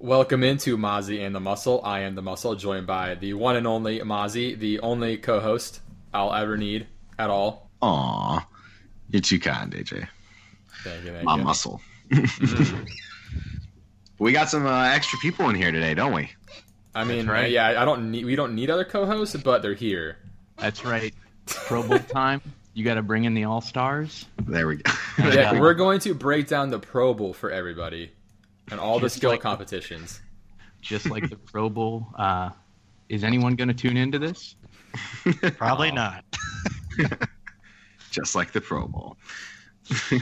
Welcome into Mozzie and the Muscle. I am the Muscle, joined by the one and only Mozzie, the only co-host I'll ever need at all. Aw, you're too kind, AJ. Thank you, thank My you. muscle. Mhm. We got some uh, extra people in here today, don't we? I mean, That's right. yeah, I don't need we don't need other co-hosts, but they're here. That's right. Pro Bowl time. You got to bring in the All Stars. There we go. Yeah, Yeah. we're going to break down the Pro Bowl for everybody and all the Just skill like- competitions. Just like the Pro Bowl. Uh, is anyone going to tune into this? Probably Oh. not. Just like the Pro Bowl.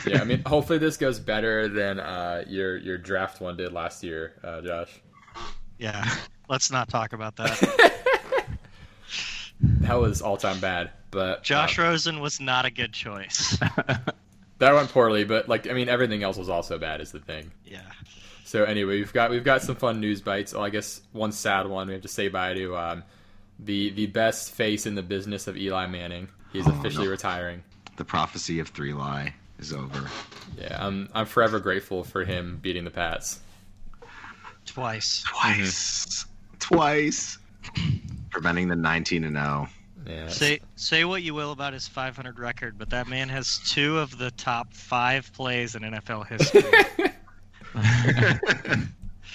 Yeah, I mean, hopefully this goes better than uh, your your draft one did last year, uh, Josh. Yeah. Let's not talk about that. That was all time bad, but uh, Josh Rosen was not a good choice. that went poorly. But like, I mean, everything else was also bad. Is the thing. Yeah. So anyway, we've got we've got some fun news bites. Well, I guess one sad one. We have to say bye to um, the the best face in the business of Eli Manning. He's Oh, officially no. retiring. The prophecy of three lie is over. Mm-hmm. Yeah, I'm I'm forever grateful for him beating the Pats. Twice. Twice. Twice. Preventing the 19 and oh. 0. Yeah, Say say what you will about his 500 record, but that man has two of the top five plays in NFL history.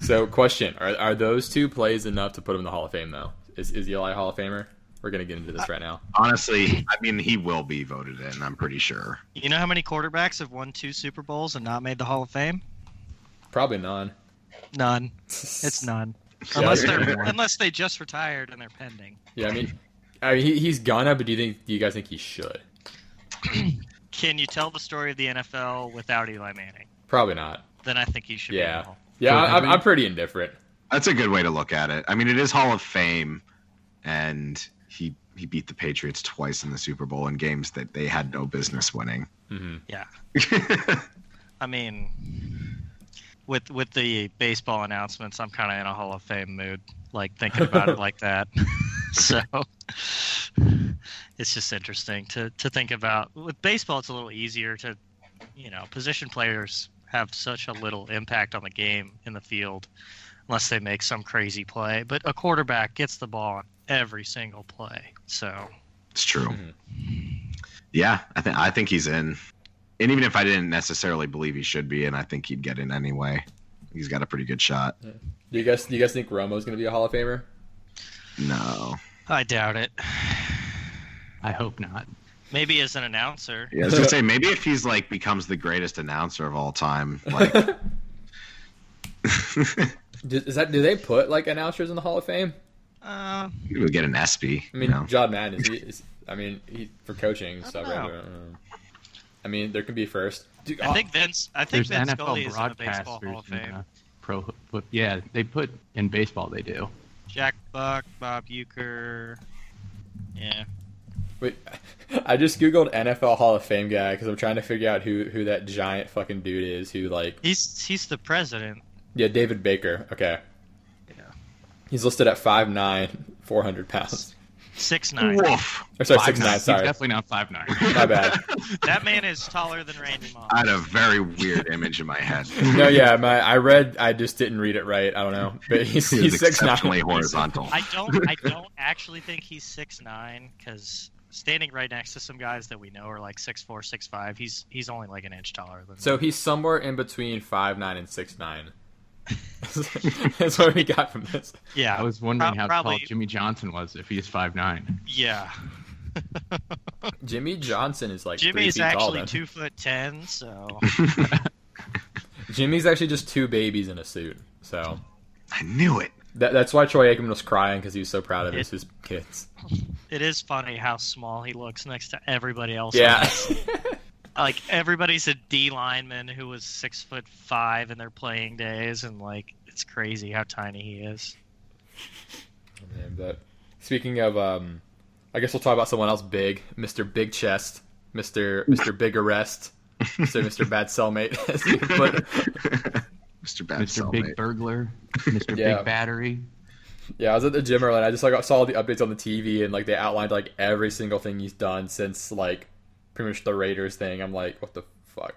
So, question: Are, are those two plays enough to put him in the Hall of Fame? Though, is is Eli a Hall of Famer? We're gonna get into Uh, this right now. Honestly, I mean, he will be voted in, I'm pretty sure. you know how many quarterbacks have won two Super Bowls and not made the Hall of Fame? Probably none. None. It's none. Yeah, Unless you're- they're unless they just retired and they're pending. Yeah, I mean, I mean, he, he's gonna. But do you think? Do you guys think he should? Can you tell the story of the NFL without Eli Manning? Probably not. Then I think he should be. in the Yeah, Hall. yeah. For I, I'm, every- I'm pretty indifferent. That's a good way to look at it. I mean, it is Hall of Fame, and he he beat the Patriots twice in the Super Bowl in games that they had no business winning. hmm Yeah. I mean, with with the baseball announcements, I'm kind of in a Hall of Fame mood, like thinking about it like that. so it's just interesting to to think about. With baseball, it's a little easier to, you know, position players have such a little impact on the game in the field, unless they make some crazy play. But a quarterback gets the ball on every single play, so It's true. Mhm. Yeah, I think I think he's in. And even if I didn't necessarily believe he should be in, I think he'd get in anyway. He's got a pretty good shot. Do you guys? Do you guys think Romo's gonna be a Hall of Famer? No, I doubt it. I hope not. Maybe as an announcer, yeah, I was gonna say maybe if he's like becomes the greatest announcer of all time, like Do, is that? Do they put like announcers in the Hall of Fame? uh, he would get an SP. I You mean, know, John Madden. Is he, is, I mean, he for coaching stuff. know. I, don't know. I mean, there could be first. Dude, I think Vince. I think There's Vince NFL Scully is in the baseball Hall broadcasters. of Fame. in, uh, pro, but yeah, they put in baseball. They do. Jack Buck, Bob Euchre. Yeah, oh, Wait, I just googled NFL Hall of Fame guy because I'm trying to figure out who who that giant fucking dude is. Who like he's he's the president. yeah, David Baker. Okay, Yeah, he's listed at 5'9", 400 pounds. six nine. woof. Or sorry, Five six nine. nine. He's Sorry, definitely not five nine. my bad. That man is taller than Randy Moss. I had a very weird image in my head. No, yeah, my I read. I just didn't read it right. I don't know, but he's He was he's six exceptionally nine. horizontal. I don't. I don't actually think he's six nine because standing right next to some guys that we know are like six four, six five. He's he's only like an inch taller than. So he's somewhere in between five nine and six nine. That's what we got from this. yeah, I was wondering Prob- how probably- tall Jimmy Johnson was if he's five nine. yeah. Jimmy Johnson is like three Jimmy is feet tall, actually then. two foot ten, so Jimmy's actually just two babies in a suit. So I knew it. That, that's why Troy Aikman was crying because he was so proud of his, his kids. it is funny how small he looks next to everybody else. on Yeah, like everybody's a D lineman who was six foot five in their playing days, and like it's crazy how tiny he is. Man, but speaking of, um, I guess we'll talk about someone else big, Mister Big Chest, Mister Mister Big Arrest, so Mister Bad Cellmate. as you put- Mr. Bad Mr. Big Cellmate. Burglar, Mr. Yeah. Big Battery. yeah, I was at the gym earlier. and I just like saw all the updates on the TV and like they outlined like every single thing he's done since like pretty much the Raiders thing. I'm like, what the fuck?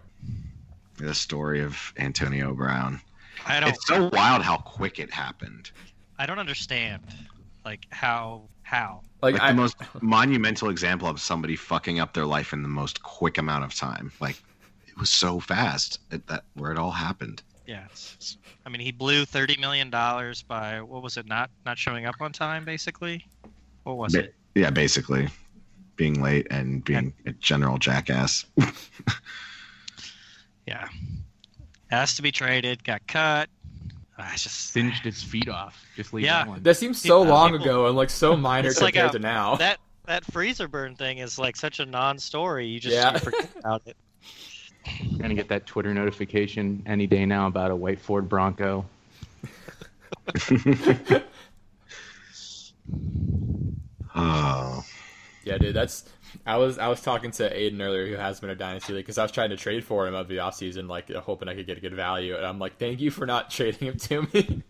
The story of Antonio Brown. I don't. It's so wild how quick it happened. I don't understand. Like how how Like, Like I, the most monumental example of somebody fucking up their life in the most quick amount of time. Like it was so fast at that where it all happened. yeah. it's- it's- I mean, he blew thirty million dollars by what was it? Not not showing up on time, basically. What was Ba- it? Yeah, basically being late and being a general jackass. Yeah. Has to be traded. Got cut. Ah, it's just Singed its feet off. Just leave Yeah. that one. that seems so Yeah, long people- ago and like so minor It's like compared a- to now. that that freezer burn thing is like such a non-story. You just Yeah. you forget about it. gonna get that Twitter notification any day now about a white Ford Bronco. Oh. Yeah, dude, that's. I was I was talking to Aiden earlier, who has been a dynasty league, because I was trying to trade for him of the offseason, like uh, hoping I could get a good value, and I'm like, thank you for not trading him to me.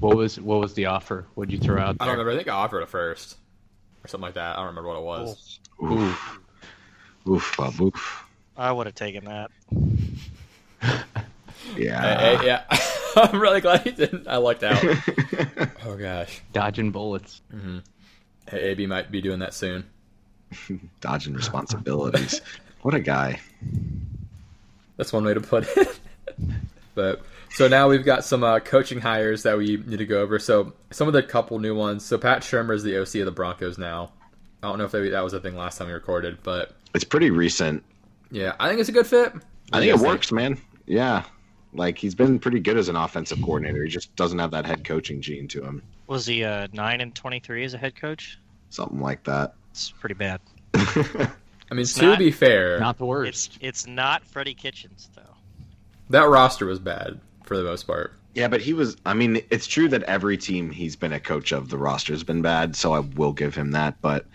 What was what was the offer? What'd you throw out I there? don't remember. I think I offered a first or something like that. I don't remember what it was. Oof. Oof, Bob, oof. I would have taken that. Hey, Yeah. hey, Uh, eh, yeah, I'm really glad you didn't. I lucked out. oh gosh, Dodging bullets. hey, AB Mm-hmm. might be doing that soon. Dodging responsibilities. What a guy. That's one way to put it. but so now we've got some uh, coaching hires that we need to go over. So some of the couple new ones. So Pat Shermer is the OC of the Broncos now. I don't know if that that was a thing last time we recorded, but It's pretty recent. yeah, I think it's a good fit. I think it works, man. Yeah. Like he's been pretty good as an offensive coordinator. He just doesn't have that head coaching gene to him. Was he uh, nine and twenty-three as a head coach? Something like that. It's pretty bad. I mean, It's to not- be fair, Not the worst. It's it's not Freddie Kitchens though. that roster was bad for the most part. Yeah, but he was. I mean, it's true that every team he's been a coach of, the roster's been bad. So I will give him that. But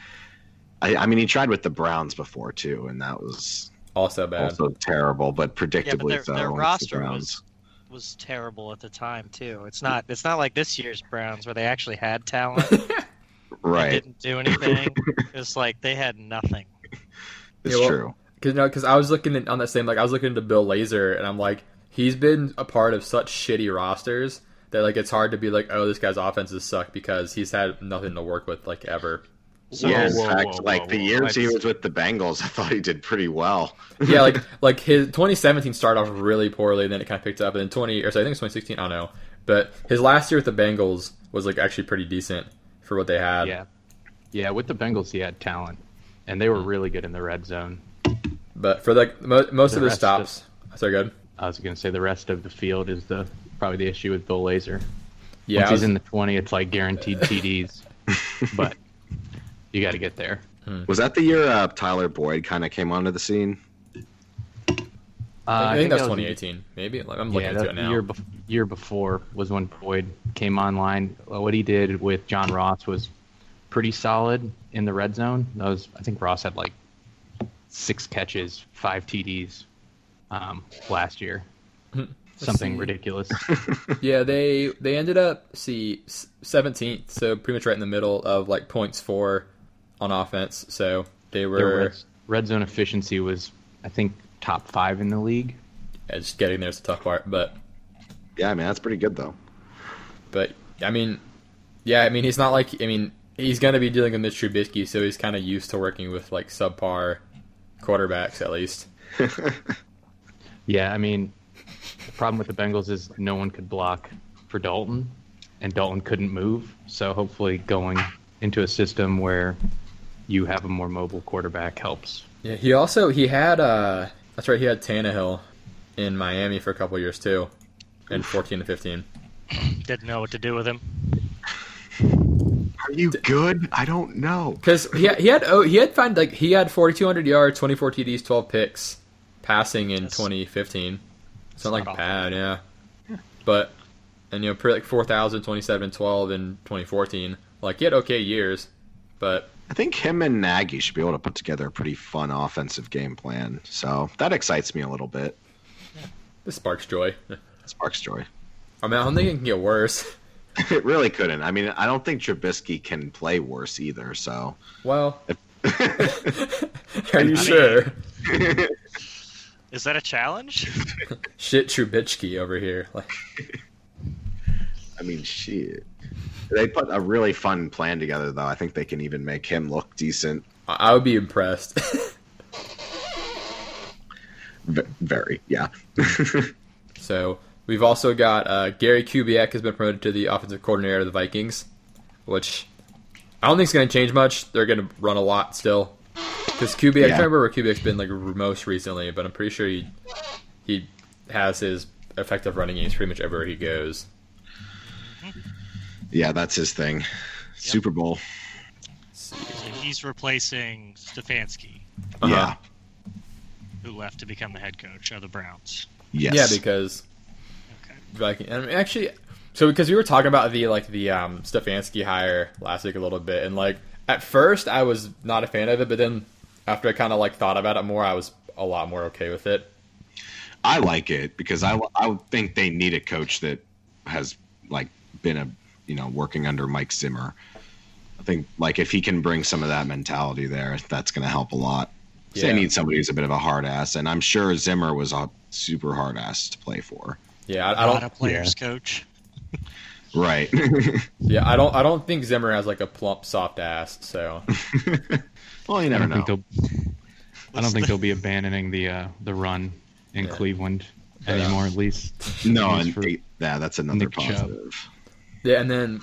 I, I mean, he tried with the Browns before too, and that was Also bad. also terrible, but predictably their- so. their against the roster was- Browns. Was terrible at the time too. It's not it's not like this year's Browns where they actually had talent. right. Didn't do anything. it's like they had nothing. Yeah, It's well- true. Because no, because I was looking at, on that same like I was looking into Bill Lazor, and I'm like, he's been a part of such shitty rosters that like it's hard to be like, oh, this guy's offenses suck because he's had nothing to work with like ever. So yeah, in Whoa, whoa, fact, whoa, like whoa, the whoa. years he Let's- was with the Bengals, I thought he did pretty well. yeah, like like his 2017 started off really poorly, and then it kind of picked up, and then 20 or so I think it's 2016, I don't know, but his last year with the Bengals was like actually pretty decent for what they had. yeah. Yeah, with the Bengals he had talent. And they were Mm. really good in the red zone. But for like mo- most The of his rest stops, so good. I was gonna say the rest of the field is the probably the issue with Bill Lazor. Yeah, Once I was- he's in the twenty, it's like guaranteed TDs. but you got to get there. Was that the year uh, Tyler Boyd kind of came onto the scene? Uh, I, think, that was that was- 2018, maybe. Like, I'm looking Yeah, into that it now. year bef- year before was when Boyd came online. Uh, What he did with John Ross was pretty solid in the red zone. That was, I think Ross had like six catches, five TDs um, last year. Hmm. Something see. ridiculous. Yeah, they they ended up see seventeenth, so pretty much right in the middle of like points for on offense. So they Their were red, red zone efficiency was, I think, top five in the league. yeah, just getting there's the tough part, but Yeah, I mean that's pretty good though. but I mean, yeah, I mean he's not like I mean he's gonna be dealing with Mitch Trubisky, so he's kind of used to working with like subpar quarterbacks at least. Yeah, I mean, the problem with the Bengals is no one could block for Dalton, and Dalton couldn't move. So hopefully, going into a system where you have a more mobile quarterback helps. Yeah, he also he had uh that's right he had Tannehill in Miami for a couple years too, in fourteen to fifteen. Didn't know what to do with him. Are you good? I don't know. Because he, he had oh he had find like he had 4,200 yards, 24 TDs, 12 picks, passing in That's- 2015. It's not not like awful. bad, yeah. But and you know pretty like 4,000, 27, 12 in 2014. Like he had okay years, but I think him and Nagy should be able to put together a pretty fun offensive game plan. So that excites me a little bit. this sparks joy. Sparks joy. I mean, I don't think it can get worse. It really couldn't. I mean, I don't think Trubisky can play worse either. So Well, are you sure? Is that a challenge? Shit, Trubisky over here. Like, I mean, shit. They put a really fun plan together, though. I think they can even make him look decent. I I would be impressed. V- very, yeah. so we've also got uh, Gary Kubiak has been promoted to the offensive coordinator of the Vikings, which I don't think is going to change much. They're going to run a lot still because Kubiak. I Yeah. can't remember where Kubiak's been like most recently, but I'm pretty sure he he has his effective running games pretty much everywhere he goes. yeah, that's his thing. Super Bowl. So he's replacing Stefanski, Uh-huh. Yeah. who left to become the head coach of the Browns. Yes. Yeah, because Okay. Viking. And actually, so because we were talking about the like the um, Stefanski hire last week a little bit, and like at first I was not a fan of it, but then after I kind of like thought about it more, I was a lot more okay with it. I like it because I I think they need a coach that has like been a you know working under Mike Zimmer. I think like if he can bring some of that mentality there, that's going to help a lot. 'Cause Yeah. They need somebody who's a bit of a hard ass, and I'm sure Zimmer was a super hard ass to play for. Yeah, I, I Not don't. a players coach. Right. Yeah, I don't. I don't think Zimmer has like a plump, soft ass. So well, you I never don't know. think they'll. I What's don't think the- they'll be abandoning the uh, the run in Yeah. Cleveland But, uh, anymore. At least No, He's and for- yeah, that's another Nick Chubb. positive. yeah, and then.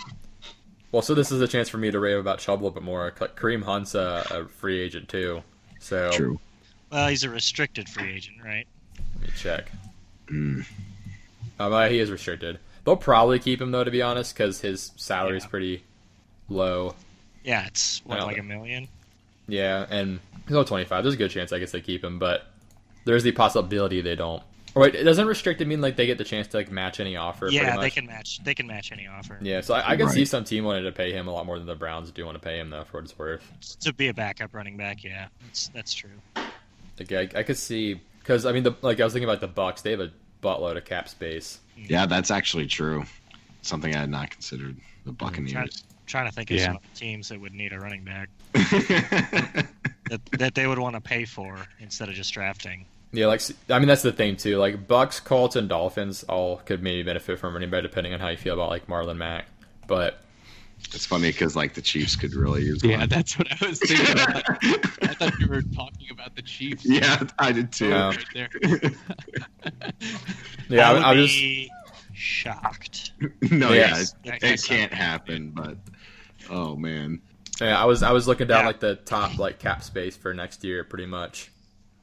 Well, so this is a chance for me to rave about Chubb a little bit more. Like, Kareem Hunt's a, a free agent too, so True. Well, he's a restricted free agent, right? let me check. Mm. Um, uh, he is restricted. They'll probably keep him though, to be honest, because his salary is Yeah. pretty low. Yeah, it's what Well, like a million. Yeah, and he's only 25. There's a good chance I guess they keep him, but there's the possibility they don't. Or wait, it doesn't restricted mean like they get the chance to like match any offer. Yeah, pretty they much? can match. They can match any offer Yeah, so I, I can see Right. some team wanting to pay him a lot more than the Browns do want to pay him though, for what it's worth. to be a backup running back. Yeah, that's that's true. Like I, I could see because I mean the like I was thinking about the Bucks. They have a buttload of cap space. Yeah, that's actually true. Something I had not considered. The Trying, Buccaneers. trying to think of Yeah. some teams that would need a running back that that they would want to pay for instead of just drafting. Yeah, like I mean that's the thing too. Like Bucks, Colts, and Dolphins all could maybe benefit from running back depending on how you feel about like Marlon Mack. But it's funny because like the Chiefs could really use. Yeah, one. that's what I was thinking. I thought, I thought you were talking about the Chiefs. yeah, I did too. Yeah. right there. yeah, I I, would I was be shocked. no, Yes. Oh, yeah, it, Yeah, it can't happen. But oh man, yeah, I was I was looking down Yeah. like the top like cap space for next year pretty much.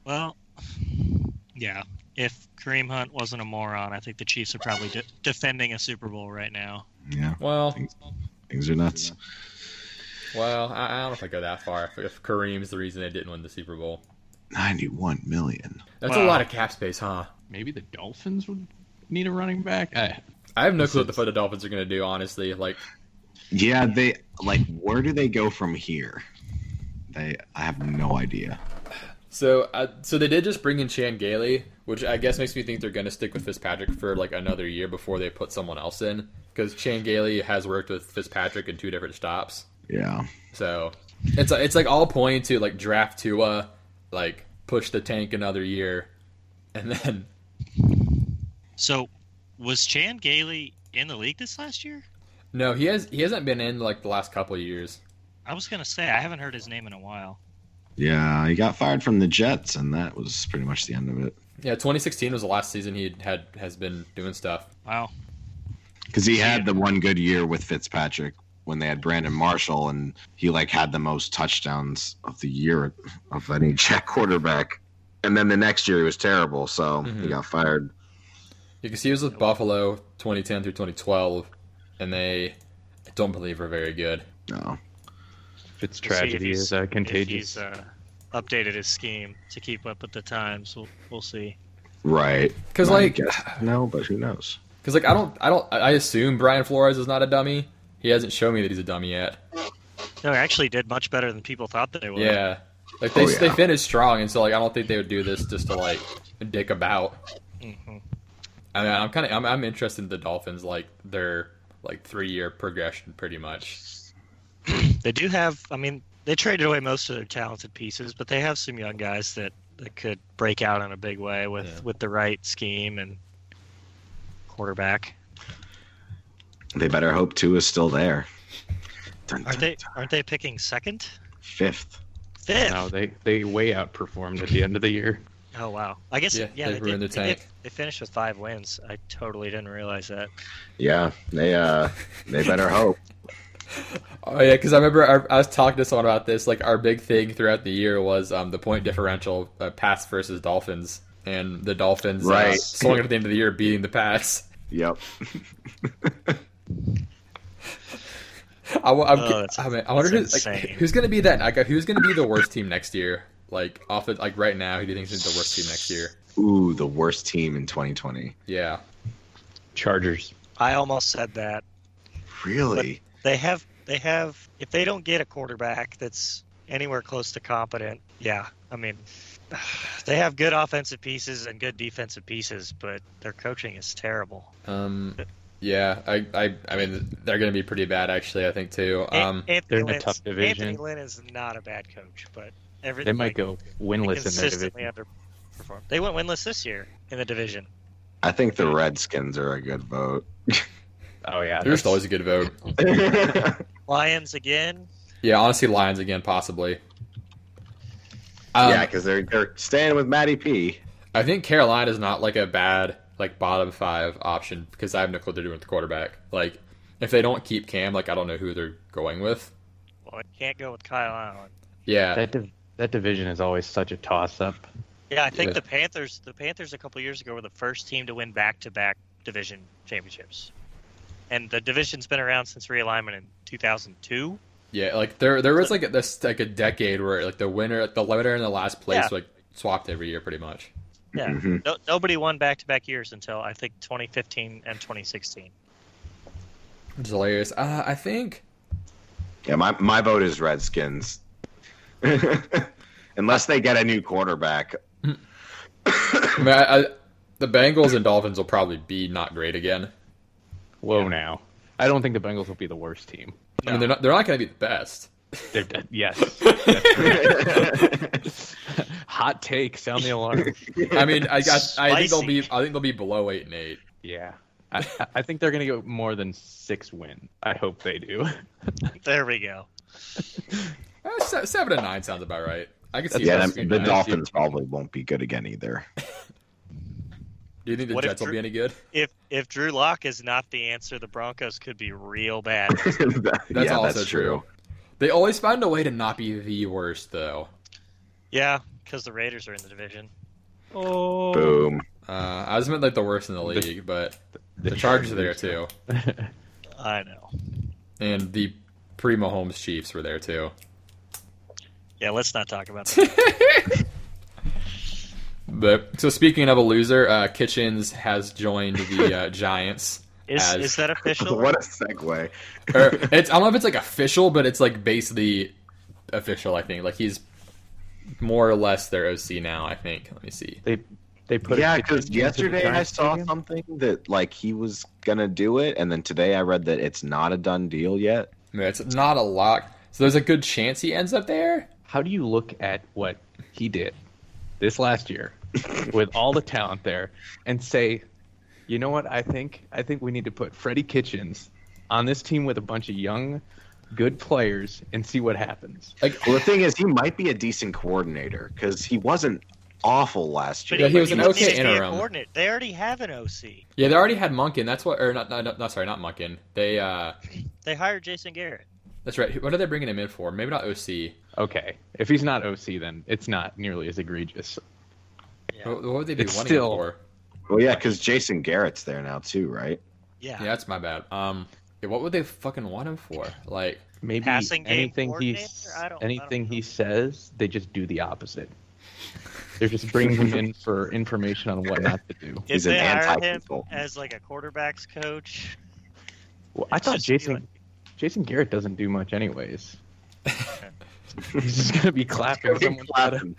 Well, yeah. If Kareem Hunt wasn't a moron, I think the Chiefs are probably de- defending a Super Bowl right now. yeah, Well, things are nuts. well, I, I don't know if I go that far. If, if Kareem's the reason they didn't win the Super Bowl, Ninety-one million. that's a Wow. lot of cap space, huh? Maybe the Dolphins would need a running back. I, I have no clue what the Philadelphia Dolphins are going to do. Honestly, like Yeah, they like. Where do they go from here? They, I have no idea. so uh, so they did just bring in Chan Gailey, which I guess makes me think they're going to stick with Fitzpatrick for like another year before they put someone else in because Chan Gailey has worked with Fitzpatrick in two different stops. Yeah, So it's it's like all pointing to like draft Tua, like push the tank another year, and then So, was Chan Gailey in the league this last year? no, he has he hasn't been in like the last couple of years. I was gonna say I haven't heard his name in a while. yeah. He got fired from the Jets, and that was pretty much the end of it. Yeah, 2016 was the last season he had has been doing stuff. Wow. because he had the one good year with Fitzpatrick when they had Brandon Marshall, and he like had the most touchdowns of the year of any Jack quarterback. And then the next year he was terrible, so Mhm. he got fired. You can see he was with Buffalo 2010 through 2012, and they I don't believe are very good. No, Fitz We'll see if tragedy he's- is uh, if contagious. he's, uh, updated his scheme to keep up with the times. We'll, we'll see. right? Because I like guess- no, but who knows? because like I don't I don't I assume Brian Flores is not a dummy. He hasn't shown me that he's a dummy yet. No, they actually did much better than people thought they would. Yeah. Like they, Oh, yeah. they finished strong, and so like I don't think they would do this just to like dick about. Mm-hmm. Mhm. I mean, I'm kind of I'm, I'm interested in the Dolphins like their like three year progression pretty much. They do have. I mean, they traded away most of their talented pieces, but they have some young guys that that could break out in a big way with Yeah. with the right scheme and quarterback. They better hope two is still there. Dun, dun, Aren't they dun. aren't they picking second? fifth? Fifth. No, they they way outperformed at the end of the year. Oh wow. I guess Yeah, yeah, they've they ruined did, the they did- tank. They finished with 5 wins. I totally didn't realize that. Yeah, they uh, they better hope. Oh yeah, because I remember I, I was talking to someone about this. Like our big thing throughout the year was um, the point differential, uh, Pats versus Dolphins, and the Dolphins uh, Right. slowing at the end of the year, beating the Pats. Yep. I, wa- I'm, Oh, ca- that's- I, mean, I wonder who, that's like, insane. who's going to be that. Like, uh, who's going to be the worst team next year? Like off of, like right now, who do you think is the worst team next year? Ooh, the worst team in 2020. Yeah, Chargers. I almost said that. Really? They have they have if they don't get a quarterback that's anywhere close to competent, yeah. I mean, they have good offensive pieces and good defensive pieces, but their coaching is terrible. um, yeah. I, I, I mean, they're going to be pretty bad actually. I think too. An- Um, Anthony they're in a Lynn's- tough division. Anthony Lynn is not a bad coach, but every They might like, go they winless in their consistently division. underperform. They went winless this year in the division. I think the Redskins are a good vote. Oh yeah, there's that's- always a good vote. Lions again. Yeah, honestly, Lions again possibly. Um, yeah, because they're they're staying with Matty P. I think Carolina is not like a bad like bottom five option because I have no clue what they're doing with the quarterback. Like if they don't keep Cam, like I don't know who they're going with. Well, you can't go with Kyle Allen. Yeah, that div- that division is always such a toss up. Yeah, I think Yeah. the Panthers. The Panthers a couple years ago were the first team to win back-to-back division championships, and the division's been around since realignment in 2002. yeah. Like there, there was like this like a decade where like the winner, the winner and the last place Yeah. like swapped every year pretty much. Yeah. Mm-hmm. Mhm. No, nobody won back-to-back years until I think 2015 and 2016. Which is hilarious. Uh, I think Yeah, my my vote is Redskins. Unless they get a new quarterback. I mean, I, I, the Bengals and Dolphins will probably be not great again. Whoa now, I don't think the Bengals will be the worst team. I mean, they're not they're not going to be the best. They're de- yes. Hot take. Sound the alarm. I mean, I, I, I think they'll be Spicy. I think they'll be below eight and eight. Yeah. I, I- I think they're going to get more than six wins. I hope they do. There we go. Uh, se- seven and nine sounds about right. I can see yeah, us the, being the nine. Dolphins probably won't be good again either. Do you think the What if Jets will Drew- be any good? If if Drew Lock is not the answer, the Broncos could be real bad. that's yeah, also that's true. They always find a way to not be the worst, though. yeah, because the Raiders are in the division. Oh. Boom. Uh, I was meant like the worst in the league, but the, Chargers are there too, I know. and the pre Mahomes Chiefs were there too. Yeah, let's not talk about that. But so speaking of a loser, uh, Kitchens has joined the uh, Giants. Is As- is that official? What a segue. Or it's I don't know if it's like official, but it's like basically official. I think like he's more or less their OC now. I think. Let me see. They they put a yeah, kitchen because into the yesterday I Giants saw stadium? something that like he was gonna do it, and then today I read that it's not a done deal yet. I mean, it's not a lock. So there's a good chance he ends up there. How do you look at what he did this last year with all the talent there and say, you know what? I think I think we need to put Freddie Kitchens on this team with a bunch of young, good players and see what happens. Like Well, the thing is, he might be a decent coordinator because he wasn't awful last year. Yeah, he was an but okay needs to be a interim. coordinator. They already have an OC. Yeah, they already had Munkin. That's what, or not, not, not, sorry, not Munkin. They, uh, They hired Jason Garrett. that's right. What are they bringing him in for? Maybe not OC. Okay, if he's not OC, then it's not nearly as egregious. Yeah, Oh, What, what would they be It's wanting him still- for? Well, yeah, because Jason Garrett's there now too, right? yeah. Yeah, that's my bad. Um, yeah, what would they fucking want him for? Like, maybe Passing game anything he coordinator? s- I don't- I anything don't he know. says, they just do the opposite. They're just bringing him in for information on what not to do. If He's they an hired him anti-people. as like a quarterbacks coach, Well, I It's thought just, you Jason know- Jason Garrett doesn't do much anyways. He's just gonna be clapping someone.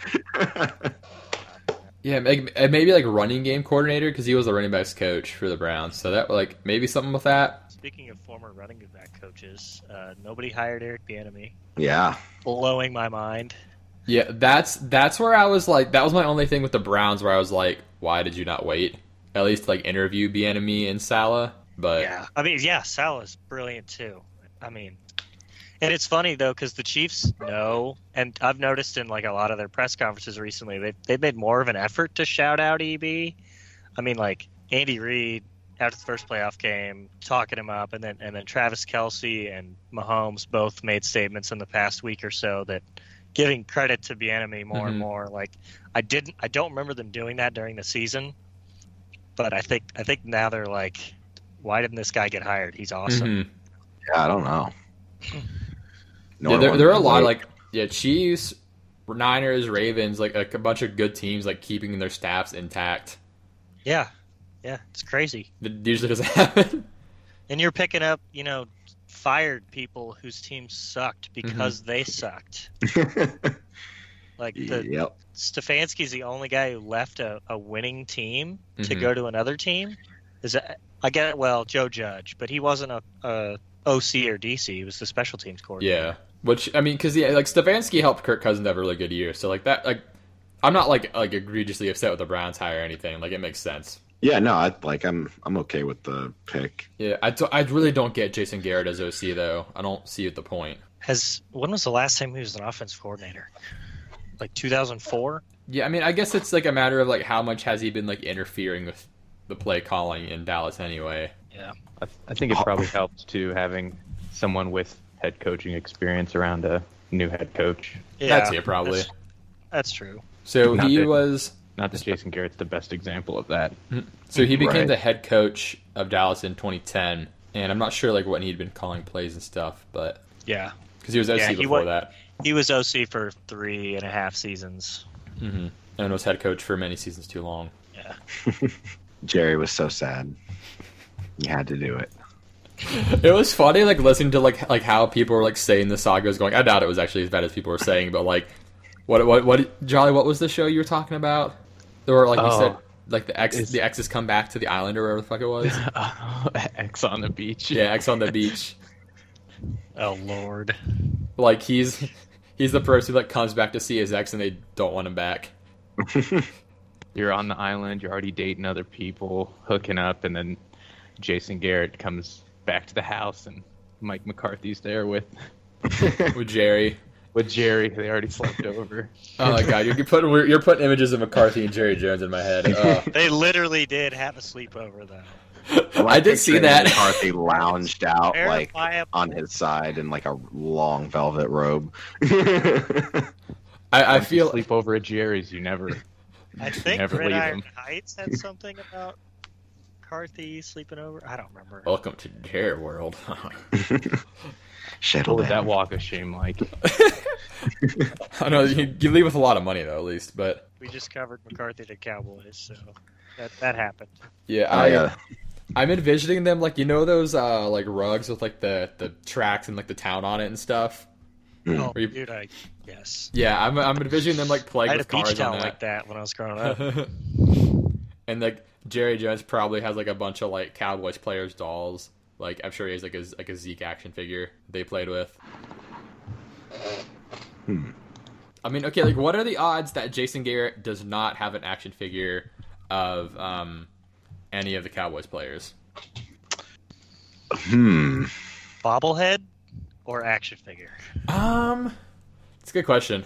yeah, maybe, maybe like running game coordinator because he was the running backs coach for the Browns. So that, like, maybe something with that. speaking of former running back coaches, uh, nobody hired Eric Bieniemy. yeah, Blowing my mind. Yeah, that's that's where I was like, that was my only thing with the Browns, where I was like, why did you not wait? At least like interview Bienemy and Salah, but yeah, I mean, yeah, Salah's brilliant too. I mean, and it's funny though because the Chiefs know, and I've noticed in like a lot of their press conferences recently, they've they've made more of an effort to shout out EB. I mean, like Andy Reid after the first playoff game, talking him up, and then and then Travis Kelsey and Mahomes both made statements in the past week or so that giving credit to Bienemy more and Mhm. more. Like I didn't, I don't remember them doing that during the season, but I think I think now they're like, why didn't this guy get hired? He's awesome. Mhm. Yeah, I don't know. yeah, there, one there are a can lot wait. like yeah, Chiefs, Niners, Ravens, like a, a bunch of good teams like keeping their staffs intact. Mm-hmm. Yeah, yeah, it's crazy. That usually doesn't happen. And you're picking up, you know, fired people whose teams sucked Mm-hmm. because they sucked. Like the, yep. Stefanski's the only guy who left a, a winning team to Mhm. go to another team. Is that I get it? Well, Joe Judge, but he wasn't a, a OC or DC. He was the special teams coordinator. Yeah, which I mean, because yeah, like Stefanski helped Kirk Cousins have a really good year, so like that, like I'm not like like egregiously upset with the Browns hire or anything. Like it makes sense. Yeah, no, I like I'm I'm okay with the pick. Yeah, I, do- I really don't get Jason Garrett as OC though. I don't see the point. Has when was the last time he was an offensive coordinator? Like 2004. Yeah, I mean, I guess it's like a matter of like how much has he been like interfering with the play calling in Dallas anyway. I, th- I think it probably helps too having someone with head coaching experience around a new head coach. Yeah, That's it probably. that's- That's true. So Not he that- was Not that Jason Garrett's the best example of that. So he became Right. the head coach of Dallas in 2010, and I'm not sure like when he'd been calling plays and stuff, but Yeah, because he was OC Yeah, he before wa- that, he was OC for three and a half seasons. mm-hmm. and was head coach for many seasons too long. Yeah. Jerry was so sad. He had to do it. It was funny like listening to like like how people were like saying the saga was going. I doubt it was actually as bad as people were saying, but like what what what Jolly, what was the show you were talking about? There were like you Oh. said like the ex It's- the exes come back to the island or wherever the fuck it was. X on the beach. yeah, ex on the beach. Oh Lord. Like he's he's the person that comes back to see his ex and they don't want him back. You're on the island. You're already dating other people, hooking up, and then Jason Garrett comes back to the house, and Mike McCarthy's there with With Jerry. with Jerry. They already slept over. Oh my god, you're putting we're- you're putting images of McCarthy and Jerry Jones in my head. Uh, They literally did have a sleepover though. I did see picturing that. McCarthy lounged out Oh, like Verifiable. on his side in like a long velvet robe. I, I Once you feel sleep over at Jerry's. You never. I think Never leave Gridiron him. Heights had something about McCarthy sleeping over. I don't remember. welcome to Dare World. Shit, What would that that walk of shame like? I know you, you leave with a lot of money though, at least. But We just covered McCarthy to Cowboys, so that that happened. yeah, Oh, I, yeah. I'm envisioning them like you know those uh, like rugs with like the the tracks and like the town on it and stuff. Mm. Oh, Were you- dude, I yes. Yeah, I'm I'm envisioning them like I playing had a with beach cars towel on like that when I was growing up. that. and like Jerry Jones probably has like a bunch of like Cowboys players dolls. Like I'm sure he has like a like a Zeke action figure they played with. Hmm. I mean, okay, like what are the odds that Jason Garrett does not have an action figure of um any of the Cowboys players? Hmm. Bobblehead or action figure? Um, it's a good question.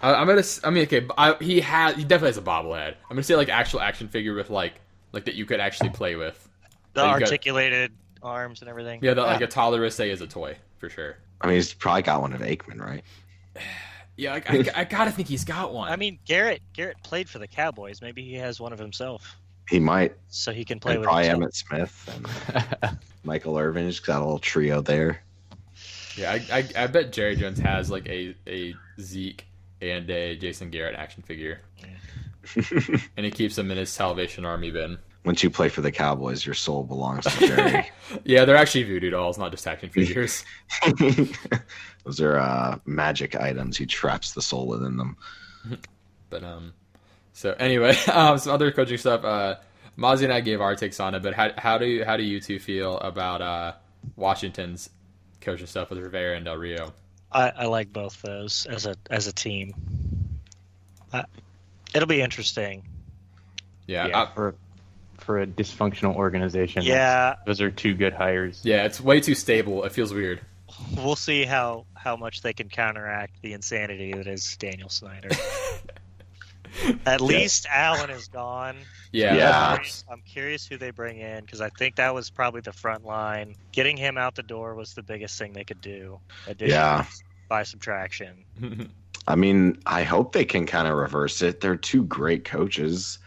I, I'm gonna. s- I mean, okay, I, he has. He definitely has a bobblehead. I'm gonna say like actual action figure with like like that you could actually play with. The Oh, you got- articulated arms and everything. Yeah, that like a toddler would say is a toy for sure. I mean, he's probably got one of Aikman, right? Yeah, I, I, I gotta think he's got one. I mean Garrett Garrett played for the Cowboys. Maybe he has one of himself, He might. so he can play And with probably himself. Emmett Smith and Michael Irvin. He's got a little trio there. yeah, I, I, I bet Jerry Jones has like a a Zeke and a Jason Garrett action figure, and he keeps them in his Salvation Army bin. Once you play for the Cowboys, your soul belongs to Jerry. Yeah, they're actually voodoo dolls, not just action figures. Those are uh, magic items. He traps the soul within them. But um, so anyway, um, some other coaching stuff. Uh, Mozzie and I gave our takes on it, but how, how do you, how do you two feel about uh, Washington's coaching stuff with Rivera and Del Rio? I, I like both those as a as a team. It'll be interesting. Yeah, yeah, I- for for a dysfunctional organization. that's- Yeah, those are two good hires. yeah, it's way too stable. It feels weird. we'll see how how much they can counteract the insanity that is Daniel Snyder. At least Allen is gone. Yeah, Yeah. that I'm helps. curious- I'm curious who they bring in because I think that was probably the front line. Getting him out the door was the biggest thing they could do. Addition Yeah. by subtraction. I mean, I hope they can kind of reverse it. They're two great coaches.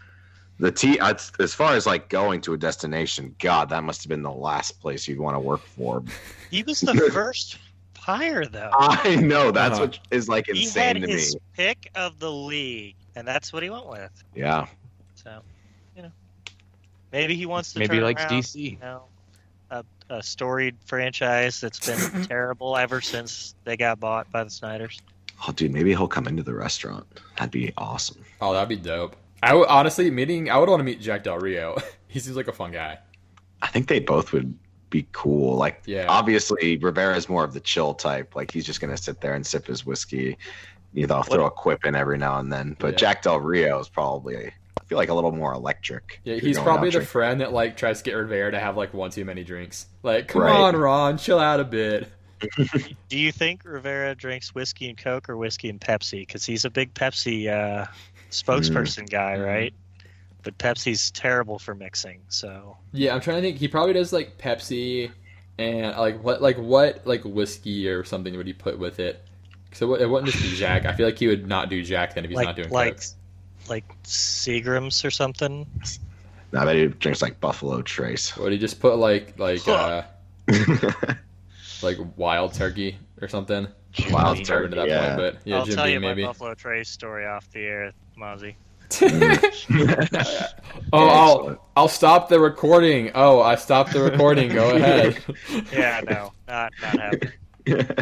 The T, as as far as like going to a destination, God, that must have been the last place you'd want to work for. He was the first hire, though. I know that's Uh-huh. what is like he had insane to me. his pick of the league, and that's what he went with. Yeah, So, you know, maybe he wants to Maybe he turn likes around, DC. You know, a, a storied franchise that's been terrible ever since they got bought by the Snyder's. oh dude, maybe he'll come into the restaurant. That'd be awesome. Oh, that'd be dope. I would honestly meeting. I would want to meet Jack Del Rio. he seems like a fun guy. I think they both would be cool. Like, Yeah. obviously, Rivera's more of the chill type. Like, he's just gonna sit there and sip his whiskey. You know, I'll throw a quip in every now and then. But Yeah. Jack Del Rio is probably, I feel like, a little more electric. Yeah, if you're he's going probably out the drinking. friend that like tries to get Rivera to have like one too many drinks. Like, come Right. on, Ron, chill out a bit. Do you think Rivera drinks whiskey and Coke or whiskey and Pepsi? Because he's a big Pepsi uh, spokesperson guy, Mhm. right? But Pepsi's terrible for mixing, so Yeah, I'm trying to think. He probably does like Pepsi and like what like what like whiskey or something would he put with it? So it wou- it wouldn't just be Jack. I feel like he would not do Jack then if he's like not doing like Coke. like Seagrams or something. I bet he drinks like Buffalo Trace. Would he just put like like Huh. uh Wild like wild turkey or something? Jimmy. Turkey turkey, yeah. but yeah, I'll Jim tell Beam you maybe. my Buffalo Trace story off the air, Mozzie. Mm. oh, Excellent. I'll I'll stop the recording. Oh, I stopped the recording. Go ahead. Yeah, no, not not happening.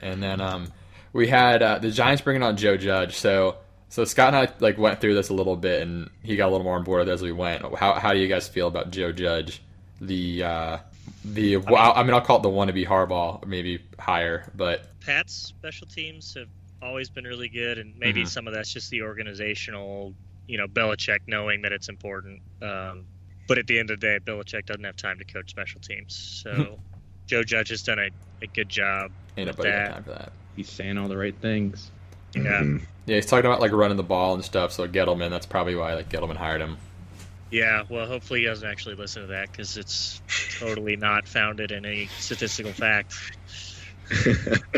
And then um, we had uh, the Giants bringing on Joe Judge. So so Scott and I like went through this a little bit, and he got a little more on board with it as we went. How how do you guys feel about Joe Judge? The uh, the well, I mean, I'll call it the wannabe Harbaugh, or maybe higher, but Pat's special teams have always been really good, and maybe Mhm. some of that's just the organizational, you know, Belichick knowing that it's important. Um, but at the end of the day, Belichick doesn't have time to coach special teams. Hmm. So Joe Judge has done a, a good job. ain't With nobody got that. time for that. He's saying all the right things. Yeah. Mm-hmm. Yeah, he's talking about like running the ball and stuff. So Gettleman, that's probably why like Gettleman hired him. Yeah, well, hopefully he doesn't actually listen to that because it's totally not founded in any statistical fact.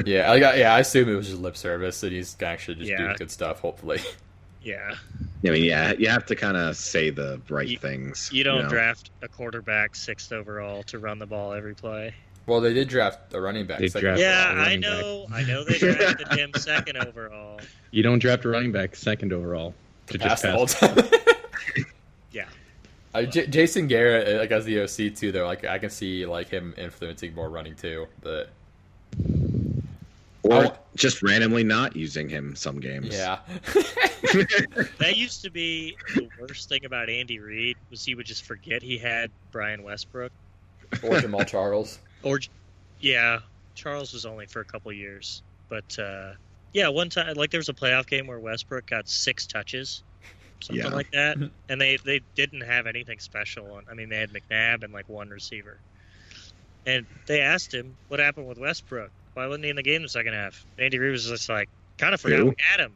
yeah, I got, yeah, I assume it was just lip service, and he's gonna actually just Yeah. do good stuff. Hopefully, Yeah. I mean, yeah, you have to kind of say the right You- things. You don't know? draft a quarterback sixth overall to run the ball every play. well, they did draft a running back. They second drafted- overall. Yeah, all I running know. I know they drafted him second overall. You don't draft a running back second overall to pass just the pass. whole time. Yeah. Uh, J- Jason Garrett, uh, like as the OC too, though, like I can see like him influencing more running too. But Or Oh. just randomly not using him some games. yeah, That used to be the worst thing about Andy Reid was he would just forget he had Brian Westbrook or Jamal Charles. or yeah, Charles was only for a couple years, but uh, yeah, one time like there was a playoff game where Westbrook got six touches, something Yeah. like that, and they they didn't have anything special. on- I mean, they had McNabb and like one receiver, and they asked him what happened with Westbrook. Why wasn't he in the game the second half? Andy Reid was just like, kind of forgot Who? we had him.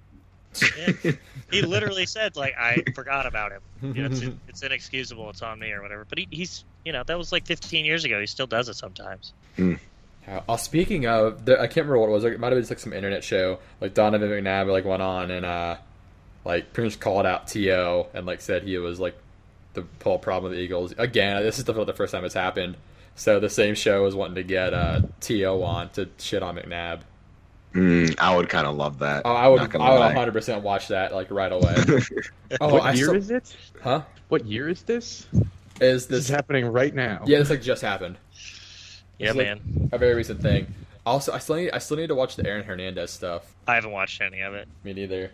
Yeah. he literally said like, I forgot about him you know, it's, it's inexcusable. It's on me or whatever. But he, he's, you know, that was like 15 years ago. He still does it sometimes. Oh, speaking of, the, I can't remember what it was. Like, it might have been just, like some internet show. Like Donovan McNabb like went on and uh, like pretty much called out To and like said he was like the whole problem with the Eagles again. This is definitely the first time it's happened. So the same show is wanting to get uh, To on to shit on McNabb. Mm, I would kind of love that. Oh, I would, Not I would gonna 100% watch that like right away. oh, what I year still, is it? huh? What year is this? Is This this? is happening right now. yeah, this like just happened. Yeah, Is it- man. A very recent thing. Also, I still need, I still need to watch the Aaron Hernandez stuff. I haven't watched any of it. Me neither.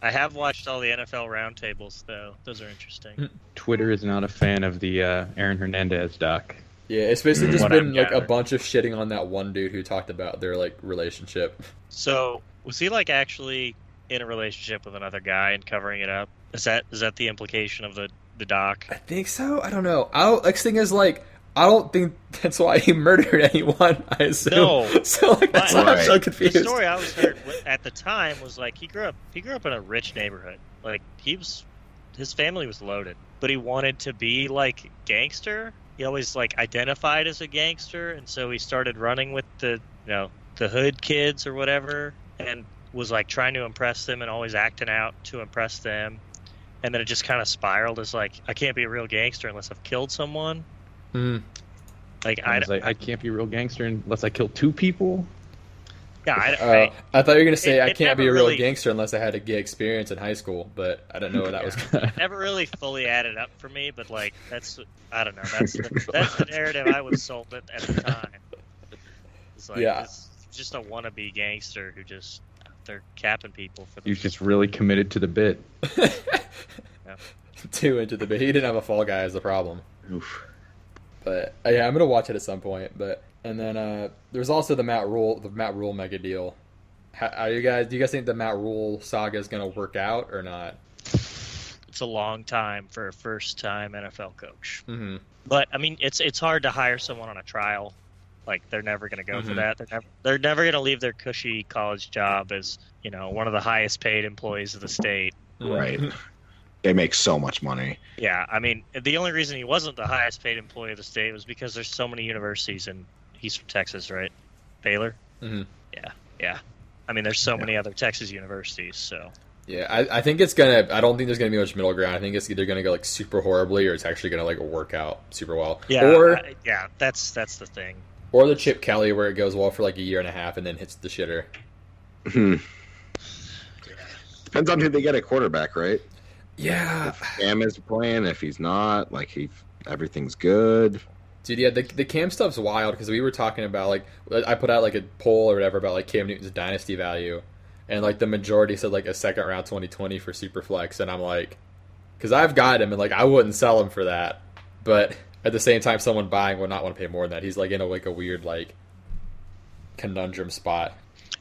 I have watched all the NFL roundtables, though. Those are Hmm. interesting. Twitter is not a fan of the uh, Aaron Hernandez doc. Yeah, it's basically Mm. just What been I've like a gathered. bunch of shitting on that one dude who talked about their like relationship. So, was he like actually in a relationship with another guy and covering it up. Is that is that the implication of the the doc? I think so. I don't know. I don't. Next thing is like I don't think that's why he murdered anyone. I assume. No. So like that's But- why I'm so Right. confused. The story I was heard w- at the time was like he grew up he grew up in a rich neighborhood. Like he was his family was loaded, but he wanted to be like gangster. He always like identified as a gangster and so he started running with the you know, the hood kids or whatever and was like trying to impress them and always acting out to impress them. And then it just kind of spiraled as like I can't be a real gangster unless I've killed someone. Mm. Like I, I, was like, I can't be a real gangster unless I kill two people. yeah, I, Uh, I- I thought you were gonna say It- I it can't be a never real really- gangster unless I had a gay experience in high school, but I don't know what that was. never really fully added up for me, but like that's I don't know. That's the, that's the narrative I was sold at, at the time. It's like Yeah. it's just a wannabe gangster who just they're capping people for the He was just really committed to the bit. Two into the bit. He didn't have a fall guy is the problem. Oof. But uh, yeah, I'm gonna watch it at some point. But and then uh, there's also the Matt Rule, the Matt Rule mega deal. How, are you guys? Do you guys think the Matt Rule saga is gonna work out or not? it's a long time for a first time NFL coach. Mm-hmm. But I mean, it's it's hard to hire someone on a trial. Like they're never going to go for Mhm. that. They're never they're never going to leave their cushy college job as you know one of the highest paid employees of the state. Right. They make so much money. Yeah, I mean, the only reason he wasn't the highest paid employee of the state was because there's so many universities, and he's from Texas, right? Baylor. Mhm. Yeah, yeah. I mean, there's so many other Texas universities, so Yeah, I, I think it's gonna. I don't think there's gonna be much middle ground. I think it's either gonna go like super horribly, or it's actually gonna like work out super well. yeah, Or I- yeah. That's that's the thing. or the Chip Kelly where it goes well for like a year and a half and then hits the shitter. Hmm. Depends on who they get at quarterback, right? Yeah, Cam is playing. If he's not, like he, everything's good. dude. Yeah, the the Cam stuff's wild because we were talking about like I put out like a poll or whatever about like Cam Newton's dynasty value, and like the majority said like a second round 2020 for Superflex, and I'm like, because I've got him and like I wouldn't sell him for that, but at the same time, someone buying would not want to pay more than that. He's like in a like a weird like conundrum spot.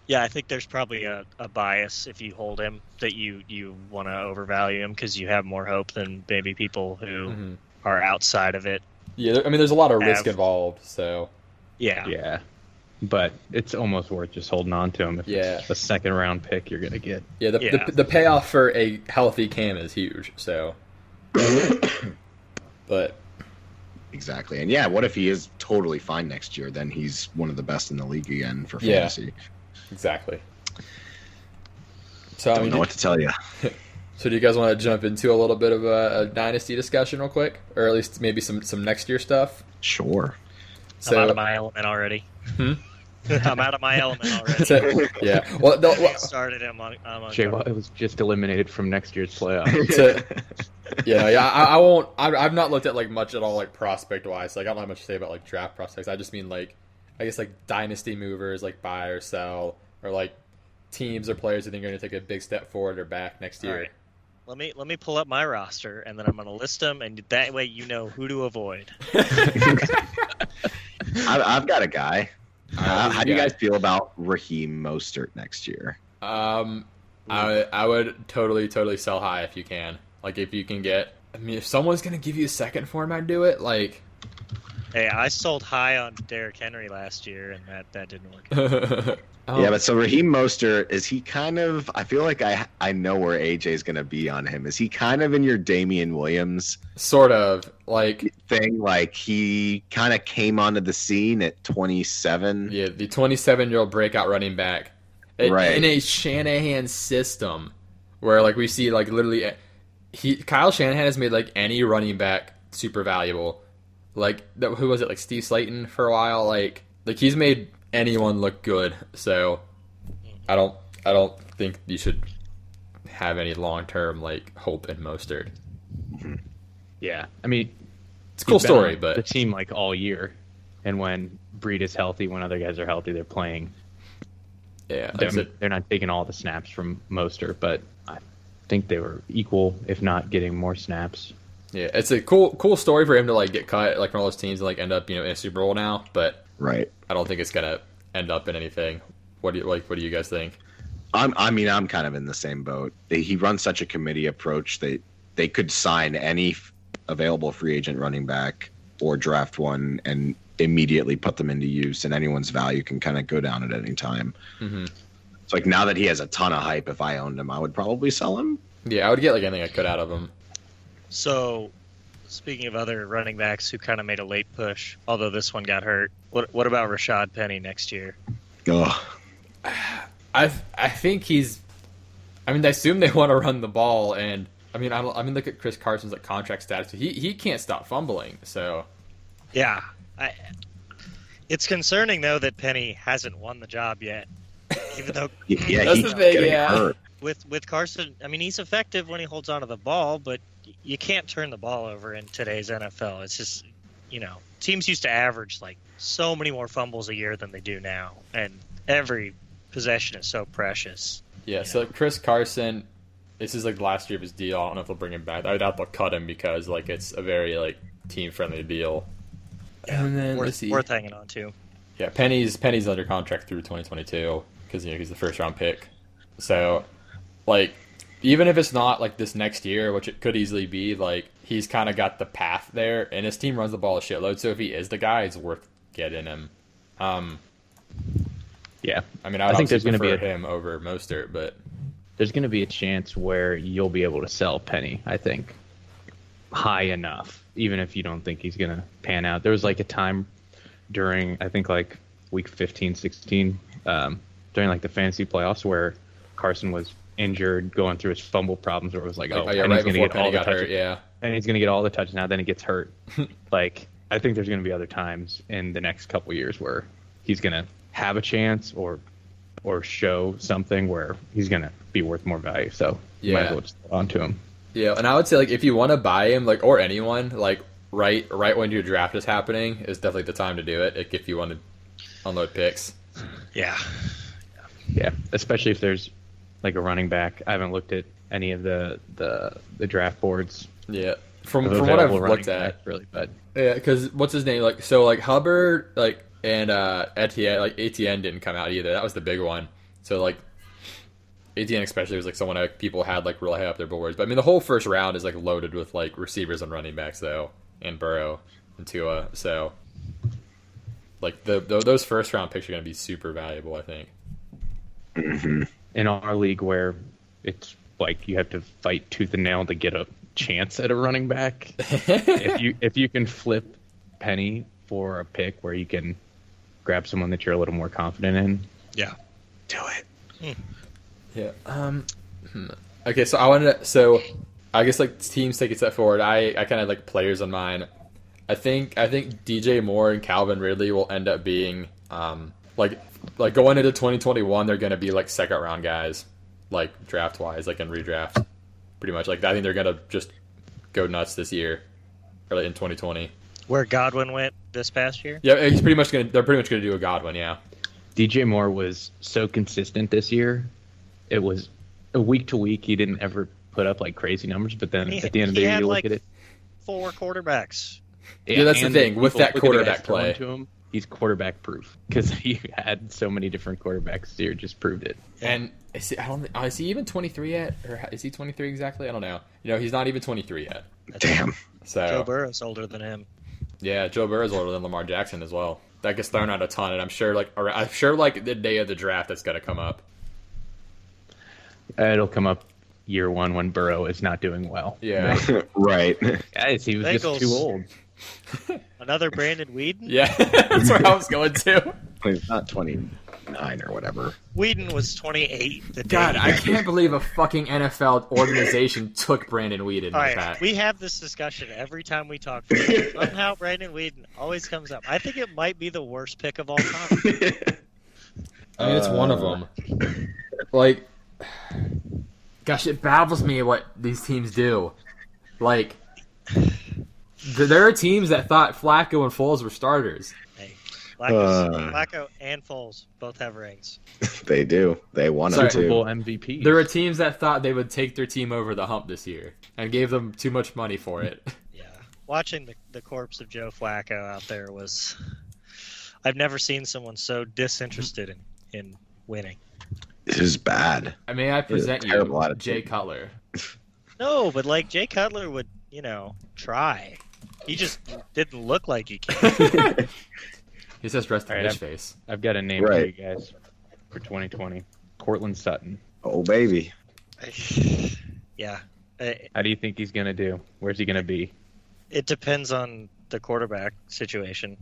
Yeah, I think there's probably a, a bias if you hold him that you you want to overvalue him because you have more hope than maybe people who Mhm. are outside of it. Yeah, there- I mean, there's a lot of risk Mm-hmm. Av. involved, so Yeah, Yeah. But it's almost worth just holding on to him if Yeah. it's the second round pick you're going to get. yeah, the, Yeah. The, the payoff for a healthy Cam is huge. So, but Exactly. And yeah, what if he is totally fine next year? Then he's one of the best in the league again for Yeah. fantasy. exactly. So I Don't mean, know what to tell you. so do you guys want to jump into a little bit of a, a dynasty discussion real quick, or at least maybe some some next year stuff? Sure. I'm out So, of my element already. Hmm? I'm out of my element already. so- yeah, well, no, well, Get started. I'm on. I'm on Jay Watt was just eliminated from next year's playoff. so- yeah, yeah, I, I won't. I, I've not looked at like much at all, like prospect wise. Like I don't have much to say about like draft prospects. I just mean like, I guess like dynasty movers, like buy or sell, or like teams or players that think are going to take a big step forward or back next All year. right. Let me let me pull up my roster and then I'm gonna list them and that way you know who to avoid. I, I've got a guy. Uh, who's how your do you guy? guys feel about Raheem Mostert next year? Um, I I would totally totally sell high if you can. Like if you can get. I mean, if someone's going to give you a second for him, I'd do it. Like, Hey, I sold high on Derrick Henry last year and that, that didn't work. Oh, Yeah, but so Raheem Mostert is he kind of? I feel like I I know where AJ's going to be on him. Is he kind of in your Damian Williams sort of like thing? Like he kind of came onto the scene at 27. Yeah, the 27 year old breakout running back In- Right. in a Shanahan system where like we see like literally eh, he Kyle Shanahan has made like any running back super valuable. Like that, who was it? Like Steve Slayton for a while. Like like he's made anyone look good. So I don't I don't think you should have any long term like hope in Mostert. yeah. I mean, It's a cool he's been story, on the but team like all year. And when Breed is healthy, when other guys are healthy, they're playing. yeah, They're, like I said, they're not taking all the snaps from Moster, but I think they were equal, if not getting more snaps. yeah, it's a cool cool story for him to like get cut like from all those teams and like end up you know in a Super Bowl now, but. Right. I don't think it's gonna end up in anything. What do you like? What do you guys think? I'm, I mean, I'm kind of in the same boat. They, he runs such a committee approach that they could sign any f- available free agent running back or draft one and immediately put them into use, and anyone's value can kind of go down at any time. Mm-hmm. It's like now that he has a ton of hype, if I owned him, I would probably sell him. Yeah, I would get like anything I could out of him. So, speaking of other running backs who kind of made a late push, although this one got hurt, what what about Rashad Penny next year? Ugh. I I think he's. I mean, I assume they want to run the ball, and I mean, I, don't- I mean, look at Chris Carson's like contract status. He he can't stop fumbling, so Yeah, I, it's concerning though that Penny hasn't won the job yet, even though Y- Yeah, That's he the keeps thing, getting yeah. hurt. with with Carson, I mean he's effective when he holds onto the ball, but y- you can't turn the ball over in today's NFL. It's just you know teams used to average like so many more fumbles a year than they do now, and every possession is so precious. yeah. So Chris Carson, this is like the last year of his deal. I don't know if they'll bring him back. I doubt they'll cut him because like it's a very like team friendly deal. And then worth, let's see. worth hanging on to. Yeah, Penny's Penny's under contract through 2022 because you know he's the first round pick. So, like, even if it's not like this next year, which it could easily be, like he's kind of got the path there, and his team runs the ball a shitload. So if he is the guy, it's worth getting him. Um, Yeah. I mean, I, would I obviously think there's gonna be prefer him over Mostert, but There's going to be a chance where you'll be able to sell Penny, I think, high enough, even if you don't think he's going to pan out. There was like a time during, I think, like week 15, 16, um, during like the fantasy playoffs where Carson was injured, going through his fumble problems, where it was like, oh, oh yeah, Penny's right going to before get all Penny the got touches. hurt, yeah. and he's going to get all the touches now. Then he gets hurt. like I think there's going to be other times in the next couple years where he's going to have a chance or or show something where he's going to be worth more value. So you might Yeah. as well just hold on to him. Yeah, and I would say like if you want to buy him, like or anyone, like right right when your draft is happening is definitely the time to do it. Like, if you want to unload picks. Yeah, Yeah, especially if there's like a running back. I haven't looked at any of the the, the draft boards Yeah, from of from what I've available running looked at, backs, really, but Yeah, because what's his name? Like, so like Hubbard, like and uh Etienne, like Etienne didn't come out either. That was the big one. So like Etienne, especially, was like someone that people had like really high up their boards. But I mean, the whole first round is like loaded with like receivers and running backs though, and Burrow and Tua. So like the, tho- those first round picks are going to be super valuable. I think. in our league where it's like you have to fight tooth and nail to get a chance at a running back if you if you can flip Penny for a pick where you can grab someone that you're a little more confident in. Do it. Yeah. Um. hmm. Okay, so I wanted to. So, I guess like teams take a step forward. I I kind of like players on mine. I think I think DJ Moore and Calvin Ridley will end up being um like like going into 2021 they're going to be like second round guys like draft wise like in redraft pretty much like I think they're going to just go nuts this year or like in 2020. where Godwin went this past year. Yeah, he's pretty much going to they're pretty much going to do a Godwin, yeah. DJ Moore was so consistent this year. It was a week to week. He didn't ever put up like crazy numbers, but then He- at the end of the he year, had, you look like, at it. Four quarterbacks. Yeah, that's the and thing, with people- that the guys quarterback throwing play. to him, he's quarterback proof because he had so many different quarterbacks. This year just proved it. And is he, I don't uh, is he even 23 yet or is he 23 exactly? I don't know. You know, he's not even 23 yet. Damn. So Joe Burrow's older than him. yeah, Joe Burrow is older than Lamar Jackson as well. That gets thrown out a ton, and I'm sure like ar- I'm sure like the day of the draft that's gonna come up. It'll come up year one when Burrow is not doing well. Yeah, right. Guys, he was just Bengals. too old. Another Brandon Whedon. yeah, that's where I was going to. He's not 29 or whatever. Whedon was 28. The day God, he I can't believe a fucking NFL organization took Brandon Weeden. All like right, that. we have this discussion every time we talk. Somehow Brandon Whedon always comes up. I think it might be the worst pick of all time. I mean, it's one of Uh, them. Like, gosh, it baffles me what these teams do. Like, th- there are teams that thought Flacco and Foles were starters. Hey, Flacco's- Uh. Flacco and Foles both have rings. They do. They want him Sorry. Super Bowl to. MVP. There are teams that thought they would take their team over the hump this year and gave them too much money for it. Yeah, watching the the corpse of Joe Flacco out there was. I've never seen someone so disinterested in in winning. It is bad. I mean, I present terrible you attitude. Jay Cutler. No, but like Jay Cutler would, you know, try. He just didn't look like he can. He says rest All in right, his I'm- face. I've got a name for you Right. guys for 2020. Cortland Sutton. Oh baby. yeah, uh, it, How do you think he's gonna do? Where's he gonna be? it depends on the quarterback situation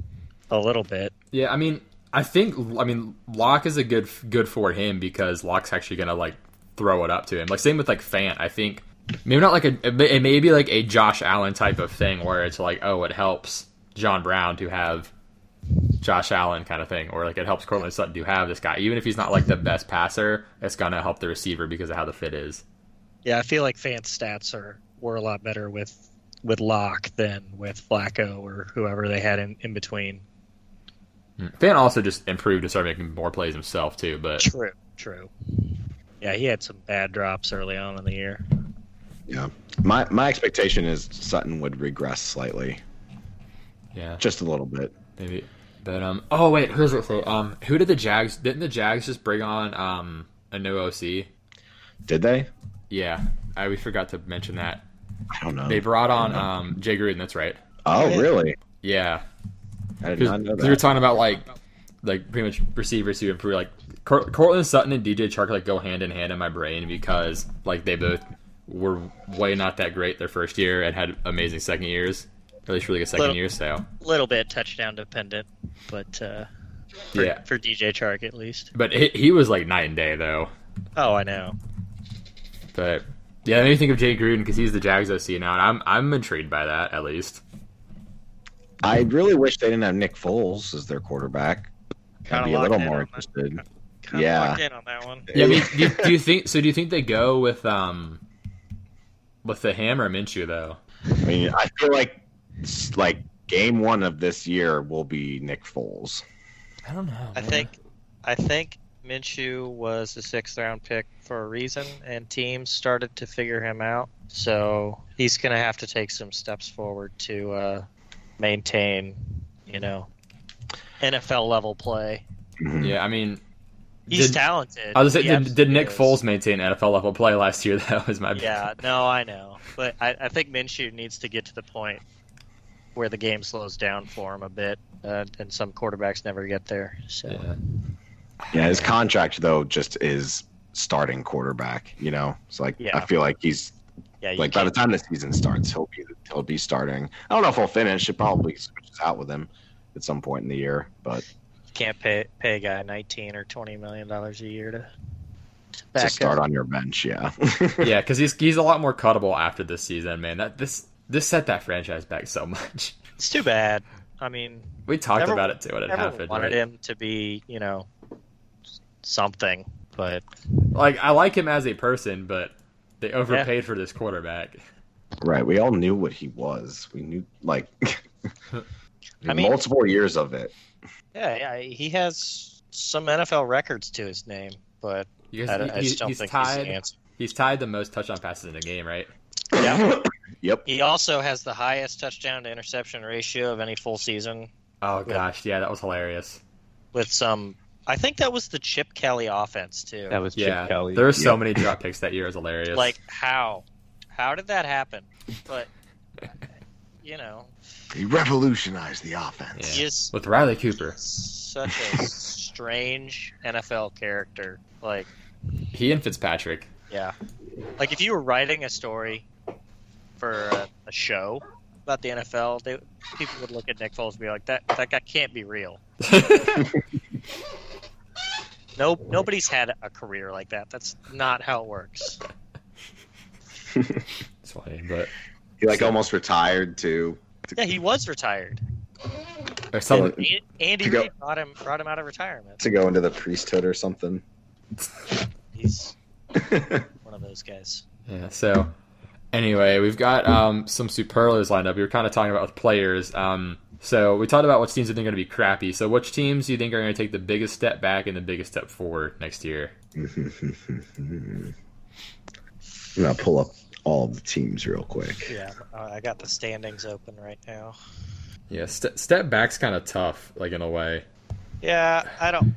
a little bit. Yeah, I mean, I think I mean Locke is a good good for him because Locke's actually gonna like throw it up to him. Like same with like Fant. I think maybe not like a it may- it may be like a Josh Allen type of thing where it's like oh it helps John Brown to have Josh Allen kind of thing, or like it helps Cortland Sutton to have this guy, even if he's not like the best passer. It's gonna help the receiver because of how the fit is. Yeah, I feel like Fant's stats are were a lot better with with Locke than with Flacco or whoever they had in, in between. Fant also just improved to start making more plays himself too, but True, true. Yeah, he had some bad drops early on in the year. Yeah. My my expectation is Sutton would regress slightly, yeah. just a little bit. Maybe. But um oh wait, who's it say? Um who did the Jags didn't the Jags just bring on um a new OC? Did they? Yeah. I we forgot to mention that. I don't know. They brought on um Jay Gruden, that's right. oh Yeah. really? Yeah. I did Because not we know were that. talking about like like pretty much receivers who improve like Cor- Cortland Sutton and DJ Chark like go hand in hand in my brain because like they both were way not that great their first year and had amazing second years. At least really good second Little- year, so A little bit touchdown dependent, but uh, for, yeah. for DJ Chark at least. But he, he was like night and day though. Oh, I know. But yeah, let me think of Jay Gruden because he's the Jags OC now, and I'm I'm intrigued by that at least. I really wish they didn't have Nick Foles as their quarterback. I'd Kinda be a little locked in more on that- interested. kinda Yeah. locked in on that one. Yeah, I mean, do, do you think so? Do you think they go with um with the hammer Minshew though? I mean, I feel like it's like game one of this year will be Nick Foles. I don't know. I think I think Minshew was a sixth round pick for a reason, and teams started to figure him out. So he's going to have to take some steps forward to uh, maintain, you know, NFL level play. Mhm. Yeah, I mean, He's did, talented. I was gonna He say, did, did absolutely Nick is. Foles maintain NFL level play last year? That was my Yeah, no, I know, but I, I think Minshew needs to get to the point where the game slows down for him a bit, uh, and some quarterbacks never get there. So. Yeah. Yeah, his contract though just is starting quarterback. You know, it's like Yeah. I feel like he's Yeah, you like by the time the season starts, he'll be he'll be starting. I don't know if he'll finish. It probably switches out with him at some point in the year, but can't pay pay a guy nineteen or twenty million dollars a year to, to to back start up. on your bench, yeah. yeah, because he's he's a lot more cuttable after this season, man. That this this set that franchise back so much. It's too bad. I mean, We talked Never- about it too when it everyone happened. wanted right? him to be, you know, something, but Like I like him as a person, but they overpaid for this quarterback. right. We all knew what he was. We knew like I mean- multiple years of it. yeah, yeah, he has some NFL records to his name, but You I, guys, don't- I he- just don't he's think he's tied. the answer. He's tied the most touchdown passes in the game, right? Yeah. yep. He also has the highest touchdown to interception ratio of any full season Oh Yeah. gosh, yeah, that was hilarious. with some. I think that was the Chip Kelly offense too. That was Chip yeah, Kelly. there were so Yep. many drop picks that year. It was hilarious. Like how? How did that happen? But you know, He revolutionized the offense. he is with Riley Cooper, such a strange NFL character. Like, he and Fitzpatrick. yeah, like if you were writing a story for a, a show about the NFL, they, people would look at Nick Foles and be like, "That that guy can't be real." No, nobody's had a career like that. That's not how it works. it's funny, but He like almost retired too. Yeah, he was retired. or some, Yeah. An- Andy To go- Reid brought him brought him out of retirement. to go into the priesthood or something. He's one of those guys. yeah. So anyway, we've got um, some superlatives lined up. We were kind of talking about with players. Um, so we talked about which teams are going to be crappy. So which teams do you think are going to take the biggest step back and the biggest step forward next year? I'm gonna pull up all the teams real quick. Yeah, uh, I got the standings open right now. Yeah, st- step back's kind of tough, like in a way. Yeah, I don't.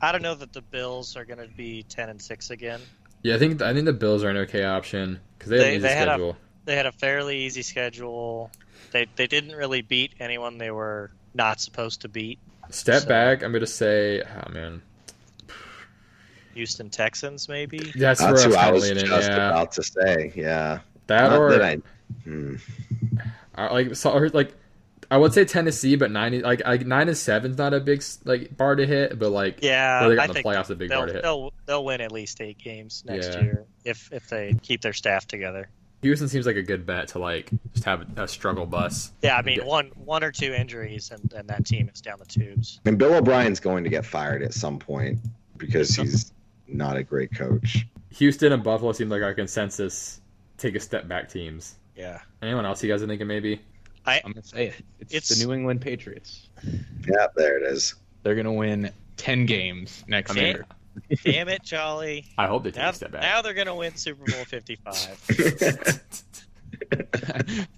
I don't know that the Bills are going to be ten and six again. Yeah, I think I think the Bills are an okay option because they, have They- an easy they had a- schedule. They had a fairly easy schedule. They they didn't really beat anyone they were not supposed to beat. Step so- back. I'm gonna say, oh man, Houston Texans maybe. that's, That's where who I I'm was leaning. just Yeah, about to say. Yeah. that Not or that I- Hmm. I- like so, or, like I would say Tennessee, but nine is- like like nine and seven's not a big like bar to hit, but like Yeah, where they got I in the think playoffs, a big bar they'll, to hit. they'll they'll win at least eight games next Yeah. year if if they keep their staff together. Houston seems like a good bet to like just have a, a struggle bus. Yeah, I mean Yeah. one one or two injuries and, and that team is down the tubes. And Bill O'Brien's going to get fired at some point because he's not a great coach. Houston and Buffalo seem like our consensus take a step back teams. Yeah. Anyone else you guys are thinking maybe? I'm gonna say it. It's, It's- the New England Patriots. Yeah, there it is. They're gonna win ten games next I mean, year. Damn it, Jolly. I hope they take Now, a step back. now they're gonna win Super Bowl fifty five.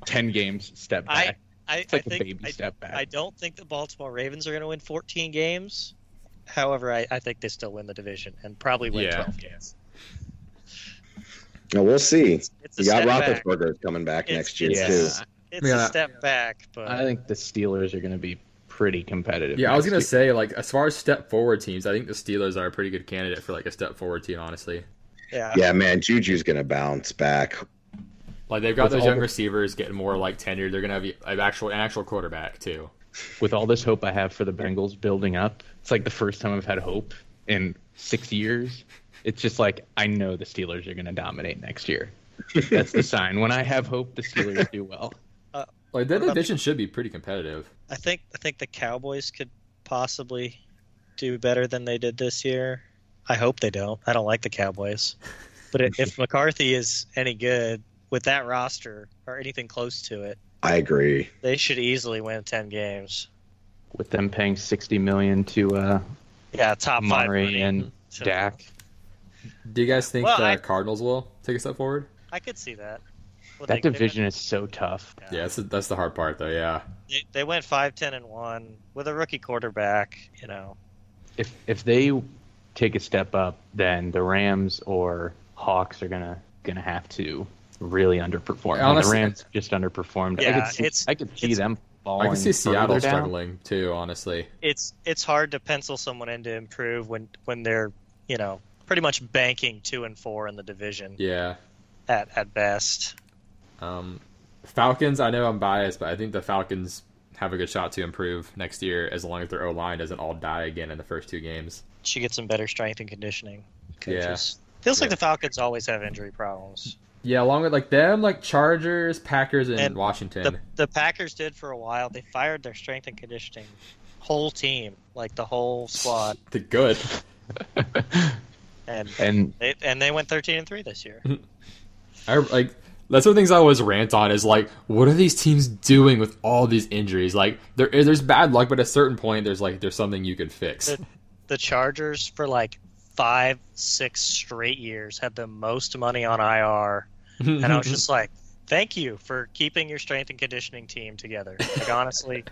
ten games step I- back. I, it's like I a think baby I, step back. I don't think the Baltimore Ravens are going to win 14 games. However, I, I think they still win the division and probably win Yeah. 12 games. Now, we'll see. It's a We got step back. Roethlisberger coming back It's- next year it's- too. Yes. It's Yeah. a step back, but I think the Steelers are gonna be pretty competitive. Yeah, I was next gonna say year. like as far as step forward teams, I think the Steelers are a pretty good candidate for like a step forward team. Honestly, yeah, Yeah, man, Juju's gonna bounce back. like they've got With those all young the- receivers getting more like tenured. They're gonna have an actual an actual quarterback too. with all this hope I have for the Bengals building up, it's like the first time I've had hope in six years. It's just like I know the Steelers are going to dominate next year. That's the sign. When I have hope, the Steelers do well. Like their What about- division should be pretty competitive. I think I think the Cowboys could possibly do better than they did this year. I hope they don't. I don't like the Cowboys, but i- if McCarthy is any good with that roster or anything close to it, I agree. they should easily win 10 games. With them paying sixty million to uh, Yeah, top five. Murray money. and So- Dak, Do you guys think Well, the I- Cardinals will take a step forward? I could see that. Well, that they- they division is so tough. went- Yeah, that's the, that's the hard part though. Yeah, They, they went five, ten, and one with a rookie quarterback. You know, If if they take a step up, then the Rams or Hawks are gonna gonna have to really underperform. And Honestly- the Rams just underperformed. I Yeah, could see, it's- I could see it's- them falling. I can see Seattle further down. struggling too. Honestly, it's it's hard to pencil someone in to improve when when they're you know pretty much banking two and four in the division yeah. at at best. Um, Falcons. I know I'm biased, but I think the Falcons have a good shot to improve next year as long as their O line doesn't all die again in the first two games. Should get some better strength and conditioning. coaches. Feels Yeah. like the Falcons always have injury problems. Yeah, along with like them, like Chargers, Packers, and, And Washington. The the Packers did for a while. They fired their strength and conditioning whole team, like the whole squad, The good. and And they, and they went thirteen and three this year. I like that's one of the things I always rant on is like, what are these teams doing with all these injuries? Like there eh, there's bad luck, but at a certain point there's like there's something you can fix. The- the Chargers for like five, six straight years had the most money on IR, and I was just like, "Thank you for keeping your strength and conditioning team together." Like honestly,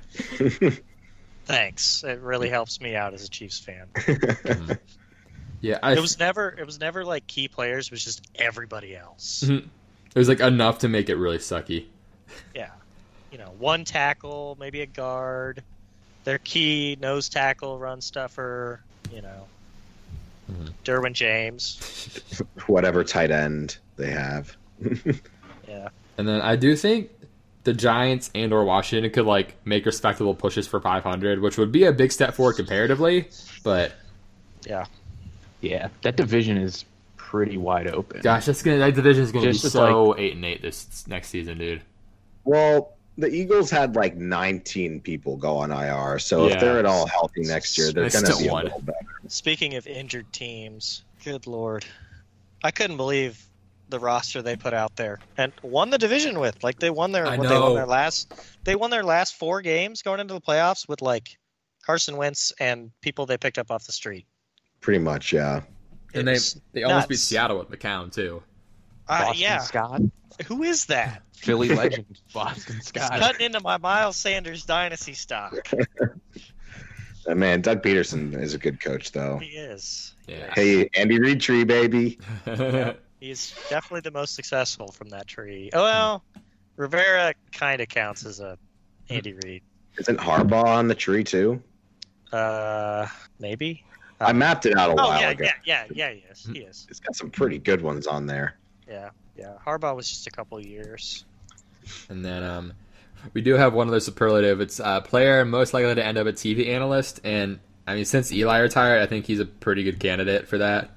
thanks. It really helps me out as a Chiefs fan. yeah, I, It was never, it was never like key players. It was just everybody else. Mhm. it was like enough to make it really sucky. Yeah, you know, one tackle, maybe a guard, their key nose tackle, run stuffer. You know, Mhm. Derwin James. Whatever tight end they have. Yeah. And then I do think the Giants and or Washington could like make respectable pushes for 500, which would be a big step forward comparatively. But yeah, that division is pretty wide open. gosh, that's gonna that division is gonna Just be with, so eight and eight this next season, dude. Well, the Eagles had like 19 people go on IR, so Yeah. if they're at all healthy next year, they're It's gonna still be a one. little better. Speaking of injured teams, good lord, I couldn't believe the roster they put out there and won the division with. Like they won their I what, they won know. their last they won their last four games going into the playoffs with like Carson Wentz and people they picked up off the street. Pretty much, yeah. And they It's they almost nuts. beat Seattle with McCown too. Uh, Boston yeah, Scott, who is that? Philly legend, Boston He's Scott. cutting into my Miles Sanders dynasty stock. Uh, Man, Doug Peterson is a good coach, though. He is. Yeah. Hey, Andy Reid tree, baby. He's definitely the most successful from that tree. Oh, well, Rivera kind of counts as a Andy Reid. Isn't Harbaugh on the tree too? Uh, maybe. Uh, I mapped it out a Oh while yeah, ago. yeah, yeah, yeah. He is. He is. It's got some pretty good ones on there. Yeah, yeah. Harbaugh was just a couple years. And then um, we do have one other superlative. It's uh, player most likely to end up a TV analyst. And I mean, since Eli retired, I think he's a pretty good candidate for that.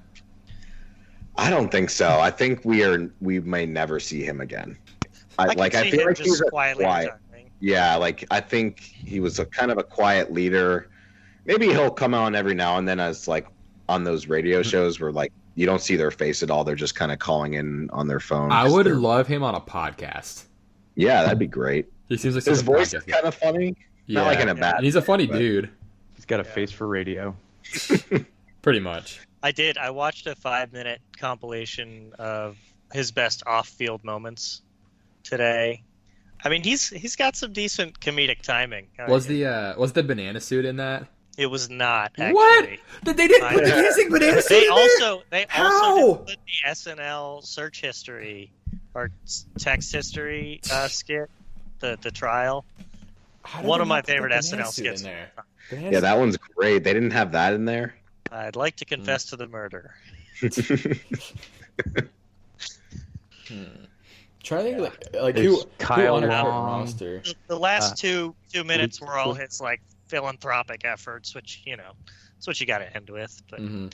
I don't think so. I think we are we may never see him again. I, I like can I see feel him like just he's a quietly quiet. retiring. Yeah, like I think he was a kind of a quiet leader. Maybe he'll come on every now and then as like on those Mm-hmm. radio shows where like you don't see their face at all. They're just kind of calling in on their phone. I would They're- love him on a podcast. Yeah, that'd be great. He seems like such His a voice is podcast guy. kind of funny. yeah. Not like in a Yeah. bad. and he's a funny but- dude, He's got a Yeah. face for radio. pretty much. I did. I watched a five-minute compilation of his best off-field moments today. I mean, he's he's got some decent comedic timing. I Was mean, the uh, was the banana suit in that? It was not actually. What? Did they didn't I- put the dancing banana suit They in there? also they How? also didn't put the SNL search history or s- text history uh, skit, the the trial. How did one they of my not put the favorite banana SNL suit in skits. there? Yeah, that one's great. They didn't have that in there. I'd like to Mm. confess to the murder. Hmm. Trying to think like, like There's who Kyle who on our current Long. roster? The- The last Uh, two two minutes were all we- his like philanthropic efforts, which you know, it's what you got to end with. But Mhm.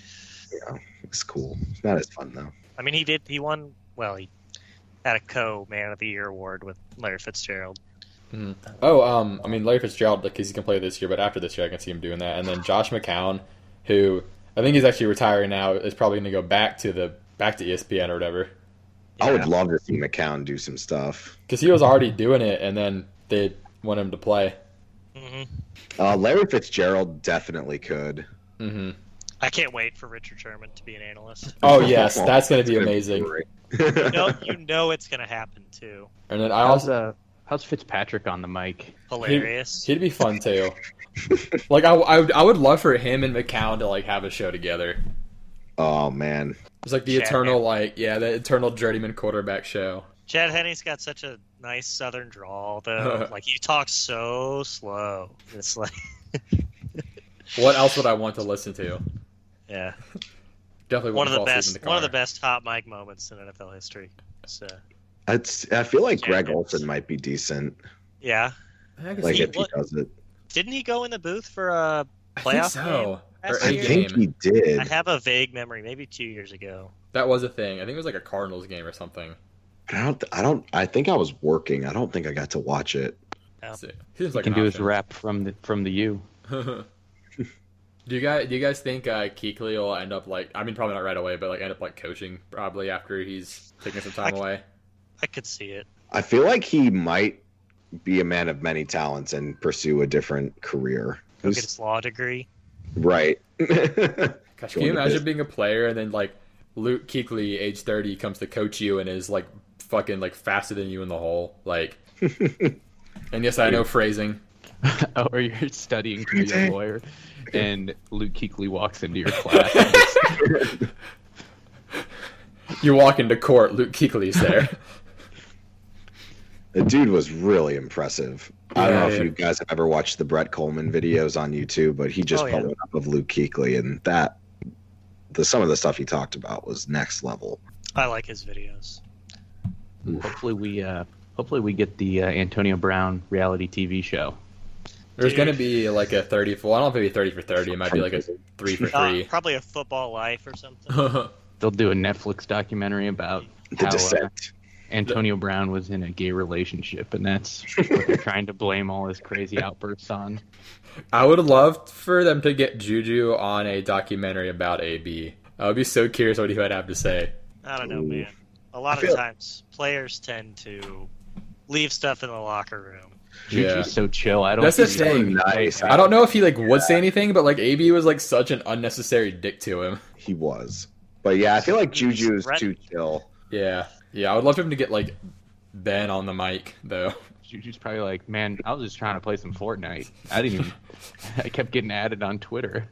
it's cool. It's not as fun though. I mean, he did. He won. Well, he had a co-man of the year award with Larry Fitzgerald. Mhm. Oh, um, I mean Larry Fitzgerald because he can play this year, but after this year, I can see him doing that. And then Josh McCown, who I think he's actually retiring now, is probably going to go back to the back to E ESPN or whatever Oh, I would love to see McCown do some stuff. because he was already doing it, and then they want him to play. hmm Uh, Larry Fitzgerald definitely could. hmm I can't wait for Richard Sherman to be an analyst. Oh yes, that's going to be It's amazing. gonna be great. no, you know it's gonna happen too. And then I How's also uh, how's Fitzpatrick on the mic? Hilarious. he'd be fun too. like I, I, would- I would love for him and McCown to like have a show together. oh man, It's like the Chat. eternal like yeah, the eternal journeyman quarterback show. Chad Henney's got such a nice Southern drawl, though. like he talks so slow. It's like, What else would I want to listen to? yeah, Definitely one of the wouldn't fall asleep best, in the one of the car. best hot mic moments in NFL history. So, it's. I feel like Yeah, Greg it's- Olson might be decent. yeah, I can Like see- if he what- does it, didn't he go in the booth for a I think playoff so. game Or last a I year? think game. he did. I have a vague memory, maybe two years ago. That was a thing. I think it was like a Cardinals game or something. I don't. I don't. I think I was working. I don't think I got to watch it. Yeah. So, seems He like can an do his option. rap from the from the U. do you guys do you guys think uh, Kuechly will end up like I mean probably not right away, but like end up like coaching probably after he's taking some time I- away? I could see it. I feel like he might be a man of many talents and pursue a different career. Go get Who's- his law degree. right. Gosh, can Going you to imagine biz- being a player and then like Luke Kuechly, age thirty, comes to coach you and is like fucking like faster than you in the hole, like. and yes, I know phrasing. Oh, or you're studying to be a Okay. lawyer, and Luke Kuechly walks into your class. and just- You walk into court, Luke Kuechly's there. the dude was really impressive. I don't Yeah, know if yeah. you guys have ever watched the Brett Coleman videos on YouTube, but he just Oh, put yeah. one up of Luke Kuechly, and that the some of the stuff he talked about was next level. I like his videos. hopefully we uh, hopefully we get the uh, Antonio Brown reality TV show. There's Dude. gonna be like a thirty. Well, I don't know if it'd be thirty for thirty. It might be like a three for Uh, three. probably a football life or something. Oh. They'll do a Netflix documentary about The how uh, descent. Antonio Brown was in a gay relationship, and that's what they're trying to blame all his crazy outbursts on. I would love for them to get Juju on a documentary about AB. I would be so curious what he would have to say. I don't know, Ooh. man. A lot I of feel- times, players tend to leave stuff in the locker room. Juju's Yeah. so chill. I don't. That's the think- thing. Nice. I don't know if he like would say anything, but like AB was like such an unnecessary dick to him. He was, but yeah, I feel like Juju is too chill. Yeah, yeah. I would love for him to get like Ben on the mic though. she- she's probably like, "Man, I was just trying to play some Fortnite. I didn't even. I kept getting added on Twitter.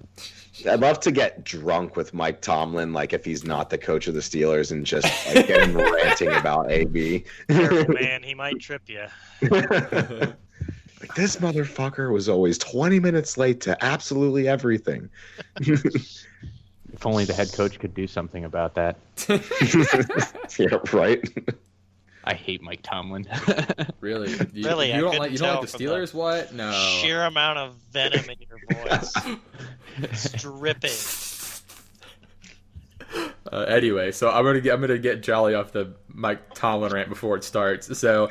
I'd love to get drunk with Mike Tomlin, like if he's not the coach of the Steelers, and just like, get him ranting about AB. Careful, man. He might trip you. like this motherfucker was always 20 minutes late to absolutely everything. If only the head coach could do something about that. yeah, right. I hate Mike Tomlin. really? You, Really, You I don't couldn't like you don't like the tell from the Steelers? What? No. Oh. Sheer amount of venom in your voice. Dripping. Uh, anyway, so I'm gonna get, I'm gonna get jolly off the Mike Tomlin rant before it starts. So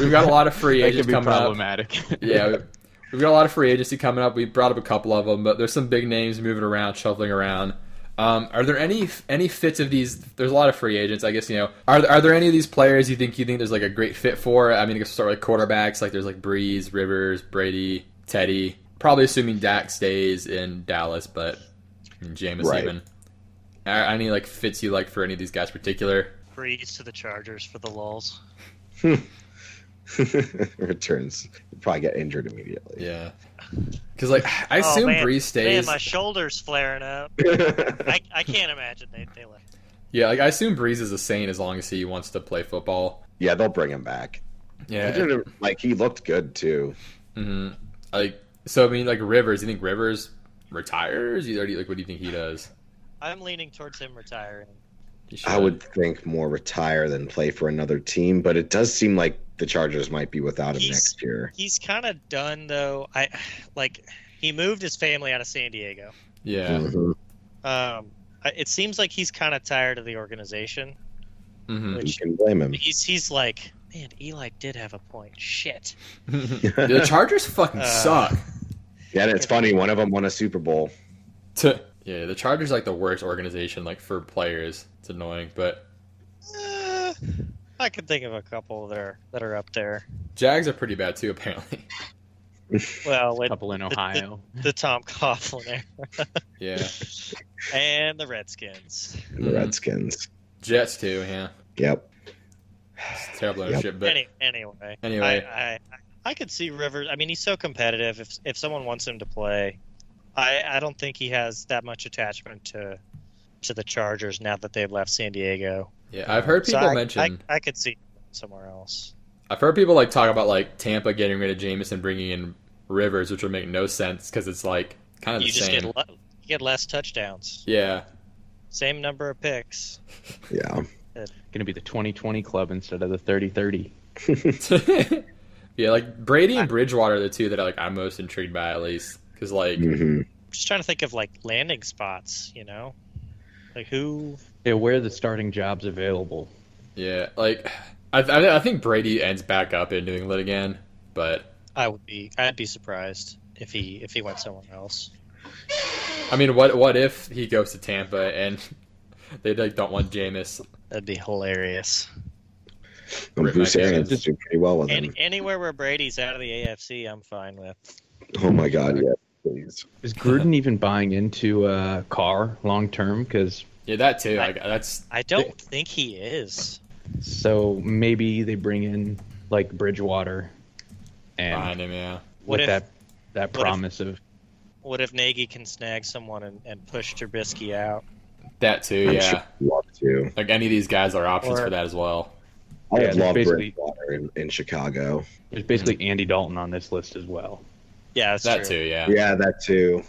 we've got a lot of free that could agents be coming up. problematic. yeah, we- we've got a lot of free agency coming up. We brought up a couple of them, but there's some big names moving around, shuffling around. Um, are there any any fits of these? There's a lot of free agents, I guess. You know, are are there any of these players you think you think there's like a great fit for? I mean, you can start with quarterbacks. Like there's like Breeze, Rivers, Brady, Teddy. Probably assuming Dak stays in Dallas, but I mean, Jameis Right. even. Are any like fits you like for any of these guys particular? Breeze to the Chargers for the lulls. Returns. He'd probably get injured immediately. Yeah, because like I assume oh, man. Breeze stays. Man, my shoulder's flaring up. I, I can't imagine they they like. Yeah, like I assume Breeze is a saint as long as he wants to play football. yeah, they'll bring him back. I Yeah. didn't- Like he looked good too. hmm Like so, I mean, like Rivers. You think Rivers retires? You already like what do you think he does? I'm leaning towards him retiring. He I should. would think more retire than play for another team, but it does seem like the Chargers might be without him He's- next year. He's kind of done though. I like he moved his family out of San Diego. Yeah. Mhm. Um, I- it seems like he's kind of tired of the organization. hmm You Which can blame him. he's he's like, man, Eli did have a point. Shit. Mm-hmm. the Chargers fucking Uh. suck. Yeah, and it's funny. One of them won a Super Bowl. Tuh. yeah, the Chargers like the worst organization like for players. It's annoying, but Uh, I can think of a couple that are that are up there. Jags are pretty bad too. Apparently. Well, with Couple in Ohio. the Tom Coughlin era Yeah. and the Redskins. and The Mhm. Redskins. Jets too. Yeah. Yep. It's terrible Yep. ownership, but Any, anyway, Anyway. I, I I could see Rivers. I mean, he's so competitive. If if someone wants him to play, I I don't think he has that much attachment to to the Chargers now that they've left San Diego. yeah, I've heard So people I, mention. I, I could see him somewhere else. I've heard people like talk about like Tampa getting rid of Jameson, bringing in Rivers, which would make no sense because it's like kind of You the just same. get le- you get less touchdowns, yeah, same number of picks. Yeah. Going to be the 2020 club instead of the 3030. yeah, like Brady and Bridgewater, are the two that like I'm most intrigued by at least because like hmm just trying to think of like landing spots. You know, like who? Yeah, where are the starting jobs available? yeah, like I, I I think Brady ends back up in New England again, but I would be. I'd be surprised if he if he went somewhere else. I mean, what what if he goes to Tampa and they like don't want Jameis? That'd be hilarious. And Right Bruce back at Arians it. did pretty well with Any, him. anywhere where Brady's out of the AFC, I'm fine with. Oh my God. Yeah. Please. Is Gruden even buying into uh, Carr long term? Because Yeah, that too. Like that's I don't think he is. So maybe they bring in like Bridgewater, and behind him. Yeah, with What if- that that what if- promise of What if Nagy can snag someone and, and push Trubisky out? that too. I'm yeah, sure he'd love to. like any of these guys are options Or- for that as well. I would Yeah, there's love basically- Bridgewater in, in Chicago. there's basically Andy Dalton on this list as well. Yeah, that's that true. too. Yeah. Yeah, that too.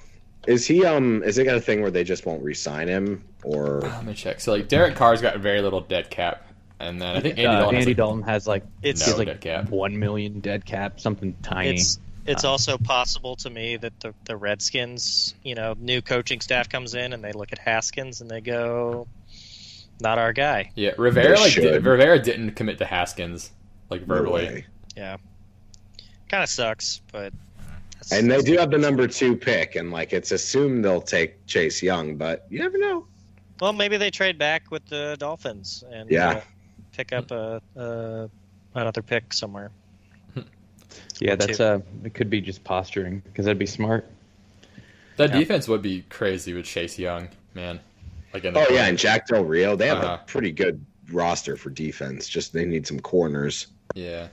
Is he um? Is it got a thing where they just won't re-sign him, or Ah, Let me check. So like Derek Carr's got very little dead cap, and then I think Andy Uh, Dalton. has, Andy like- Dalton has like It's No. he's, like dead cap. one million dead cap, something tiny. it's it's also possible to me that the the Redskins, you know, new coaching staff comes in and they look at Haskins and they go, not our guy. yeah, Rivera They like did, should. Rivera didn't commit to Haskins like No verbally. way. Kind of sucks, but. that's- And they that's- do have the number two pick, and like it's assumed they'll take Chase Young, but you never know. Well, maybe they trade back with the Dolphins and Yeah. uh, pick up a, a another pick somewhere. yeah, that's uh, it could be just posturing because that'd be smart. That Yeah. defense would be crazy with Chase Young, man. Like in the Oh yeah, and Jack Del Rio, they have Uh-huh. a pretty good roster for defense. Just they need some corners. yeah.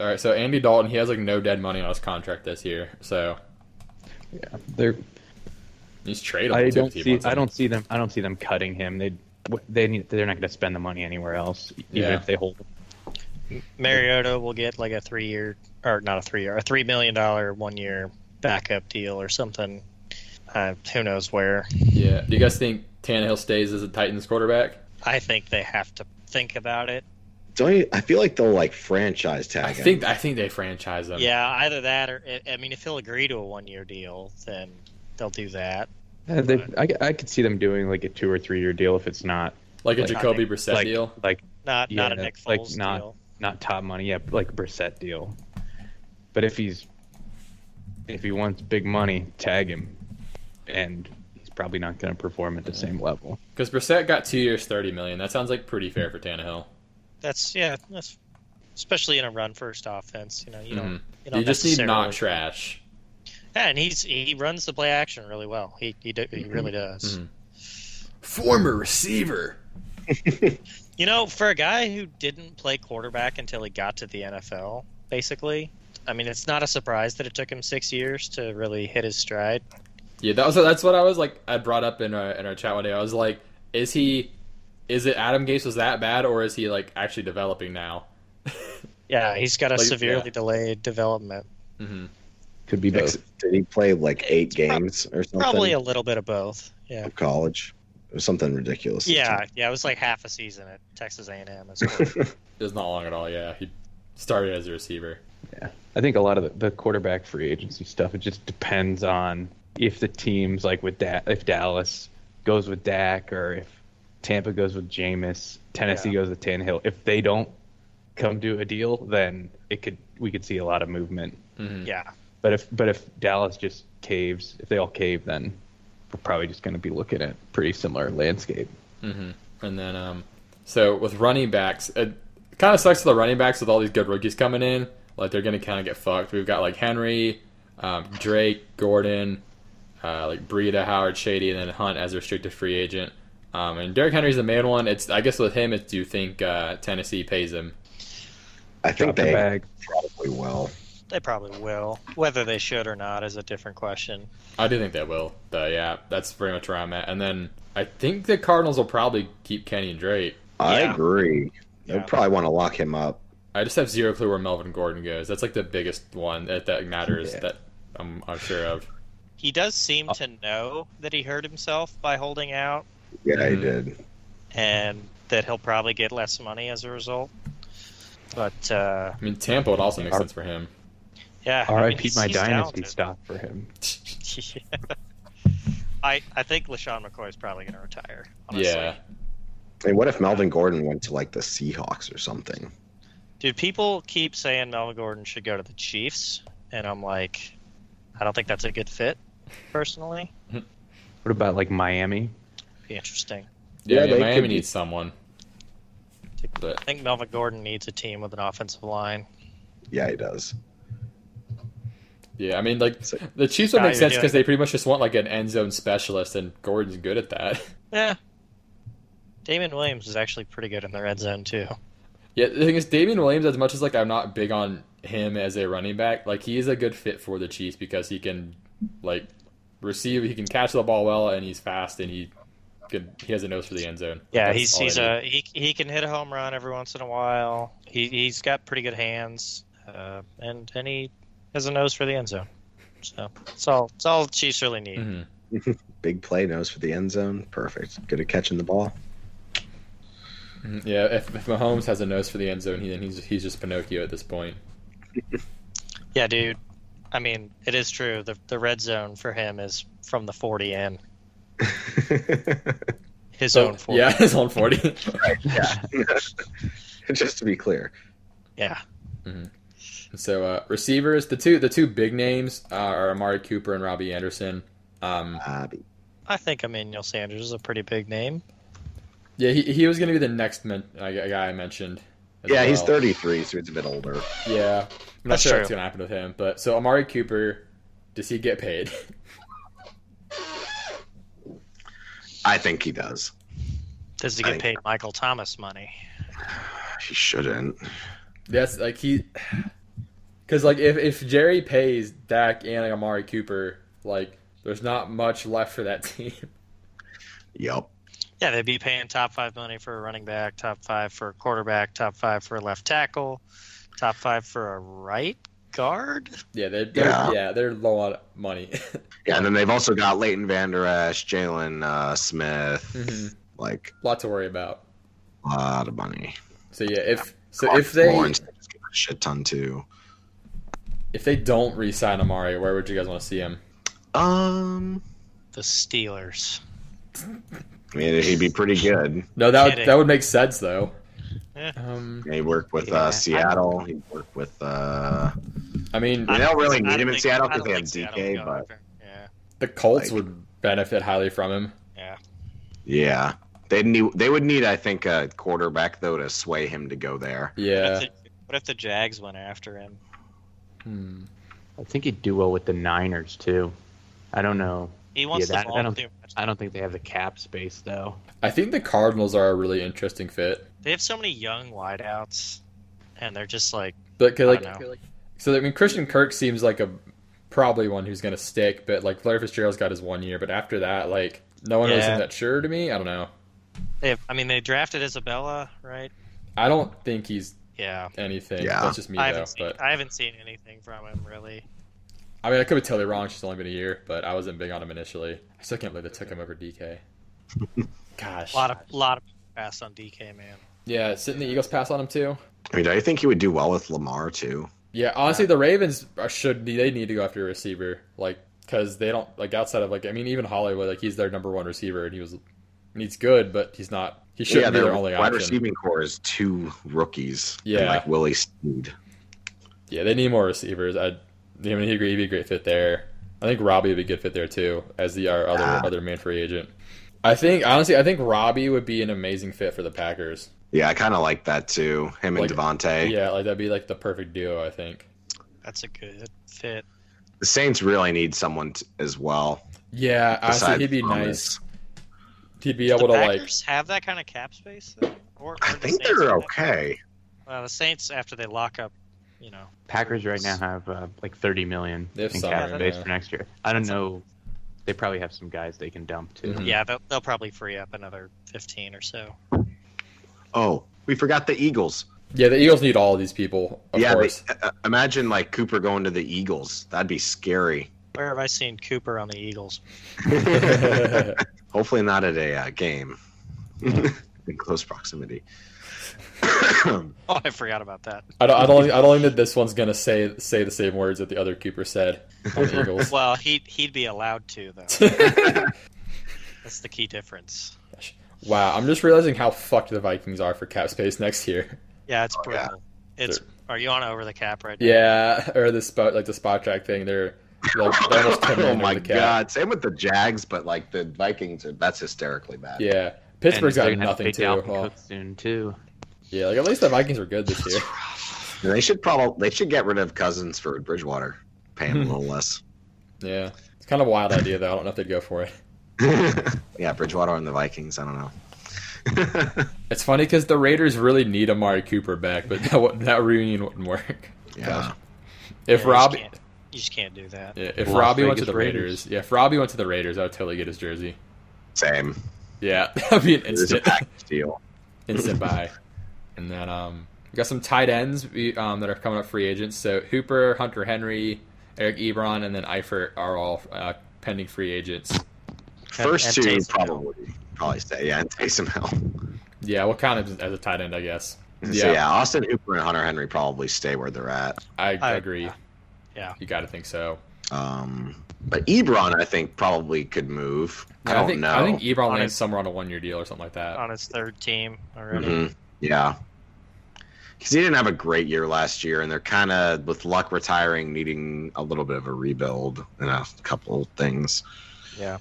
All right, so Andy Dalton, he has like no dead money on his contract this year, so They're, he's tradable. too, I if don't he see. wants I him. don't see them. I don't see them cutting him. They they need, they're not going to spend the money anywhere else, even Yeah. if they hold him. Mariota will get like a three year or not a three year, a three million dollar one year backup deal or something. Uh, who knows where? Yeah. Do you guys think Tannehill stays as a Titans quarterback? I think they have to think about it. Don't you, I feel like they'll like franchise tag I him. think I think they franchise him. Yeah, either that or I- I mean, if he'll agree to a one year deal, then they'll do that. Uh, they, I, I could see them doing like a two or three year deal if it's not like a Like, Jacoby I Brissett like deal. like Not not a Yeah, Nick like, Foles not- deal. not top money. Yeah, like Brissett deal. But if he's if he wants big money, tag him, and he's probably not going to perform at the same level. Because Brissett got two years, thirty million. That sounds like pretty fair for Tannehill. That's yeah, that's especially in a run first offense. You know, Mm-hmm. you don't Mhm. you You, don't just need necessarily- not trash. Yeah, and he's he runs the play action really well. He he, do, he really does. Mhm. Former receiver. You know, for a guy who didn't play quarterback until he got to the NFL, basically, I mean, it's not a surprise that it took him six years to really hit his stride. Yeah, that was that's what I was like. I brought up in our in our chat one day. I was like, is he? Is it Adam Gase was that bad, or is he like actually developing now? Yeah, he's got a Like, severely yeah. delayed development. Mm-hmm. Could be Ex- both. Did he play like eight prob- games or something? Probably a little bit of both. Yeah. of college. It was something ridiculous. Yeah, yeah, it was like half a season at Texas A&M. as well. It was not long at all. Yeah, he started as a receiver. I think a lot of the, the quarterback free agency stuff it just depends on if the teams like with da- if Dallas goes with Dak or if Tampa goes with Jameis, Tennessee goes with Tannehill. If they don't come to a deal, then it could we could see a lot of movement. Mm-hmm. yeah, But if but if Dallas just caves, if they all cave, then we're probably just going to be looking at pretty similar landscape. hmm And then, um, so with running backs, it kind of sucks for the running backs with all these good rookies coming in. Like they're going to kind of get fucked. We've got like Henry, um, Drake, Gordon, uh, like Breida, Howard, Shady, and then Hunt as a restricted free agent. Um, and Derrick Henry's the main one. It's I guess with him, it's do you think uh, Tennessee pays him? I think Drop the they bag. probably will. they probably will. Whether they should or not is a different question. I do think they will. But yeah, that's pretty much where I'm at. And then I think the Cardinals will probably keep Kenny and Drake. I Yeah. agree. Yeah. They'll probably want to lock him up. I just have zero clue where Melvin Gordon goes. That's like the biggest one that, that matters Yeah. that I'm, I'm sure of. He does Oh. seem to know that he hurt himself by holding out, Yeah, he Mhm. did. and that he'll probably get less money as a result. But uh, I mean, Tampa would also make Our- sense for him. yeah, I mean, R.I.P. he's- My he's dynasty talented. stock for him. I I think LaShawn McCoy is probably going to retire. Honestly. Yeah. And what if Melvin Gordon went to like the Seahawks or something? Dude, people keep saying Melvin Gordon should go to the Chiefs, and I'm like, I don't think that's a good fit, personally. What about like Miami? Be interesting. Yeah, Yeah, I mean, they Miami could be- needs someone. But I think Melvin Gordon needs a team with an offensive line. Yeah, he does. yeah, I mean, like So- the Chiefs would Nah, make you're sense doing- because they pretty much just want like an end zone specialist, and Gordon's good at that. Yeah. Damon Williams is actually pretty good in the red zone too. yeah, the thing is, Damian Williams, as much as like I'm not big on him as a running back, like he is a good fit for the Chiefs because he can like receive, he can catch the ball well, and he's fast, and he can he has a nose for the end zone. Yeah, That's he's all I he's need. a he, he can hit a home run every once in a while. He he's got pretty good hands, uh, and and he has a nose for the end zone. So it's all it's all the Chiefs really need. Mhm. Big play, nose for the end zone. Perfect. Good at catching the ball. Mhm. Yeah, if, if Mahomes has a nose for the end zone, he, then he's he's just Pinocchio at this point. Yeah, dude. I mean, it is true. The the red zone for him is from the forty in his So, own forty. Oh, yeah, his own forty. Just to be clear. yeah. so uh, receivers, the two the two big names uh, are Amari Cooper and Robbie Anderson. Um, Bobby. I think Emmanuel Sanders is a pretty big name. yeah, he, he was going to be the next men- uh, guy I mentioned. as Yeah, he's well. 33, so he's a bit older. Yeah, I'm not That's sure true. what's going to happen with him. But so Amari Cooper, does he get paid? I think he does. Does he I get think- paid Michael Thomas money? He shouldn't. That's like he. Because like if, if Jerry pays Dak and Amari Cooper, like there's not much left for that team. Yep. Yeah, they'd be paying top five money for a running back, top five for a quarterback, top five for a left tackle, top five for a right guard. Yeah, they're, they're yeah. Yeah. they're low on money. Yeah, and then they've also got Leighton Vander Esch, Jalen uh, Smith, Mhm. like Lot to worry about. a lot of money. So yeah, if so Mark if they Lawrence, they just give a shit ton too. if they don't re-sign Amari, where would you guys want to see him? Um, The Steelers. I mean, he'd be pretty good. No, that would, Kidding. that would make sense though. Yeah. Um, He worked with Yeah, I- uh, Seattle. He worked with. Uh, I mean, I- they don't really need I him in think- Seattle I 'cause don't they think have Seattle DK, would go but- there. yeah, the Colts like- would benefit highly from him. yeah. yeah, they would need. They would need, I think, a quarterback though to sway him to go there. Yeah. What, if the, what if the Jags went after him? Hmm. I think he'd do well with the Niners too. I don't know. He wants that- the I ball don't- too much. I don't think they have the cap space though. I think the Cardinals are a really interesting fit. They have so many young wideouts, and they're just like But 'cause, I like, don't know. so I mean, Christian Kirk seems like a probably one who's gonna stick, but like Larry Fitzgerald's got his one year, but after that, like no one really Yeah. seems that sure to me. I don't know. They have, I mean, they drafted Isabella, right? I don't think he's Yeah. anything. Yeah. That's just me I though. haven't, seen, But I haven't seen anything from him really. I mean, I could be totally wrong. She's only been a year, but I wasn't big on him initially. I still can't believe they took him over DK. Gosh. A lot of lot of pass on DK man. yeah, sitting the Eagles pass on him too. I mean, I think he would do well with Lamar too. Yeah, honestly, the Ravens are- should be. They need to go after a receiver, like because they don't like outside of like I mean even Hollywood, like he's their number one receiver, and he was, and he's good, but he's not. He shouldn't yeah, be their their only wide option. receiving core is two rookies. and, Yeah. like Willie Sneed. Yeah, they need more receivers. I, I mean, he'd be he'd be a great fit there. I think Robbie would be a good fit there too, as the our other Ah. other main free agent. I think honestly, I think Robbie would be an amazing fit for the Packers. Yeah, I kind of like that too. Him Like- and Devontae. Yeah, like that'd be like the perfect duo. I think. That's a good fit. The Saints really need someone t- as well. Yeah, honestly, besides he'd be Thomas. nice. He'd be Do able the to like. Packers have that kind of cap space? though? Or, or I the think Saints they're have that? okay. Well, the Saints after they lock up, you know. Packers right now have uh, like 30 million They have in some cap right space now. for next year. I don't know. They probably have some guys they can dump too. Mhm. Yeah, they'll, they'll probably free up another fifteen or so. Oh, we forgot the Eagles. Yeah, the Eagles need all of these people. Of yeah, course. they, uh, imagine like Cooper going to the Eagles. That'd be scary. Where have I seen Cooper on the Eagles? Hopefully not at a uh, game in close proximity. Oh, I forgot about that. I don't, I don't, I don't think that this one's gonna say say the same words that the other Cooper said on the Eagles. Well, he he'd be allowed to though. That's the key difference. wow, I'm just realizing how fucked the Vikings are for cap space next year. Yeah, it's Oh, yeah. brutal. It's are you on over the cap right now? Yeah, or the spot like the spot track thing. They're like they're almost ten oh million my over the cap. god! Same with the Jags, but like the Vikings, are, that's hysterically bad. Yeah, Pittsburgh's And they're got gonna have to nothing pay too. Dalvin Well, Cook soon too. yeah, like at least the Vikings were good this year. And they should probably they should get rid of Cousins for Bridgewater, pay him a little less. Yeah, it's kind of a wild idea though. I don't know if they'd go for it. yeah, Bridgewater and the Vikings. I don't know. It's funny because the Raiders really need Amari Cooper back, but that, wou- that reunion wouldn't work. Yeah, If Yeah, you just Robbie, can't- you just can't do that. Yeah, if Las Robbie went to Vegas the Raiders. Raiders. yeah, if Robbie went to the Raiders, I would totally get his jersey. same. Yeah, that'd be an It is a instant, package deal. instant buy. And then um, we got some tight ends we, um, that are coming up free agents. So Hooper, Hunter Henry, Eric Ebron, and then Eifert are all uh, pending free agents. First and two Taysom Hill. probably probably stay. Yeah, and Taysom Hill. Yeah, we'll count him as a tight end, I guess. Yeah, So yeah, Austin Hooper and Hunter Henry probably stay where they're at. I, I- agree. yeah. you got to think so. Um, but Ebron, I think probably could move. I don't think, know. I think Ebron On lands his- somewhere on a one-year deal or something like that. On his third team already. Mm-hmm. Mhm. Yeah, because he didn't have a great year last year, and they're kind of with luck retiring, needing a little bit of a rebuild and a couple of things. Yeah.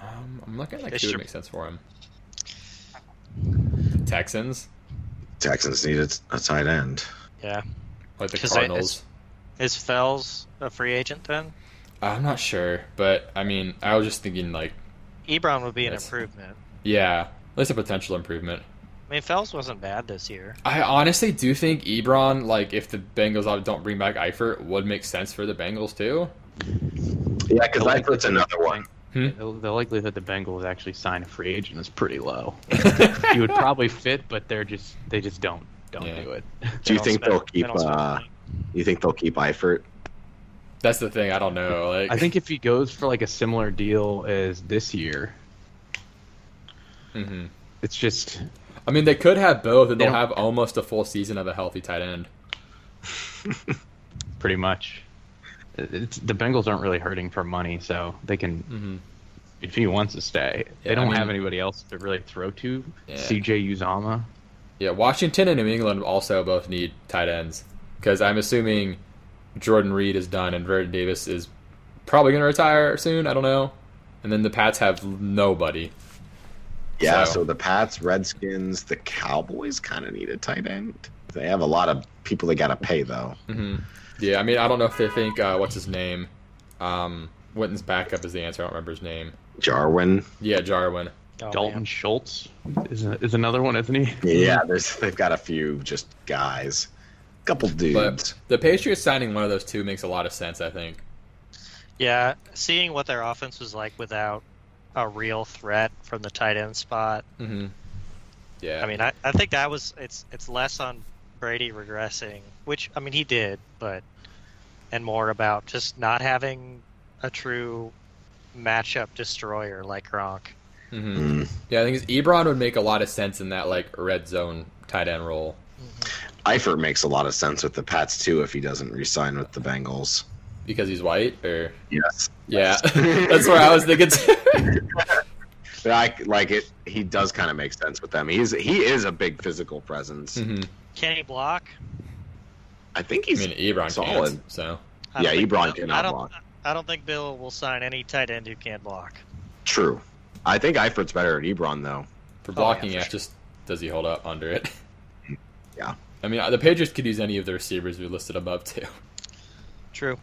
Um, I'm looking like They who would should- make sense for him. Texans, Texans needed a tight end. Yeah. like the 'Cause they- Cardinals. Is Fells a free agent then? I'm not sure, but I mean, I was just thinking like, Ebron would be an Yes. improvement. yeah, at least a potential improvement. I mean, Fels wasn't bad this year. I honestly do think Ebron, like if the Bengals don't bring back Eifert, would make sense for the Bengals too. Yeah, because Eifert's another one. Hmm? The, the likelihood the Bengals actually sign a free agent is pretty low. you would probably fit, but they're just they just don't don't Yeah. do it. Do you They think don't spend- they'll they keep? don't spend Uh, money. you think they'll keep Eifert? That's the thing. I don't know. Like I think if he goes for like a similar deal as this year, Mhm. it's just I mean, they could have both, and They they'll don't- have almost a full season of a healthy tight end. pretty much. It's, the Bengals aren't really hurting for money, so they can Mm-hmm. if he wants to stay. Yeah, I they don't mean- have anybody else to really throw to. Yeah. CJ Uzama. Yeah, Washington and New England also both need tight ends because I'm assuming Jordan Reed is done and Vernon Davis is probably going to retire soon. I don't know. And then the Pats have nobody. Yeah, So- so, the Pats, Redskins, the Cowboys kind of need a tight end. They have a lot of people they got to pay though. hmm Yeah, I mean, I don't know if they think uh, what's his name. Um, Winton's backup is the answer. I don't remember his name. Jarwin. Yeah, Jarwin. Oh, Dalton man. Schultz is, is another one, isn't he? Yeah, there's they've got a few just guys, couple dudes. The Patriots signing one of those two makes a lot of sense. I think. Yeah, seeing what their offense was like without a real threat from the tight end spot. hmm Yeah. I mean, I, I think that was it's it's less on Brady regressing, which I mean he did, but and more about just not having a true matchup destroyer like Gronk. hmm Mm. Yeah, I think it's- Ebron would make a lot of sense in that like red zone tight end role. Mm-hmm. Eifert makes a lot of sense with the Pats too if he doesn't re-sign with the Bengals. because he's white or Yes, yeah that's where i was thinking too. But I like it. He does kind of make sense with them. He's he is a big physical presence. Mhm. Can he block? I think i he's mean ebron Solid. can't so I don't Yeah, think- Ebron cannot I don't, block. I don't think Bill will sign any tight end who can't block. true. I think Eifert's better at Ebron though. for blocking yeah, yeah, for just does he hold up under it Yeah. i mean the patriots could use any of the receivers we listed above too True.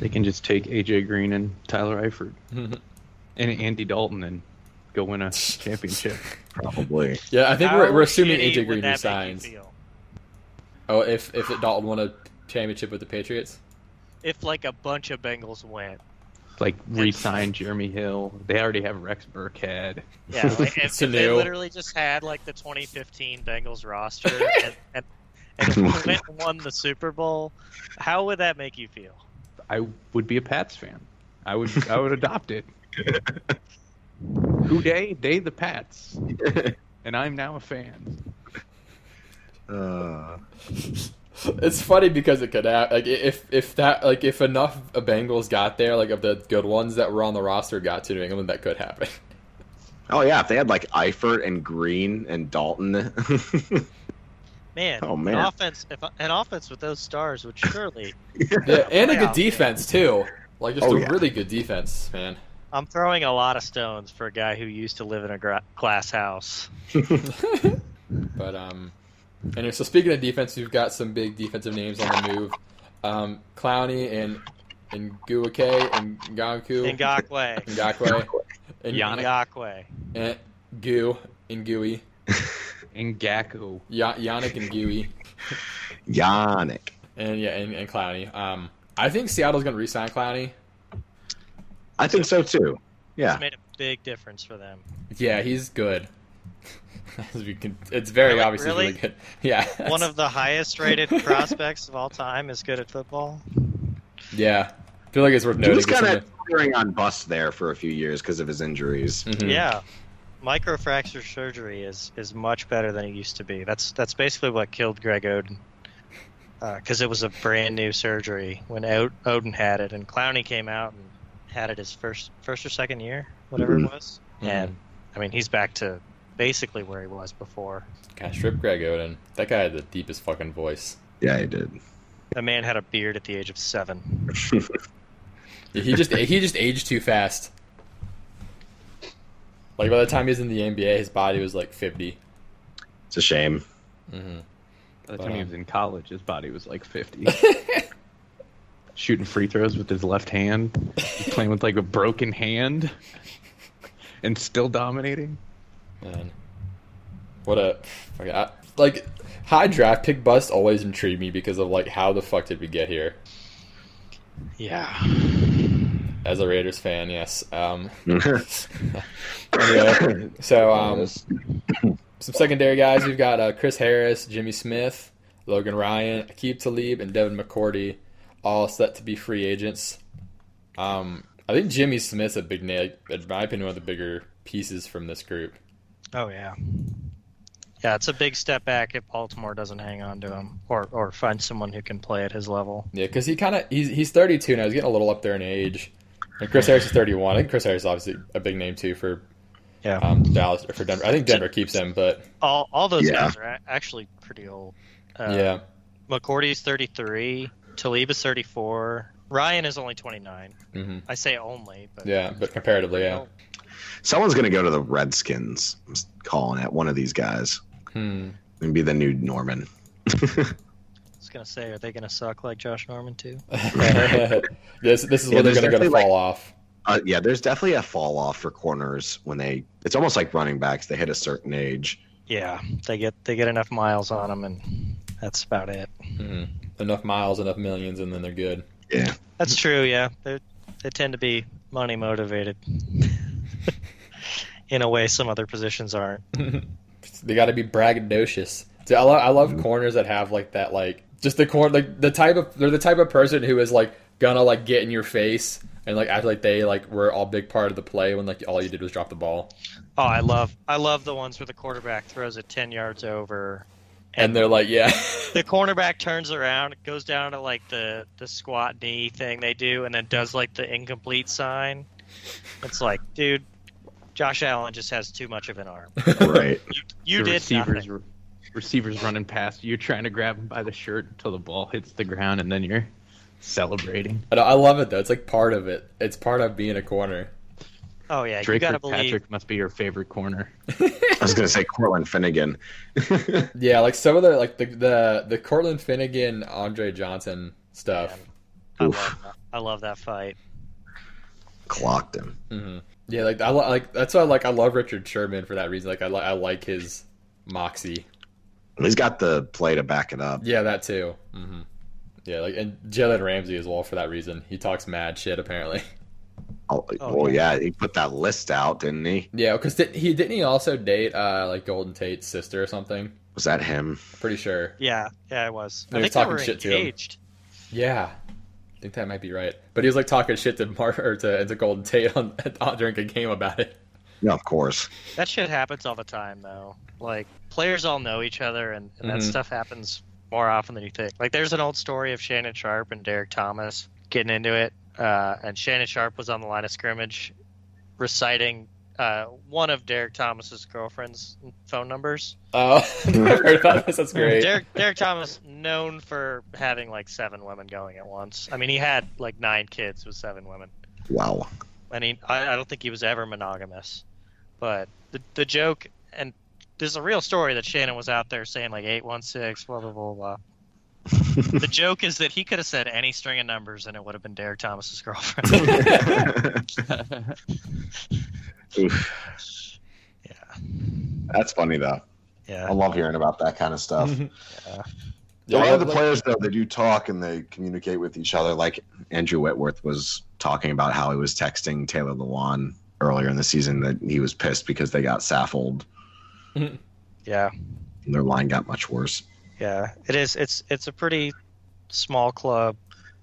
They can just take AJ Green and Tyler Eifert and Andy Dalton and go win a championship. Probably. yeah i think we're, How we're assuming shitty aj would green that make you resigns feel? oh if if dalton won a championship with the patriots If like a bunch of Bengals went, Like re-sign Jeremy Hill. They already have Rex Burkhead. yeah, like, if, if they Sanu. literally just had like the 2015 Bengals roster and, and, and Clinton won the Super Bowl, how would that make you feel? I would be a Pats fan. I would I would adopt it. Who day? They the Pats. And I'm now a fan. Uh, it's funny because it could have like if if that like if enough bengals got there like of the good ones that were on the roster got to new england that could happen oh yeah, if they had like Eifert and Green and Dalton. Man, Oh, man. an offense if, an offense with those stars would surely. Yeah, and a playoff good defense too. Like just Oh, a yeah. really good defense, man. I'm throwing a lot of stones for a guy who used to live in a gra- glass house. But um, anyway, so speaking of defense, we've got some big defensive names on the move. Um, Clowney and and Guake and Ganku Ngakwe. Ngakwe and Yannick. Ngakwe. and Goo and Gooey And uh, Gaku. Ya- Yannick and Gooey Yannick. and yeah and, and Clowney. Um, I think Seattle's gonna re-sign Clowney. I think so too. Yeah. It's made a big difference for them. Yeah, he's good. As we can, it's very Really? obviously really? Really? good. Yeah, One of the highest rated prospects of all time is good at football. yeah. I feel like it's worth He noting. was kind Something- of touring on bust there for a few years because of his injuries. Mhm. Yeah. Microfracture surgery is, is much better than it used to be. That's that's basically what killed Greg Oden. Because it was a brand new surgery when o- Oden had it, and Clowney came out and had it his first first or second year, whatever Mm-hmm. it was. And I mean, he's back to basically where he was before. God, strip Greg Oden. That guy had the deepest fucking voice. Yeah, he did. The man had a beard at the age of seven. Yeah, He just he just aged too fast. Like by the time he was in the NBA, his body was like 50 It's a shame. Mm-hmm. By the time Wow. he was in college, his body was like 50. Shooting free throws with his left hand, playing with like a broken hand, and still dominating. Man. What a okay, I- like high draft pick bust always intrigued me because of like how the fuck did we get here? Yeah. As a Raiders fan, yes. Um, yeah. anyway, so um, some secondary guys we've got uh, Chris Harris, Jimmy Smith, Logan Ryan, Akib Talib, and Devin McCourty, all set to be free agents. Um, I think Jimmy Smith's a big name, in my opinion, one of the bigger pieces from this group. Oh yeah. Yeah, it's a big step back if Baltimore doesn't hang on to him or or find someone who can play at his level. Yeah, because he kind of he's he's 32 now. He's getting a little up there in age. And Chris Harris is 31. I think Chris Harris is obviously a big name too for Yeah. um, Dallas or for Denver. I think Denver keeps him, but All all those Yeah. guys are a- actually pretty old. Uh, yeah, McCourty's 33. Talib is 34. Ryan is only 29. hmm I say only, but yeah. But comparatively, yeah. Someone's gonna go to the Redskins. I'm just calling it one of these guys Hmm. and be the new Norman. I was gonna say, are they gonna suck like Josh Norman too? Uh, this this is Yeah, where they're there's going to go to definitely, like- fall off. Uh, yeah, there's definitely a fall off for corners when they. It's almost like running backs. They hit a certain age. Yeah, they get they get enough miles on them, and that's about it. Mhm. Enough miles, enough millions, and then they're good. That's true. Yeah, they they tend to be money motivated. In a way, some other positions aren't. They got to be braggadocious. See, I love I love corners that have like that like just the corn like the type of they're the type of person who is like gonna like get in your face and like act like they like were all big part of the play when like all you did was drop the ball. Oh, I love I love the ones where the quarterback throws it ten yards over, and they're like, yeah, the cornerback turns around, goes down to like the the squat knee thing they do, and then does like the incomplete sign. It's like, dude, Josh Allen just has too much of an arm. Right. You the did receivers nothing. re- receivers running past you, trying to grab him by the shirt until the ball hits the ground, and then you're celebrating. I, know, I love it though. It's like part of it. It's part of being a corner. Oh yeah, you Drake gotta believe. Patrick must be your favorite corner. I was gonna say Cortland Finnegan. Yeah, like some of the like the the the Cortland Finnegan, Andre Johnson stuff. I Oof. love, that. I love that fight. Clocked him. hmm Yeah, like I li- like that's why like I love Richard Sherman for that reason. Like I li- I like his moxie. He's got the play to back it up. Yeah, that too. hmm Yeah, like and Jalen Ramsey as well for that reason. He talks mad shit apparently. Oh, Oh, well, yeah. he put that list out, didn't he? Yeah, because did, he didn't he also date uh like Golden Tate's sister or something. Was that him? Pretty sure. Yeah, yeah, it was. They I were think talking they were shit to him. engaged. Yeah, I think that might be right. But he was like talking shit to Mar or to, to Golden Tate on, on during a game about it. Yeah, of course. That shit happens all the time, though. Like players all know each other, and, and that Mhm. stuff happens more often than you think. Like there's an old story of Shannon Sharp and Derek Thomas getting into it, uh, and Shannon Sharp was on the line of scrimmage, reciting uh, one of Derek Thomas's girlfriend's phone numbers. Oh, I never heard about this. That's great. Derek Derek Thomas, known for having like seven women going at once. I mean, he had like nine kids with seven women. Wow. I mean, I, I don't think he was ever monogamous, but the the joke and there's a real story that Shannon was out there saying like eight one six blah blah blah blah. the joke is that he could have said any string of numbers and it would have been Derek Thomas's girlfriend. Oof. yeah, That's funny though. I yeah. Mm-hmm. love hearing about that kind of stuff. Yeah, a lot I of the love- players though they do talk and they communicate with each other. Like Andrew Whitworth was talking about how he was texting Taylor Lewan earlier in the season that he was pissed because they got Saffold Yeah, and their line got much worse. yeah. It is. It's it's a pretty small club,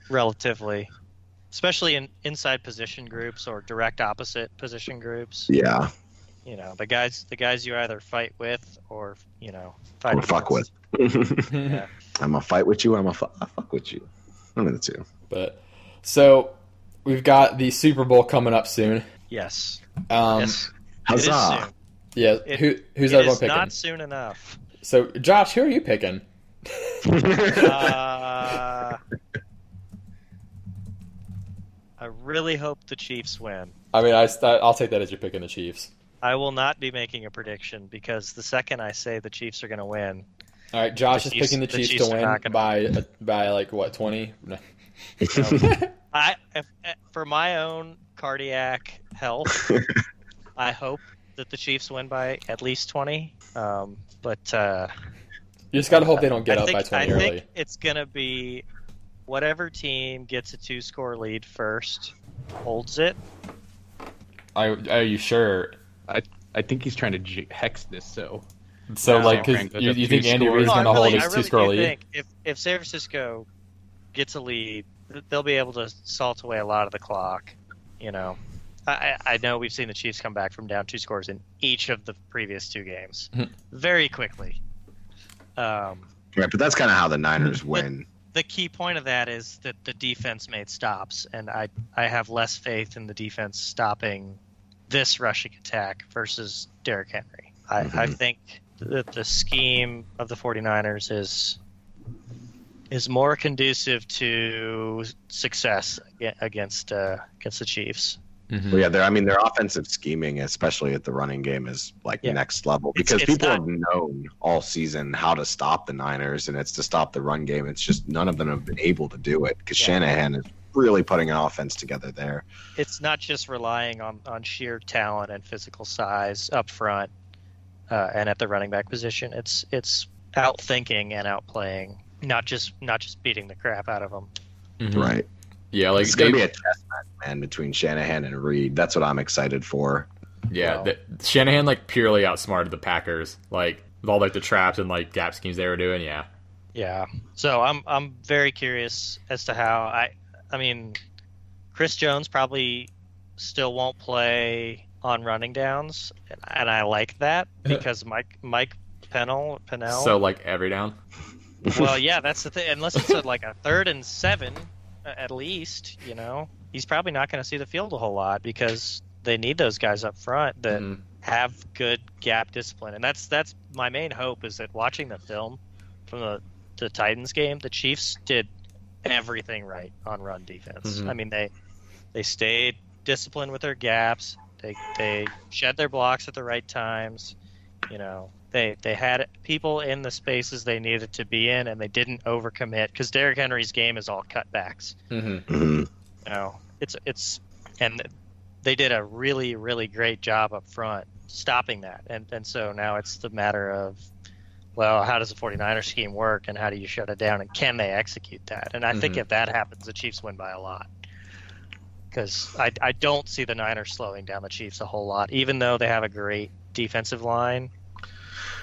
relatively, especially in inside position groups or direct opposite position groups. Yeah. You know, the guys the guys you either fight with or you know fight Or fuck against. Yeah. I'm gonna fight with you. I'm gonna fu- I fuck with you. One of the two. but so we've got the Super Bowl coming up soon. Yes. Um, yes. It is Huzzah! soon. Yeah, It- who who's It everyone is picking? not soon enough. So Josh, who are you picking? Uh, I really hope the Chiefs win. I mean, I I'll take that as you're picking the Chiefs. I will not be making a prediction because the second I say the Chiefs are going to win, All right, Josh The is Chiefs- picking the the Chiefs, Chiefs to are win not gonna- by by like what twenty? No. eh, I if, for my own cardiac health, I hope that the Chiefs win by at least 20. Um, but uh, You just gotta hope they don't get I up think, by twenty I early. think it's going to be whatever team gets a two score lead first holds it. I, are you sure? I think he's trying to j- hex this. So So No, like, 'cause Frank, you, the you think two Andy scores- Reid's No, gonna I really, hold his I really two score do lead? think if, if San Francisco gets a lead, th- they'll be able to salt away a lot of the clock. You know, I, I I know we've seen the Chiefs come back from down two scores in each of the previous two games Hmm. very quickly. Um, Right, but that's kind of how the Niners win. the key point of that is that the defense made stops, and I I have less faith in the defense stopping this rushing attack versus Derrick Henry. I, I Mhm. think that the scheme of the 49ers is is more conducive to success ag- against uh, against the Chiefs. Well, yeah, their I mean their offensive scheming, especially at the running game, is like Yeah. next level It's- because it's people not- have known all season how to stop the Niners, and it's to stop the run game. It's just none of them have been able to do it because Yeah. Shanahan is really putting an offense together there. It's not just relying on, on sheer talent and physical size up front uh, and at the running back position. It's it's outthinking and outplaying, not just not just beating the crap out of them. Mm-hmm. Right, Yeah, like it's they, gonna be a test match, man, between Shanahan and Reed. That's what I'm excited for. yeah, Wow. the, Shanahan like purely outsmarted the Packers, like with all like the traps and like gap schemes they were doing. Yeah, Yeah. So I'm I'm very curious as to how I I mean Chris Jones probably still won't play on running downs and I like that because Mike Mike Pennell Pennell so like every down. Well, yeah, that's the thing. Unless it's a, like a third and seven, a- at least, you know, he's probably not going to see the field a whole lot because they need those guys up front that Mhm. have good gap discipline, and that's that's my main hope is that watching the film from the the Titans game, the Chiefs did everything right on run defense. Mhm. I mean they they stayed disciplined with their gaps. They they shed their blocks at the right times. You know they they had people in the spaces they needed to be in, and they didn't overcommit because Derrick Henry's game is all cutbacks. Mhm. Mhm. No, Oh. it's it's and they did a really really great job up front stopping that, and and so now it's the matter of well, how does the 49er scheme work, and how do you shut it down, and can they execute that? And I think Mhm. Mm-hmm. if that happens, the Chiefs win by a lot. Because I, I don't see the Niners slowing down the Chiefs a whole lot, even though they have a great defensive line.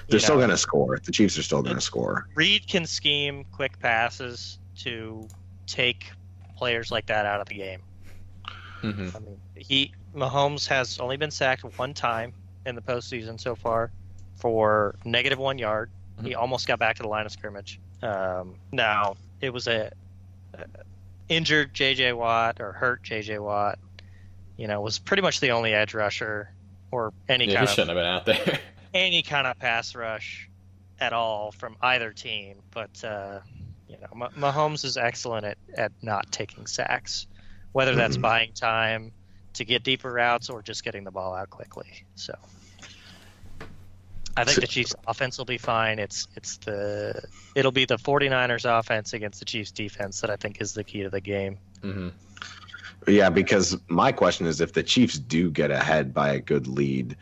They're You still know, gonna score. The Chiefs are still gonna score. Reed can scheme quick passes to take players like that out of the game. Mhm. I mean, he Mahomes has only been sacked one time in the postseason so far for negative one yard. Mm-hmm. He almost got back to the line of scrimmage. Um, now it was a uh, injured J.J. Watt or hurt J.J. Watt. You know, was pretty much the only edge rusher or any Yeah, he kind of shouldn't have been out there. any kind of pass rush at all from either team. But uh, you know, M- Mahomes is excellent at, at not taking sacks, whether that's Mhm. buying time to get deeper routes or just getting the ball out quickly. So I think So- the Chiefs offense will be fine. It's it's the it'll be the 49ers offense against the Chiefs defense that I think is the key to the game. Mhm. Yeah, because my question is if the Chiefs do get ahead by a good lead,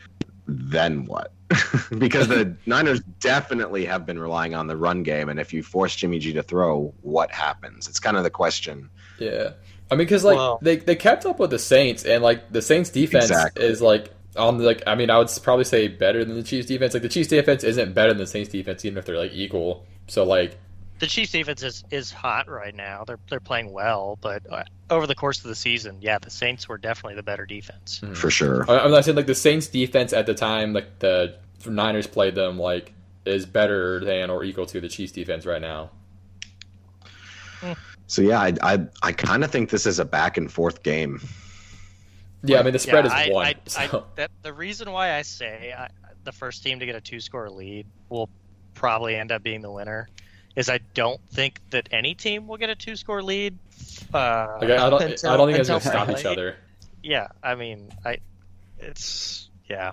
then what? because the Niners definitely have been relying on the run game, and if you force Jimmy G to throw, what happens? It's kind of the question. Yeah, I mean, because like Well- they they kept up with the Saints, and like the Saints defense Exactly. is like on the, like I mean, I would s- probably say better than the Chiefs defense. Like the Chiefs defense isn't better than the Saints defense, even if they're like equal. So like, The Chiefs defense is, is hot right now. They're they're playing well, but uh, over the course of the season, yeah, the Saints were definitely the better defense. Mm. For sure. I- I'm not saying like the Saints defense at the time like the Niners played them like is better than or equal to the Chiefs defense right now. So yeah, I I, I kind of think this is a back and forth game. Yeah, I mean the spread Yeah, is I- one. I- I- so. that, the reason why I say I, the first team to get a two score lead will probably end up being the winner is I don't think that any team will get a two score lead. Uh, Like, I, I don't. until- I don't think it's until gonna stop Friday. each other. Yeah, I mean, I, it's yeah,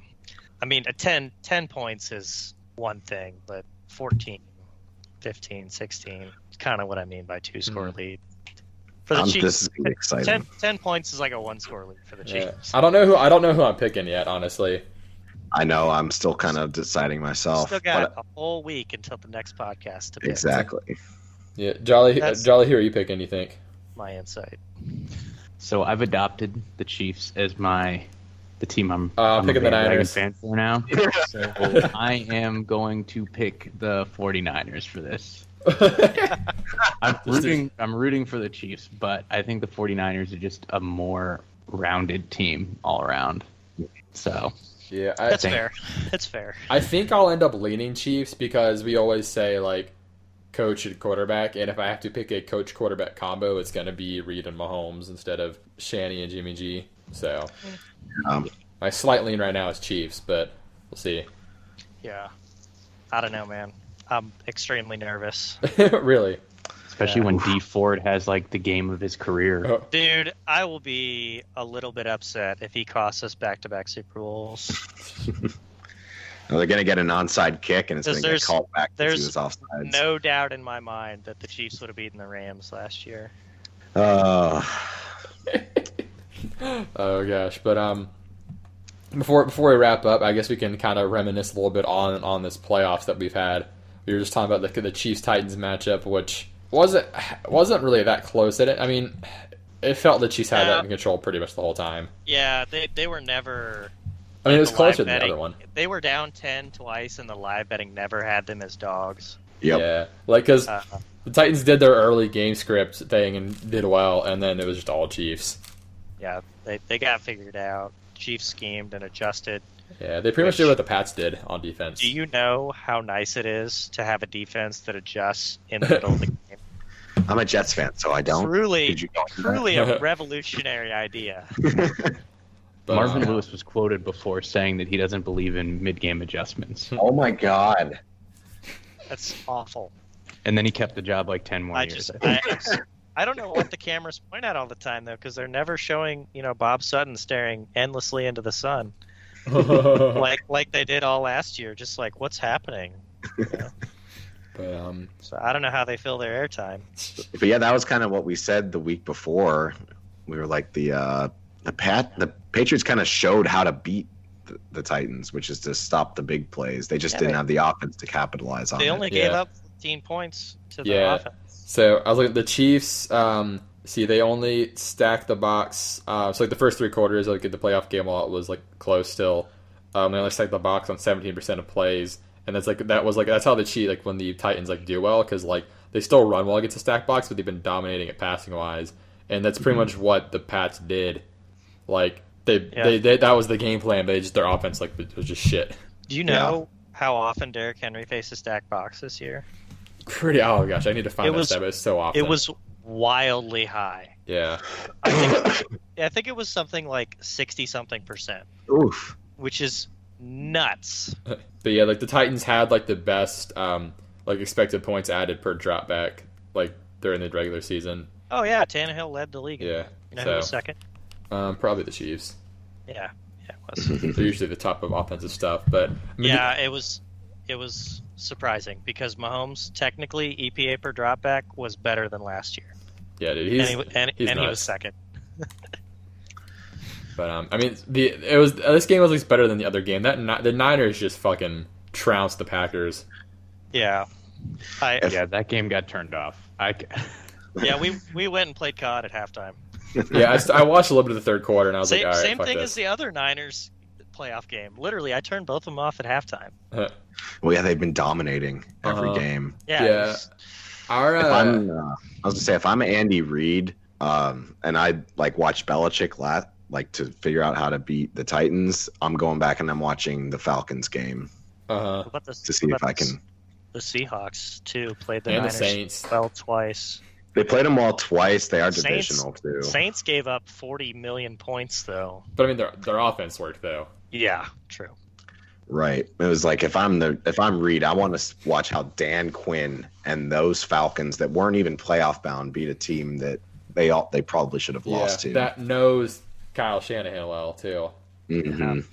I mean, a 10, 10 points is one thing, but 14, 15, 16, kind of what I mean by two score Hmm. lead for the Um, Chiefs. this is gonna be exciting. 10, 10 points is like a one score lead for the Yeah. Chiefs. I don't know who. I don't know who I'm picking yet. Honestly, I know I'm still kind of deciding myself. Still but- got a whole week until the next podcast to pick exactly. Yeah, Jolly, uh, That's- Jolly, who are you picking? You think? my insight. So I've adopted the Chiefs as my the team I'm, Uh, I'm I'm picking a the bandwagon Niners. fan for now. so I am going to pick the 49ers for this. I'm rooting I'm rooting for the Chiefs, but I think the 49ers are just a more rounded team all around. So yeah, I, That's think fair. That's fair. I think I'll end up leaning Chiefs because we always say like coach and quarterback, and if I have to pick a coach quarterback combo, it's gonna be Reed and Mahomes instead of Shanny and Jimmy G. So Um, my slight lean right now is Chiefs, but we'll see. Yeah. I don't know, man. I'm extremely nervous. really? especially when D Ford has like the game of his career. Oh, Dude, I will be a little bit upset if he costs us back to back Super Bowls. they're going to get an onside kick, and it's going to Because get there's- called back because there's he was offsides. No doubt in my mind that the Chiefs would have beaten the Rams last year. Uh, oh gosh, but um. Before, before we wrap up, I guess we can kind of reminisce a little bit on on this playoffs that we've had. We were just talking about the, the Chiefs Titans matchup, which wasn't wasn't really that close. It, I mean, it felt the Chiefs had that in control pretty much the whole time. Yeah, they, they were never. I mean, it was the live closer than the betting- other one. They were down 10 twice, and the live betting never had them as dogs. Yep. Yeah, like because Uh, the Titans did their early game script thing and did well, and then it was just all Chiefs. yeah, they, they got figured out. Chiefs schemed and adjusted. Yeah, they pretty much did what the Pats did on defense. Do you know how nice it is to have a defense that adjusts in the middle of the game? I'm a Jets fan, so I don't. Truly, Did you know that? truly a revolutionary idea. But, Marvin uh, Lewis was quoted before saying that he doesn't believe in mid game adjustments. Hmm. Oh my god. That's awful. And then he kept the job like ten more I years. just, I think. I, I don't know what the cameras point at all the time though, because they're never showing, you know, Bob Sutton staring endlessly into the sun, Oh. like like they did all last year. Just like, what's happening? but um, So I don't know how they fill their airtime. But yeah, that was kind of what we said the week before. We were like the uh the Pat the Patriots kind of showed how to beat the, the Titans, which is to stop the big plays. They just Yeah, didn't they- have the offense to capitalize on. They it. only Yeah. gave up 15 points to the Yeah. offense. So I was looking at the Chiefs. Um, see, they only stacked the box. Uh, so like the first three quarters, like the playoff game, while it was like close still, um, they only stacked the box on seventeen percent of plays, and that's like that was like that's how the cheat like when the Titans like do well because like they still run well against the stack box, but they've been dominating it passing wise, and that's pretty much what the Pats did. Like they, Mm-hmm. Yeah. they, they that was the game plan, but they just their offense like was just shit. Do you know how often Derrick Henry faces stack box this year? Pretty oh gosh, I need to find It that was- stat, but it's so often. It was wildly high. yeah. I think, I think it was something like 60 something percent, Oof. which is nuts. But yeah, like the Titans had like the best um like expected points added per drop back like during the regular season. Oh yeah, Tannehill led the league. Yeah. You know who was so second? um, probably the Chiefs. Yeah, yeah, it was. Mhm. They're usually the top of offensive stuff, but I mean, yeah, it was. It was surprising because Mahomes technically EPA per dropback was better than last year, yeah, dude, and he's he, wa- and, he's and he nuts. was second. but um I mean the it was this game was at least better than the other game. That Ni- the Niners just fucking trounced the Packers. Yeah, I yeah, that game got turned off. I, c- yeah we we went and played COD at halftime. Yeah, I, st- I watched a little bit of the third quarter and I was Same, like, all right, same fuck thing this. as the other Niners playoff game. Literally, I turned both of them off at halftime. Well, yeah, they've been dominating every Uh-huh. game. Yeah, it Yeah. was- Our, If uh, I'm, uh, I was gonna say, if I'm Andy Reid, um, and I like watch Belichick lat like to figure out how to beat the Titans, I'm going back and I'm watching the Falcons game uh-huh. what about the, to see what if about I the- can. The Seahawks too played the and the Niners Saints. well twice. They played them all twice. They are Saints- divisional too. Saints gave up 40 million points though. But I mean their their offense worked though. Yeah, true. Right. It was like if I'm the if I'm Reed, I want to watch how Dan Quinn and those Falcons that weren't even playoff bound beat a team that they all they probably should have lost yeah, to. that knows Kyle Shanahan well too. Mhm.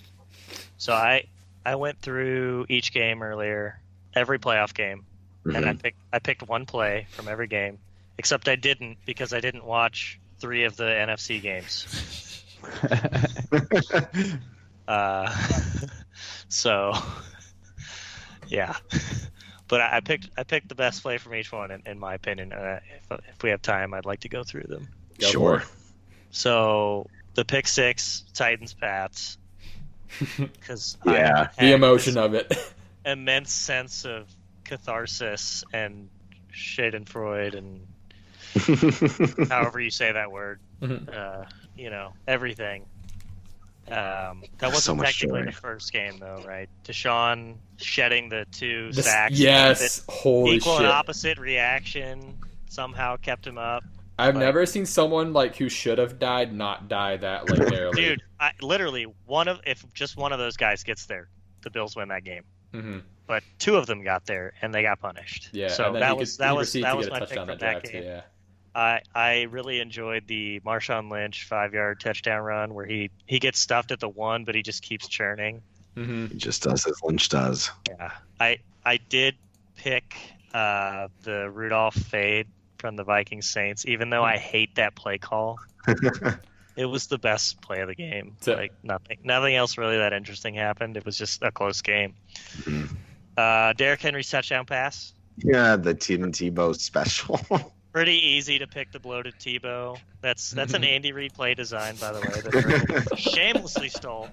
So I I went through each game earlier, every playoff game, and I Mhm. picked I picked one play from every game, except I didn't because I didn't watch three of the NFC games. Uh, So, yeah. But I I picked I picked the best play from each one, in, in my opinion. And I, if, if we have time, I'd like to go through them. Go for Sure. it. So the pick six, Titans, Pats, because Yeah. The emotion of it. immense sense of catharsis and Schadenfreude and however you say that word. Mhm. Uh, you know everything. Um, that wasn't So much technically joy. the first game though, right? Deshaun shedding the two This- sacks. yes. that Holy equal shit. and opposite reaction somehow kept him up. I've Like- never seen someone like who should have died not die that like barely. Dude, I, literally one of if just one of those guys gets there, the Bills win that game. hmm But two of them got there and they got punished. Yeah. So and then that he was could- that he was received that to was get a my pick touchdown from that that drive game. too. Yeah. I I really enjoyed the Marshawn Lynch five yard touchdown run where he he gets stuffed at the one, but he just keeps churning. Mm-hmm. It just does as Lynch does. Yeah, I I did pick uh, the Rudolph fade from the Viking Saints, even though I hate that play call. it was the best play of the game. So- like nothing nothing else really that interesting happened. It was just a close game. Mhm. Uh, Derrick Henry's touchdown pass. Yeah, the Tim Tebow special. Pretty easy to pick the bloated Tebow. That's that's an Andy Reid play design, by the way, that Vrabel shamelessly stole.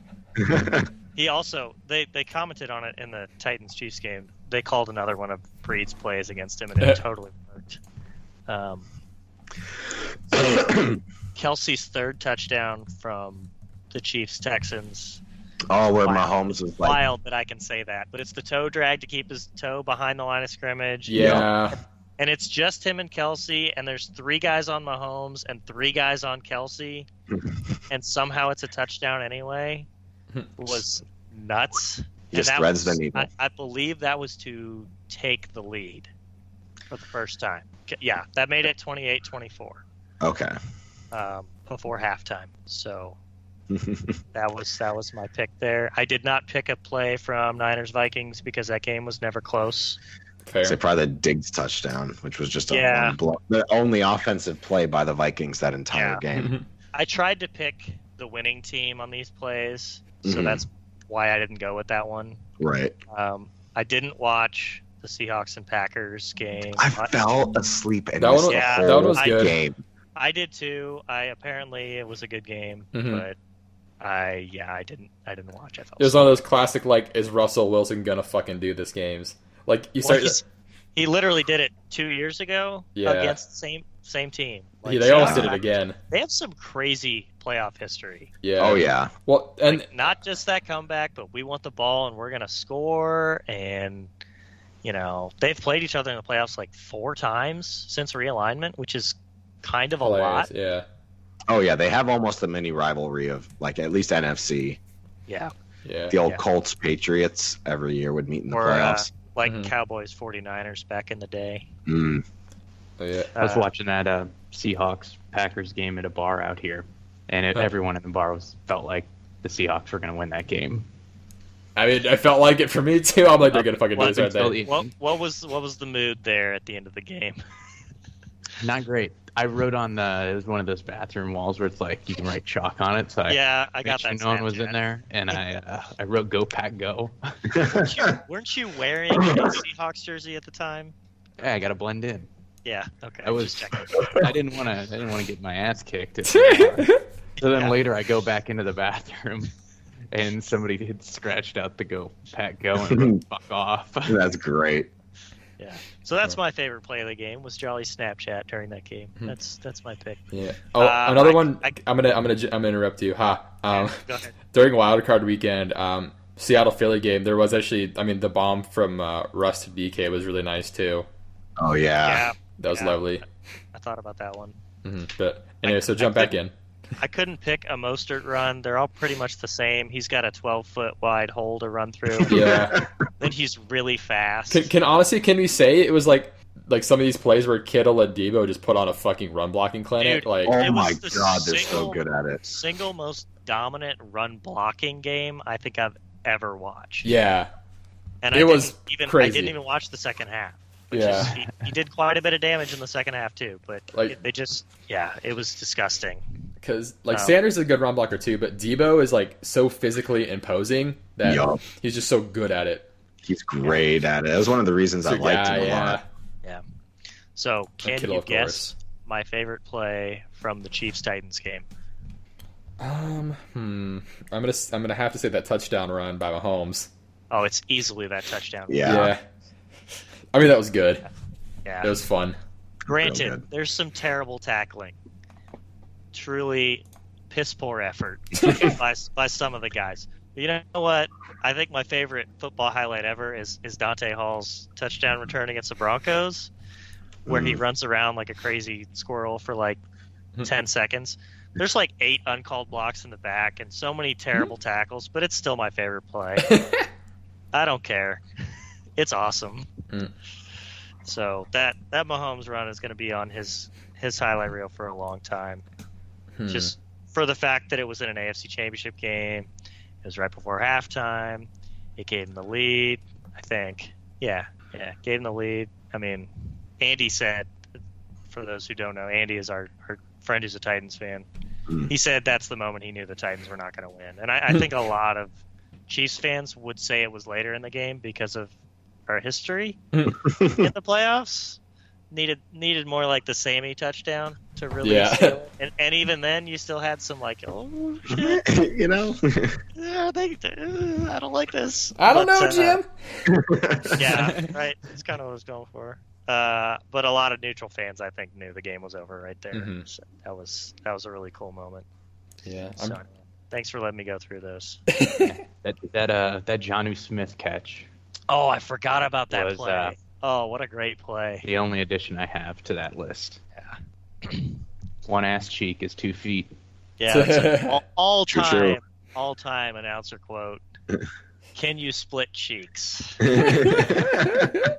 He also they they commented on it in the Titans Chiefs game. They called another one of Breed's plays against him, and it totally worked. Um, Kelsey's third touchdown from the Chiefs Texans. oh, where Wild. Mahomes was like, Wild that I can say that, but it's the toe drag to keep his toe behind the line of scrimmage. Yeah. and it's just him and Kelsey, and there's three guys on Mahomes and three guys on Kelsey, and somehow it's a touchdown anyway. Was nuts. And just that threads was- the needle. I, I believe that was to take the lead for the first time. K- Yeah, that made it 28-24 Okay. um, before halftime. So that was that was my pick there. I did not pick a play from Niners Vikings because that game was never close. Fair. Say probably the Diggs touchdown, which was just a Yeah. one blow. The only offensive play by the Vikings that entire Yeah. Mm-hmm. game. I tried to pick the winning team on these plays, so Mhm. that's why I didn't go with that one. Right. Um, I didn't watch the Seahawks and Packers game. I fell asleep and That missed one- yeah, the that whole one was good. game. I did too. I apparently it was a good game, Mhm. but I yeah I didn't I didn't watch. I felt It was one of those classic like, is Russell Wilson gonna fucking do this games? Like you Well, start. he's- he literally did it two years ago Yeah. against the same same team. Like, yeah, they almost Seahawks- did it again. They have some crazy playoff history. Yeah. Oh yeah. Well, and Not just that comeback, but we want the ball and we're gonna score. And you know they've played each other in the playoffs like four times since realignment, which is kind of a lot. hilarious, yeah. Oh yeah. They have almost the mini rivalry of like at least NFC. Yeah, Yeah. The old Yeah. Colts Patriots every year would meet in the Or, uh, playoffs. like Mm-hmm. Mhm. Cowboys 49ers back in the day. Mm. Oh, yeah. I was Uh, watching that uh, Seahawks Packers game at a bar out here, and it, Huh. everyone in the bar was felt like the Seahawks were going to win that game. I mean, I felt like it for me too. I'm Uh, like, they're gonna fucking do Up this, aren't until they? the- What what was what was the mood there at the end of the game? Not great. I wrote on the it was one of those bathroom walls where it's like you can write chalk on it. So I yeah, I made got sure that. no one was Snapchat. in there, and I uh, I wrote Go Pack Go. Weren't you, weren't you wearing a Seahawks jersey at the time? Yeah, I got to blend in. Yeah. Okay. I was. Just checking. I didn't want to. I didn't want to get my ass kicked. at the bar. so then Yeah. later, I go back into the bathroom, and somebody had scratched out the Go Pack Go and wrote, fuck off. That's great. So that's my favorite play of the game was Jolly Snapchat during that game. Hmm. That's that's my pick. Yeah. Oh, Uh, another I- one. I, I- am gonna, I'm gonna, ju- I'm gonna interrupt you. Ha. Um, Go ahead. during Wild Card Weekend, um, Seattle Philly game, there was actually, I mean, the bomb from uh, Russ to DK was really nice too. Oh uh, yeah. yeah, That was Yeah. lovely. I thought about that one. hmm But anyway, so jump back in. I couldn't pick a Mostert run. They're all pretty much the same. He's got a 12 foot wide hole to run through. Yeah. Then he's really fast. can, can honestly, can we say it was like like some of these plays where Kittle and Debo just put on a fucking run blocking clinic? Dude, like, Oh It was my the god, they're so single- good at it. Single most dominant run blocking game I think I've ever watched. yeah, and It I was didn't even I crazy. didn't even watch the second half. Which Yeah. is, he, he did quite a bit of damage in the second half too, but Like- it, they just yeah, it was disgusting. because like Oh. Sanders is a good run blocker too, but Debo is like so physically imposing that Yup. he's just so good at it. He's great at it. That was one of the reasons I So, liked him a yeah, lot. So, can Kittle, you of guess my favorite play from the Chiefs Titans game? yeah. Um, hmm. I'm gonna s- I'm gonna have to say that touchdown run by Mahomes. Oh, it's easily that touchdown. Yeah. I mean that was good. Yeah. That was fun. Granted, Real good. there's some terrible tackling. Truly piss poor effort by, by some of the guys. But you know what? I think my favorite football highlight ever is, is Dante Hall's touchdown return against the Broncos, where he runs around like a crazy squirrel for like 10 seconds. There's like eight uncalled blocks in the back and so many terrible tackles, but it's still my favorite play. I don't care. It's awesome. Mm. So that that Mahomes run is going to be on his his highlight reel for a long time. Hmm. Just for the fact that it was in an AFC Championship game, it was right before halftime. It gave him the lead, I think. Yeah, yeah, gave him the lead. I mean, Andy said, for those who don't know, Andy is our, our friend who's a Titans fan. Mm. He said that's the moment he knew the Titans were not going to win, and I, Mm. I think a lot of Chiefs fans would say it was later in the game because of our history Mm. in the playoffs. Needed needed more like the Sammy touchdown to really Yeah. Mm-hmm. seal it. and and even then you still had some like oh shit you know? yeah, they, uh, I don't like this I don't But, know, uh, Jim. yeah right that's kind of what I was going for uh but a lot of neutral fans I think knew the game was over right there Mhm. so that was that was a really cool moment Yeah. I'm- so thanks for letting me go through those That that uh that Johnu Smith catch. oh I forgot about that Was, play uh, oh what a great play The only addition I have to that list. One ass cheek is two feet. Yeah, that's a- all, all True, time, true. all time announcer quote. Can you split cheeks?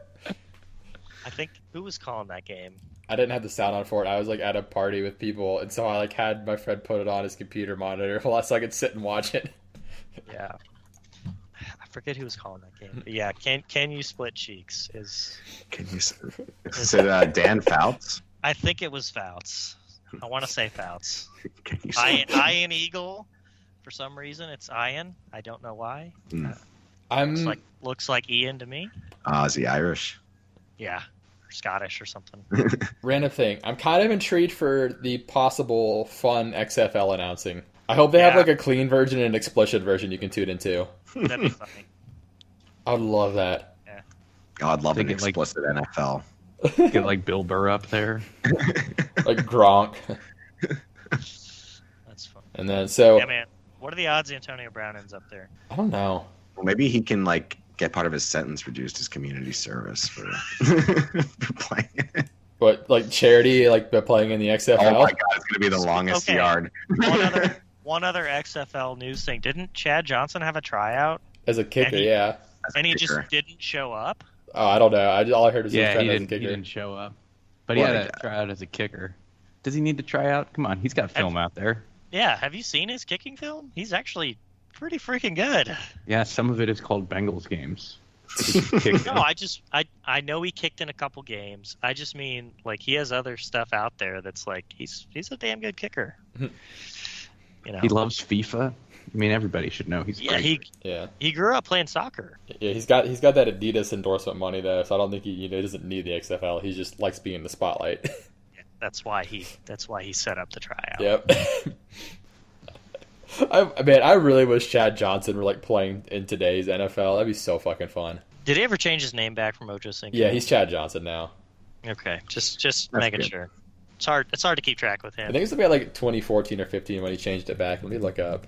I think who was calling that game? I didn't have the sound on for it. I was like at a party with people, and so I like had my friend put it on his computer monitor while so I could sit and watch it. Yeah, I forget who was calling that game. But yeah, can can you split cheeks? Is Can you s- is it uh, Dan Fouts? I think it was Fouts. I want to say Fouts. Can you Ian, say- Ian Eagle. For some reason, it's Ian. I don't know why. I'm It's like looks like Ian to me. Ah, is he Irish? Yeah, or Scottish or something. Random thing. I'm kind of intrigued for the possible fun XFL announcing. I hope they have Yeah. like a clean version and an explicit version you can tune into. That'd be funny. I would love that. Oh, I'd love They an get, like- explicit NFL. Get like Bill Burr up there. Like Gronk. That's funny. And then so Yeah, man. What are the odds Antonio Brown ends up there? I don't know. Well, maybe he can like get part of his sentence reduced as community service for, for playing. But like charity like but playing in the XFL. Oh my god, it's gonna be the longest Okay. yard. One other, one other XFL news thing. Didn't Chad Johnson have a tryout As a kicker, And he- yeah. and he just Sure. didn't show up? Oh, I don't know. I, all I heard was he was Yeah, he trying to didn't, he kicker. didn't show up. But he What had a a tryout as a kicker. Does he need to try out? Come on, he's got film out there. Yeah. Have you seen his kicking film? He's actually pretty freaking good. Yeah, some of it is called Bengals games. He kicked No, I just I I know he kicked in a couple games. I just mean like he has other stuff out there that's like he's he's a damn good kicker. You know. He loves FIFA. I mean, everybody should know he's yeah, great. he Yeah. he grew up playing soccer. Yeah, he's got he's got that Adidas endorsement money though, so I don't think he, you know, he doesn't need the XFL. He just likes being in the spotlight. That's why he that's why he set up the tryout. Yep. I I mean, I really wish Chad Johnson were like playing in today's NFL. That'd be so fucking fun. Did he ever change his name back from Ojo Cinco? Yeah, he's Chad Johnson now. Okay, just just That's making good. sure. It's hard. It's hard to keep track with I him. think it's about like 2014 or 15 when he changed it back. Let me look up.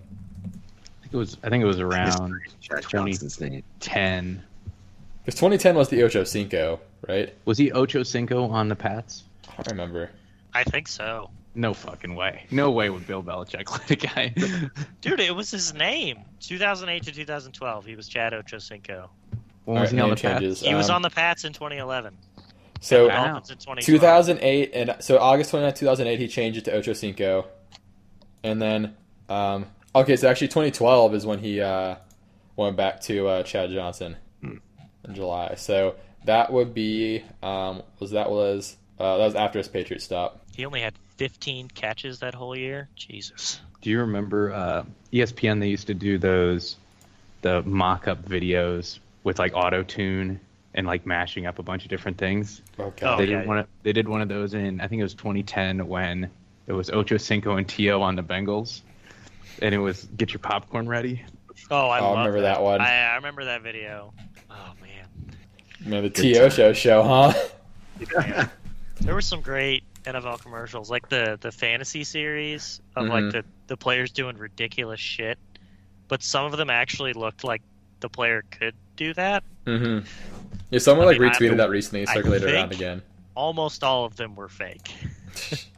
I think it was. I think it was around Chad 20. Johnson's name. ten. Because 2010 was the Ocho Cinco, right? Was he Ocho Cinco on the Pats? I don't remember. I think so, No fucking way. No way would Bill Belichick let a guy. dude. It was his name. 2008 to 2012, he was Chad Ochocinco. when All right, was he on name the Pats? changes. He was Um, on the Pats in 2011. so Wow. Dolphins in 2012. 2008 and so August 29, 2008 he changed it to Ocho Cinco. And then um okay, so actually 2012 is when he uh went back to uh Chad Johnson Hmm. in July. So that would be um was that was uh that was after his Patriots stop. He only had 15 catches that whole year. Jesus. Do you remember uh, ESPN? They used to do those, the mock-up videos with like auto tune and like mashing up a bunch of different things. Okay. Oh, they yeah, did one. Of, they did one of those in I think it was 2010 when it was Ocho Cinco and Tio on the Bengals, and it was get your popcorn ready. Oh, I Oh, I love remember that one. I, I remember that video. Oh man. Man, the Good T.O. time. show show, huh? Man. there were some great NFL commercials, like the the fantasy series of Mhm. Mm-hmm. like the the players doing ridiculous shit, but some of them actually looked like the player could do that. Mm-hmm. Yeah, someone I like mean, I- retweeted that recently, I circulated around think- again. Almost all of them were fake.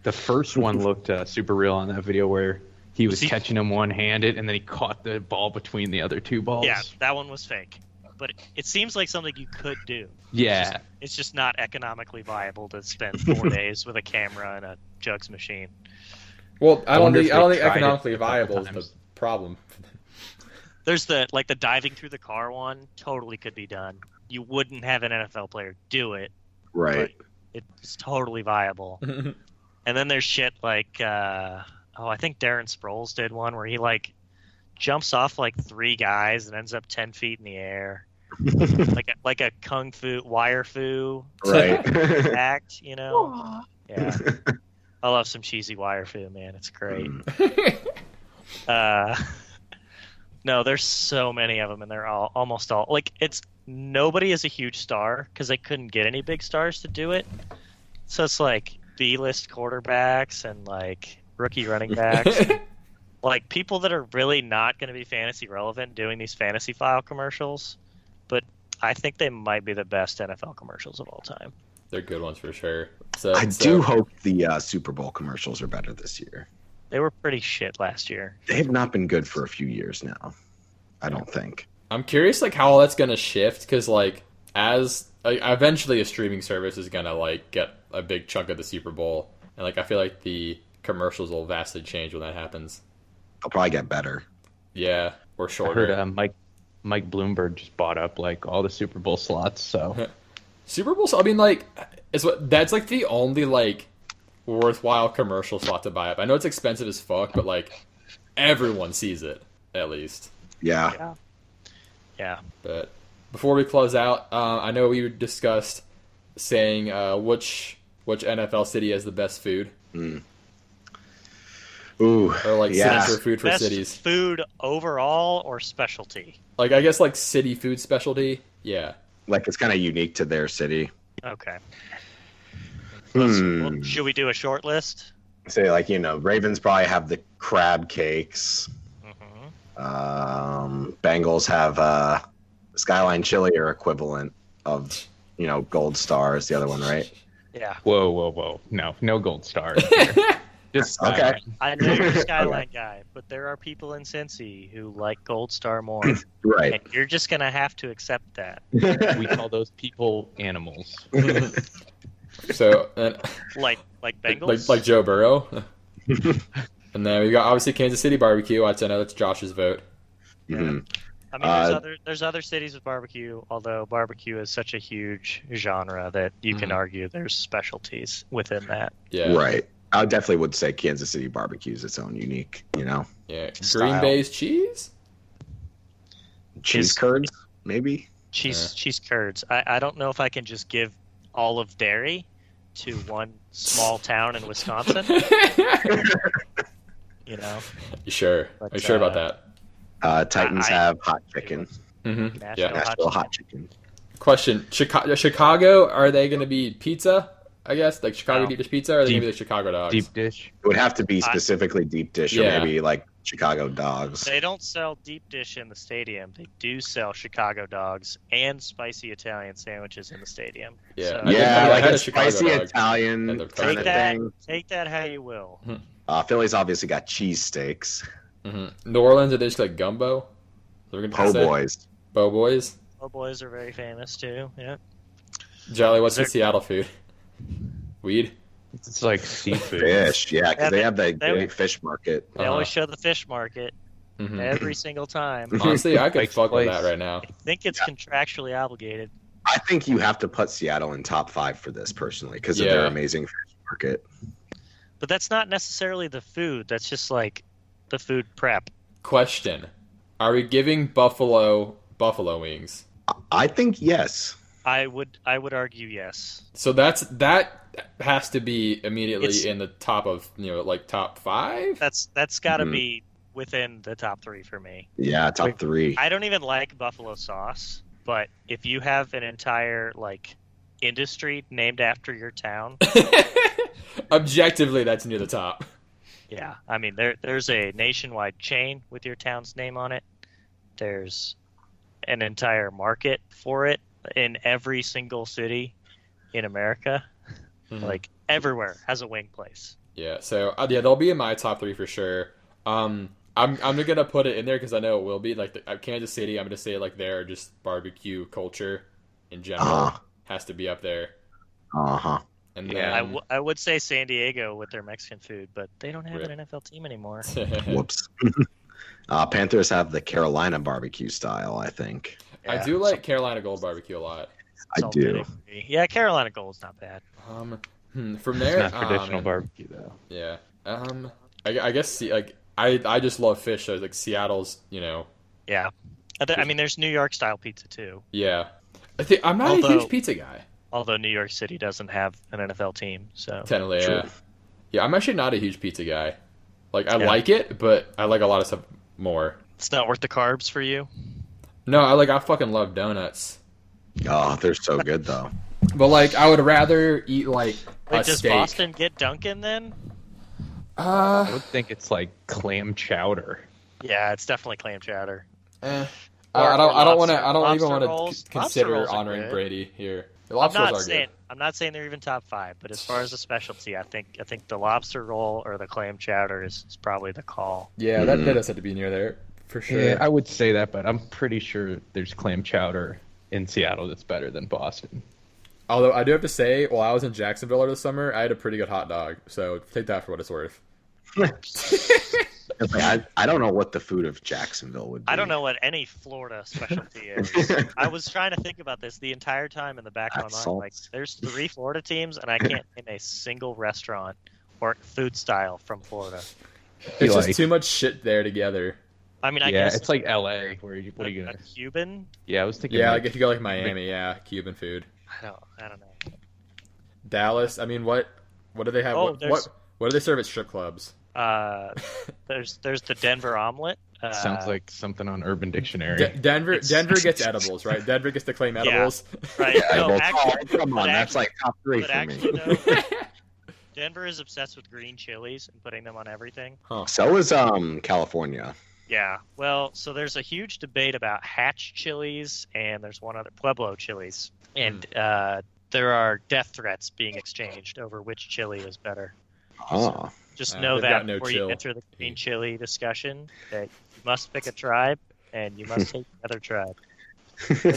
The first one looked uh, super real on that video where he was See- catching him one-handed and then he caught the ball between the other two balls. Yeah, that one was fake. But it, it seems like something you could do. Yeah. It's just not economically viable to spend four days with a camera and a jugs machine. Well, I I don't wonder think I if they don't think tried it economically a couple viable is the times. problem. There's the like the diving through the car one totally could be done. You wouldn't have an NFL player do it. Right. It's totally viable. And then there's shit like uh, oh, I think Darren Sproles did one where he like jumps off like three guys and ends up ten feet in the air, like a, like a kung fu wire fu right. act, you know? Yeah, I love some cheesy wire fu, man. It's great. Mm. Uh, no, there's so many of them, and they're all almost all like it's nobody is a huge star because they couldn't get any big stars to do it. So it's like B-list quarterbacks and like rookie running backs, like people that are really not going to be fantasy relevant doing these fantasy file commercials. But I think they might be the best NFL commercials of all time. They're good ones for sure. So I so- do hope the uh, Super Bowl commercials are better this year. They were pretty shit last year. They have not been good for a few years now. I don't think. I'm curious like how all that's gonna shift because like as like, eventually a streaming service is gonna like get a big chunk of the Super Bowl and like I feel like the commercials will vastly change when that happens. They'll probably get better. Yeah, or I heard shorter. uh, Mike Mike Bloomberg just bought up like all the Super Bowl slots. So Super Bowl. I mean, like it's what that's like the only like worthwhile commercial slot to buy up. I know it's expensive as fuck, but like everyone sees it at least. Yeah. Ah, Yeah, But before we close out, uh, I know we discussed saying uh, which which NFL city has the best food Hmm. Ooh. or like Yeah. cities or food for best cities. food overall or specialty. Like I guess like city food specialty. Yeah. Like it's kind of unique to their city. Okay. Let's- well, Hmm. should we do a short list? Say like you know, Ravens probably have the crab cakes. Mm-hmm. Um, Bengals have uh, Skyline Chili or equivalent of you know Gold Star is the other one, right? Yeah, whoa, whoa, whoa! No, no gold star. just uh, Okay. Skyline. I know you're a Okay. Skyline guy, but there are people in Cincy who like Gold Star more, Right. and you're just gonna have to accept that. we call those people animals. So and, Like, like like Bengals. like Joe Burrow. and then we've got obviously Kansas City barbecue. I know that's Josh's vote. Mhm. I mean, there's uh, other there's other cities with barbecue, although barbecue is such a huge genre that you can Mhm. argue there's specialties within that. uh, Yeah. Right. I definitely would say Kansas City barbecue is its own unique, you know, Yeah. Green Style. Bay's cheese? cheese Is- curds maybe. Cheese cheese curds. I, I don't know if I can just give all of dairy to one small town in Wisconsin. you know, sure. But, Are you sure about uh, that? Uh, Titans I- have hot chicken, Mm-hmm. Nashville Yeah. Nashville hot hot chicken. Question: Chicago, Chicago, are they going to be pizza? I guess like Chicago No. deep dish pizza, or are they going Deep- to be the Chicago dogs? Deep dish. It would have to be I- specifically deep dish Yeah. or maybe like Chicago dogs. They don't sell deep dish in the stadium. They do sell Chicago dogs and spicy Italian sandwiches in the stadium. Yeah. So I guess- yeah, I like had a a Chicago spicy dog Italian and the kind Take of that. thing. take that how you will. Uh, Philly's obviously got cheesesteaks, Mhm. New Orleans, are they just like gumbo? They're going po' boys. po boys. Oh, boys are very famous too. Yeah. Jolly, what's your They're- Seattle food? Weed. It's like seafood. Fish, yeah, because Yeah, they they- have that they- great fish market. They Uh-huh. always show the fish market Mhm. every single time. Honestly, I could Mike's fuck with place. that right now. I think it's contractually obligated. I think you have to put Seattle in top five for this personally because Yeah. of their amazing fish market. But that's not necessarily the food. That's just like the food prep. Question: Are we giving Buffalo buffalo wings? I think yes. I would I would argue yes. So that's that has to be immediately It's- in the top of you know like top five. That's that's got to Mm-hmm. Mhm. be within the top three for me. Yeah, top three. I don't even like buffalo sauce, but if you have an entire like industry named after your town, Objectively, that's near the top. yeah, I mean there there's a nationwide chain with your town's name on it. There's an entire market for it in every single city in America, Mm. like everywhere has a wing place. Yeah, so uh, yeah, they'll be in my top three for sure. Um, I'm I'm gonna put it in there because I know it will be like the, uh, Kansas City. I'm gonna say like their just barbecue culture in general Uh-huh. Uh has to be up there. huh. Uh huh. And Yeah, I, then, w- I would say San Diego with their Mexican food, but they don't have Right. an NFL team anymore. Whoops. uh, Panthers have the Carolina barbecue style. I think I do like Carolina Gold Barbecue a lot. I do. Yeah, Carolina Gold's not bad. Um, hmm, from It's there, not traditional um, barbecue though. Yeah. Um, I, I guess see, like I I just love fish. So like Seattle's, you know, Yeah. I, th- I mean, there's New York style pizza too, yeah. I think I'm not a Although- huge pizza guy. although New York City doesn't have an NFL team. So Technically, True. yeah. Yeah, I'm actually not a huge pizza guy. Like I Yeah. like it, but I like a lot of stuff more. it's not worth the carbs for you. No, I like I fucking love donuts. Oh, they're so good though. But like I would rather eat like Wait, a does steak. Boston get Dunkin' then? I Uh, would think it's like clam chowder. Yeah, it's definitely clam chowder. eh. Or- I don't. or I don't want to. lobster- I don't even lobster want rolls. to Lobster consider rolls are honoring good. Brady here. The I'm lobsters not are saying good. I'm not saying they're even top five, but as far as a specialty, I think I think the lobster roll or the clam chowder is, is probably the call. Yeah, that, Mhm. that does have to be near there for sure. Mm-hmm. Yeah, I would say that, but I'm pretty sure there's clam chowder in Seattle that's better than Boston. Although I do have to say, while I was in Jacksonville over the summer, I had a pretty good hot dog. So take that for what it's worth. It's like, I, I don't know what the food of Jacksonville would be. I don't know what any Florida specialty is. I was trying to think about this the entire time in the back of That my mind. sucks. Like, there's three Florida teams, and I can't name a single restaurant or food style from Florida. It's like- just too much shit there together. I mean, I yeah, guess it's like LA. Where you, what a, are you a gonna? Cuban. Yeah, I was thinking. Yeah, like like, if you go like Miami, yeah, Cuban food. I don't, I don't know. Dallas. I mean, what? What do they have? Oh, what, there's- what? What do they serve at strip clubs? Uh, there's, there's the Denver omelet. Uh, sounds like something on Urban Dictionary. De- Denver. It's- Denver gets edibles, right? Denver gets to claim Yeah. edibles. right. Yeah, no, well, actually, oh, come on, but that's actually- like top three but for actually, me. though, Denver is obsessed with green chilies and putting them on everything. Huh. So is um California. Yeah. Well, so there's a huge debate about hatch chilies, and there's one other Pueblo chilies, and Hmm. uh, there are death threats being exchanged over which chili is better. Oh, Just Uh, know they've that got no before chill. you enter the green chili discussion, that you must pick a tribe. And you must take the other tribe.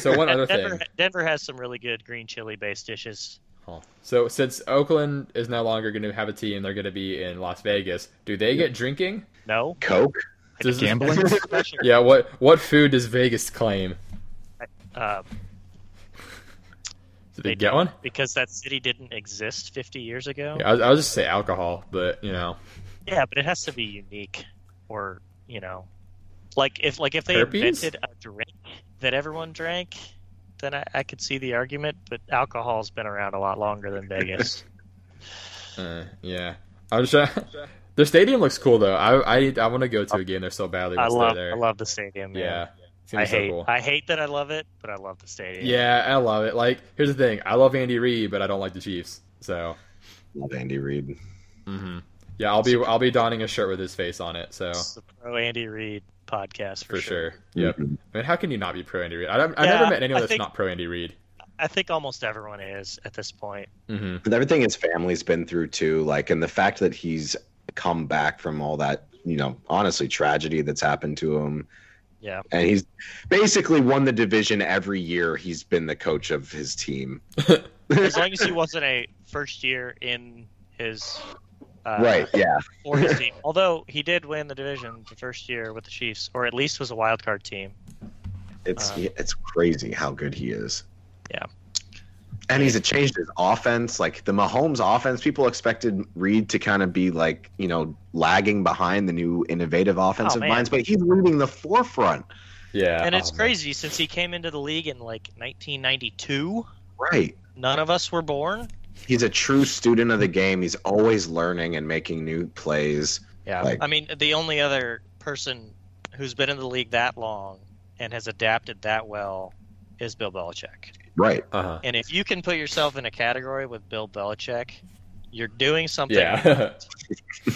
So one And other Denver, thing. Denver has some really good green chili based dishes. Huh. So since Oakland is no longer going to have a team, they're going to be in Las Vegas. Do they get drinking? No? Coke. Does- Gambling? Pressure. Yeah. What? What food does Vegas claim? Uh, Did they, They get don't. one? because that city didn't exist 50 years ago. Yeah, I, I was just say alcohol, but you know, Yeah, but it has to be unique, or you know, like if like if they Herpes? invented a drink that everyone drank, then I, I could see the argument. But alcohol's been around a lot longer than Vegas. uh, yeah. I'm just trying- Their stadium looks cool though. I I, I want to go to a game there so badly. I once they're love there. I love the stadium. man. Yeah, it's gonna I be so hate cool. I hate that I love it, but I love the stadium. yeah, I love it. Like, here's the thing: I love Andy Reid, but I don't like the Chiefs. So, Love Andy Reid. mhm. yeah, I'll be I'll be donning a shirt with his face on it. So It's the pro Andy Reid podcast for, for sure. Yep. Mhm. I mean, how can you not be pro Andy Reid? I don't, I've Yeah, never met anyone I that's think- not pro Andy Reid. I think almost everyone is at this point. hmm With everything his family's been through too, like, and the fact that he's come back from all that, you know, honestly tragedy that's happened to him, Yeah, and he's basically won the division every year. He's been the coach of his team. as long as he wasn't a first year in his uh, right? Yeah. or his team. Although he did win the division the first year with the Chiefs, or at least was a wild card team. It's Uh, it's crazy how good he is. and he's changed his offense. Like the Mahomes offense, people expected Reed to kind of be like you know lagging behind the new innovative offensive man. minds, but he's leading the forefront. Yeah, And it's um, crazy since he came into the league in like 1992. Right. None of us were born. He's a true student of the game. He's always learning and making new plays. Yeah, Like I mean, the only other person who's been in the league that long and has adapted that well is Bill Belichick. right. Uh-huh. And if you can put yourself in a category with Bill Belichick, you're doing something. Yeah,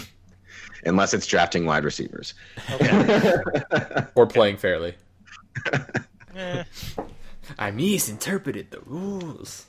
Unless it's drafting wide receivers. Okay. or playing fairly. Eh, I misinterpreted the rules.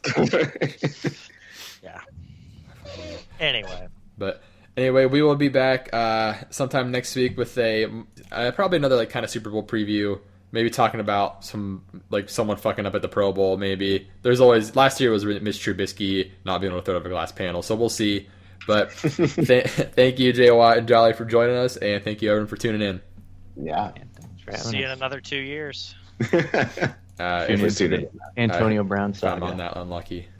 anyway, But anyway, we will be back uh, sometime next week with a uh, probably another like kind of Super Bowl preview. Maybe talking about some like someone fucking up at the Pro Bowl. Maybe there's always last year was Mitch Trubisky not being able to throw it over a glass panel. So we'll see. But th- thank you, Jay Watt and Jolly, for joining us, and thank you everyone for tuning in. yeah. man, thanks for having see you in us. another two years. Uh, Tune and in we'll to see the Antonio Brown if I'm saga. on that unlucky.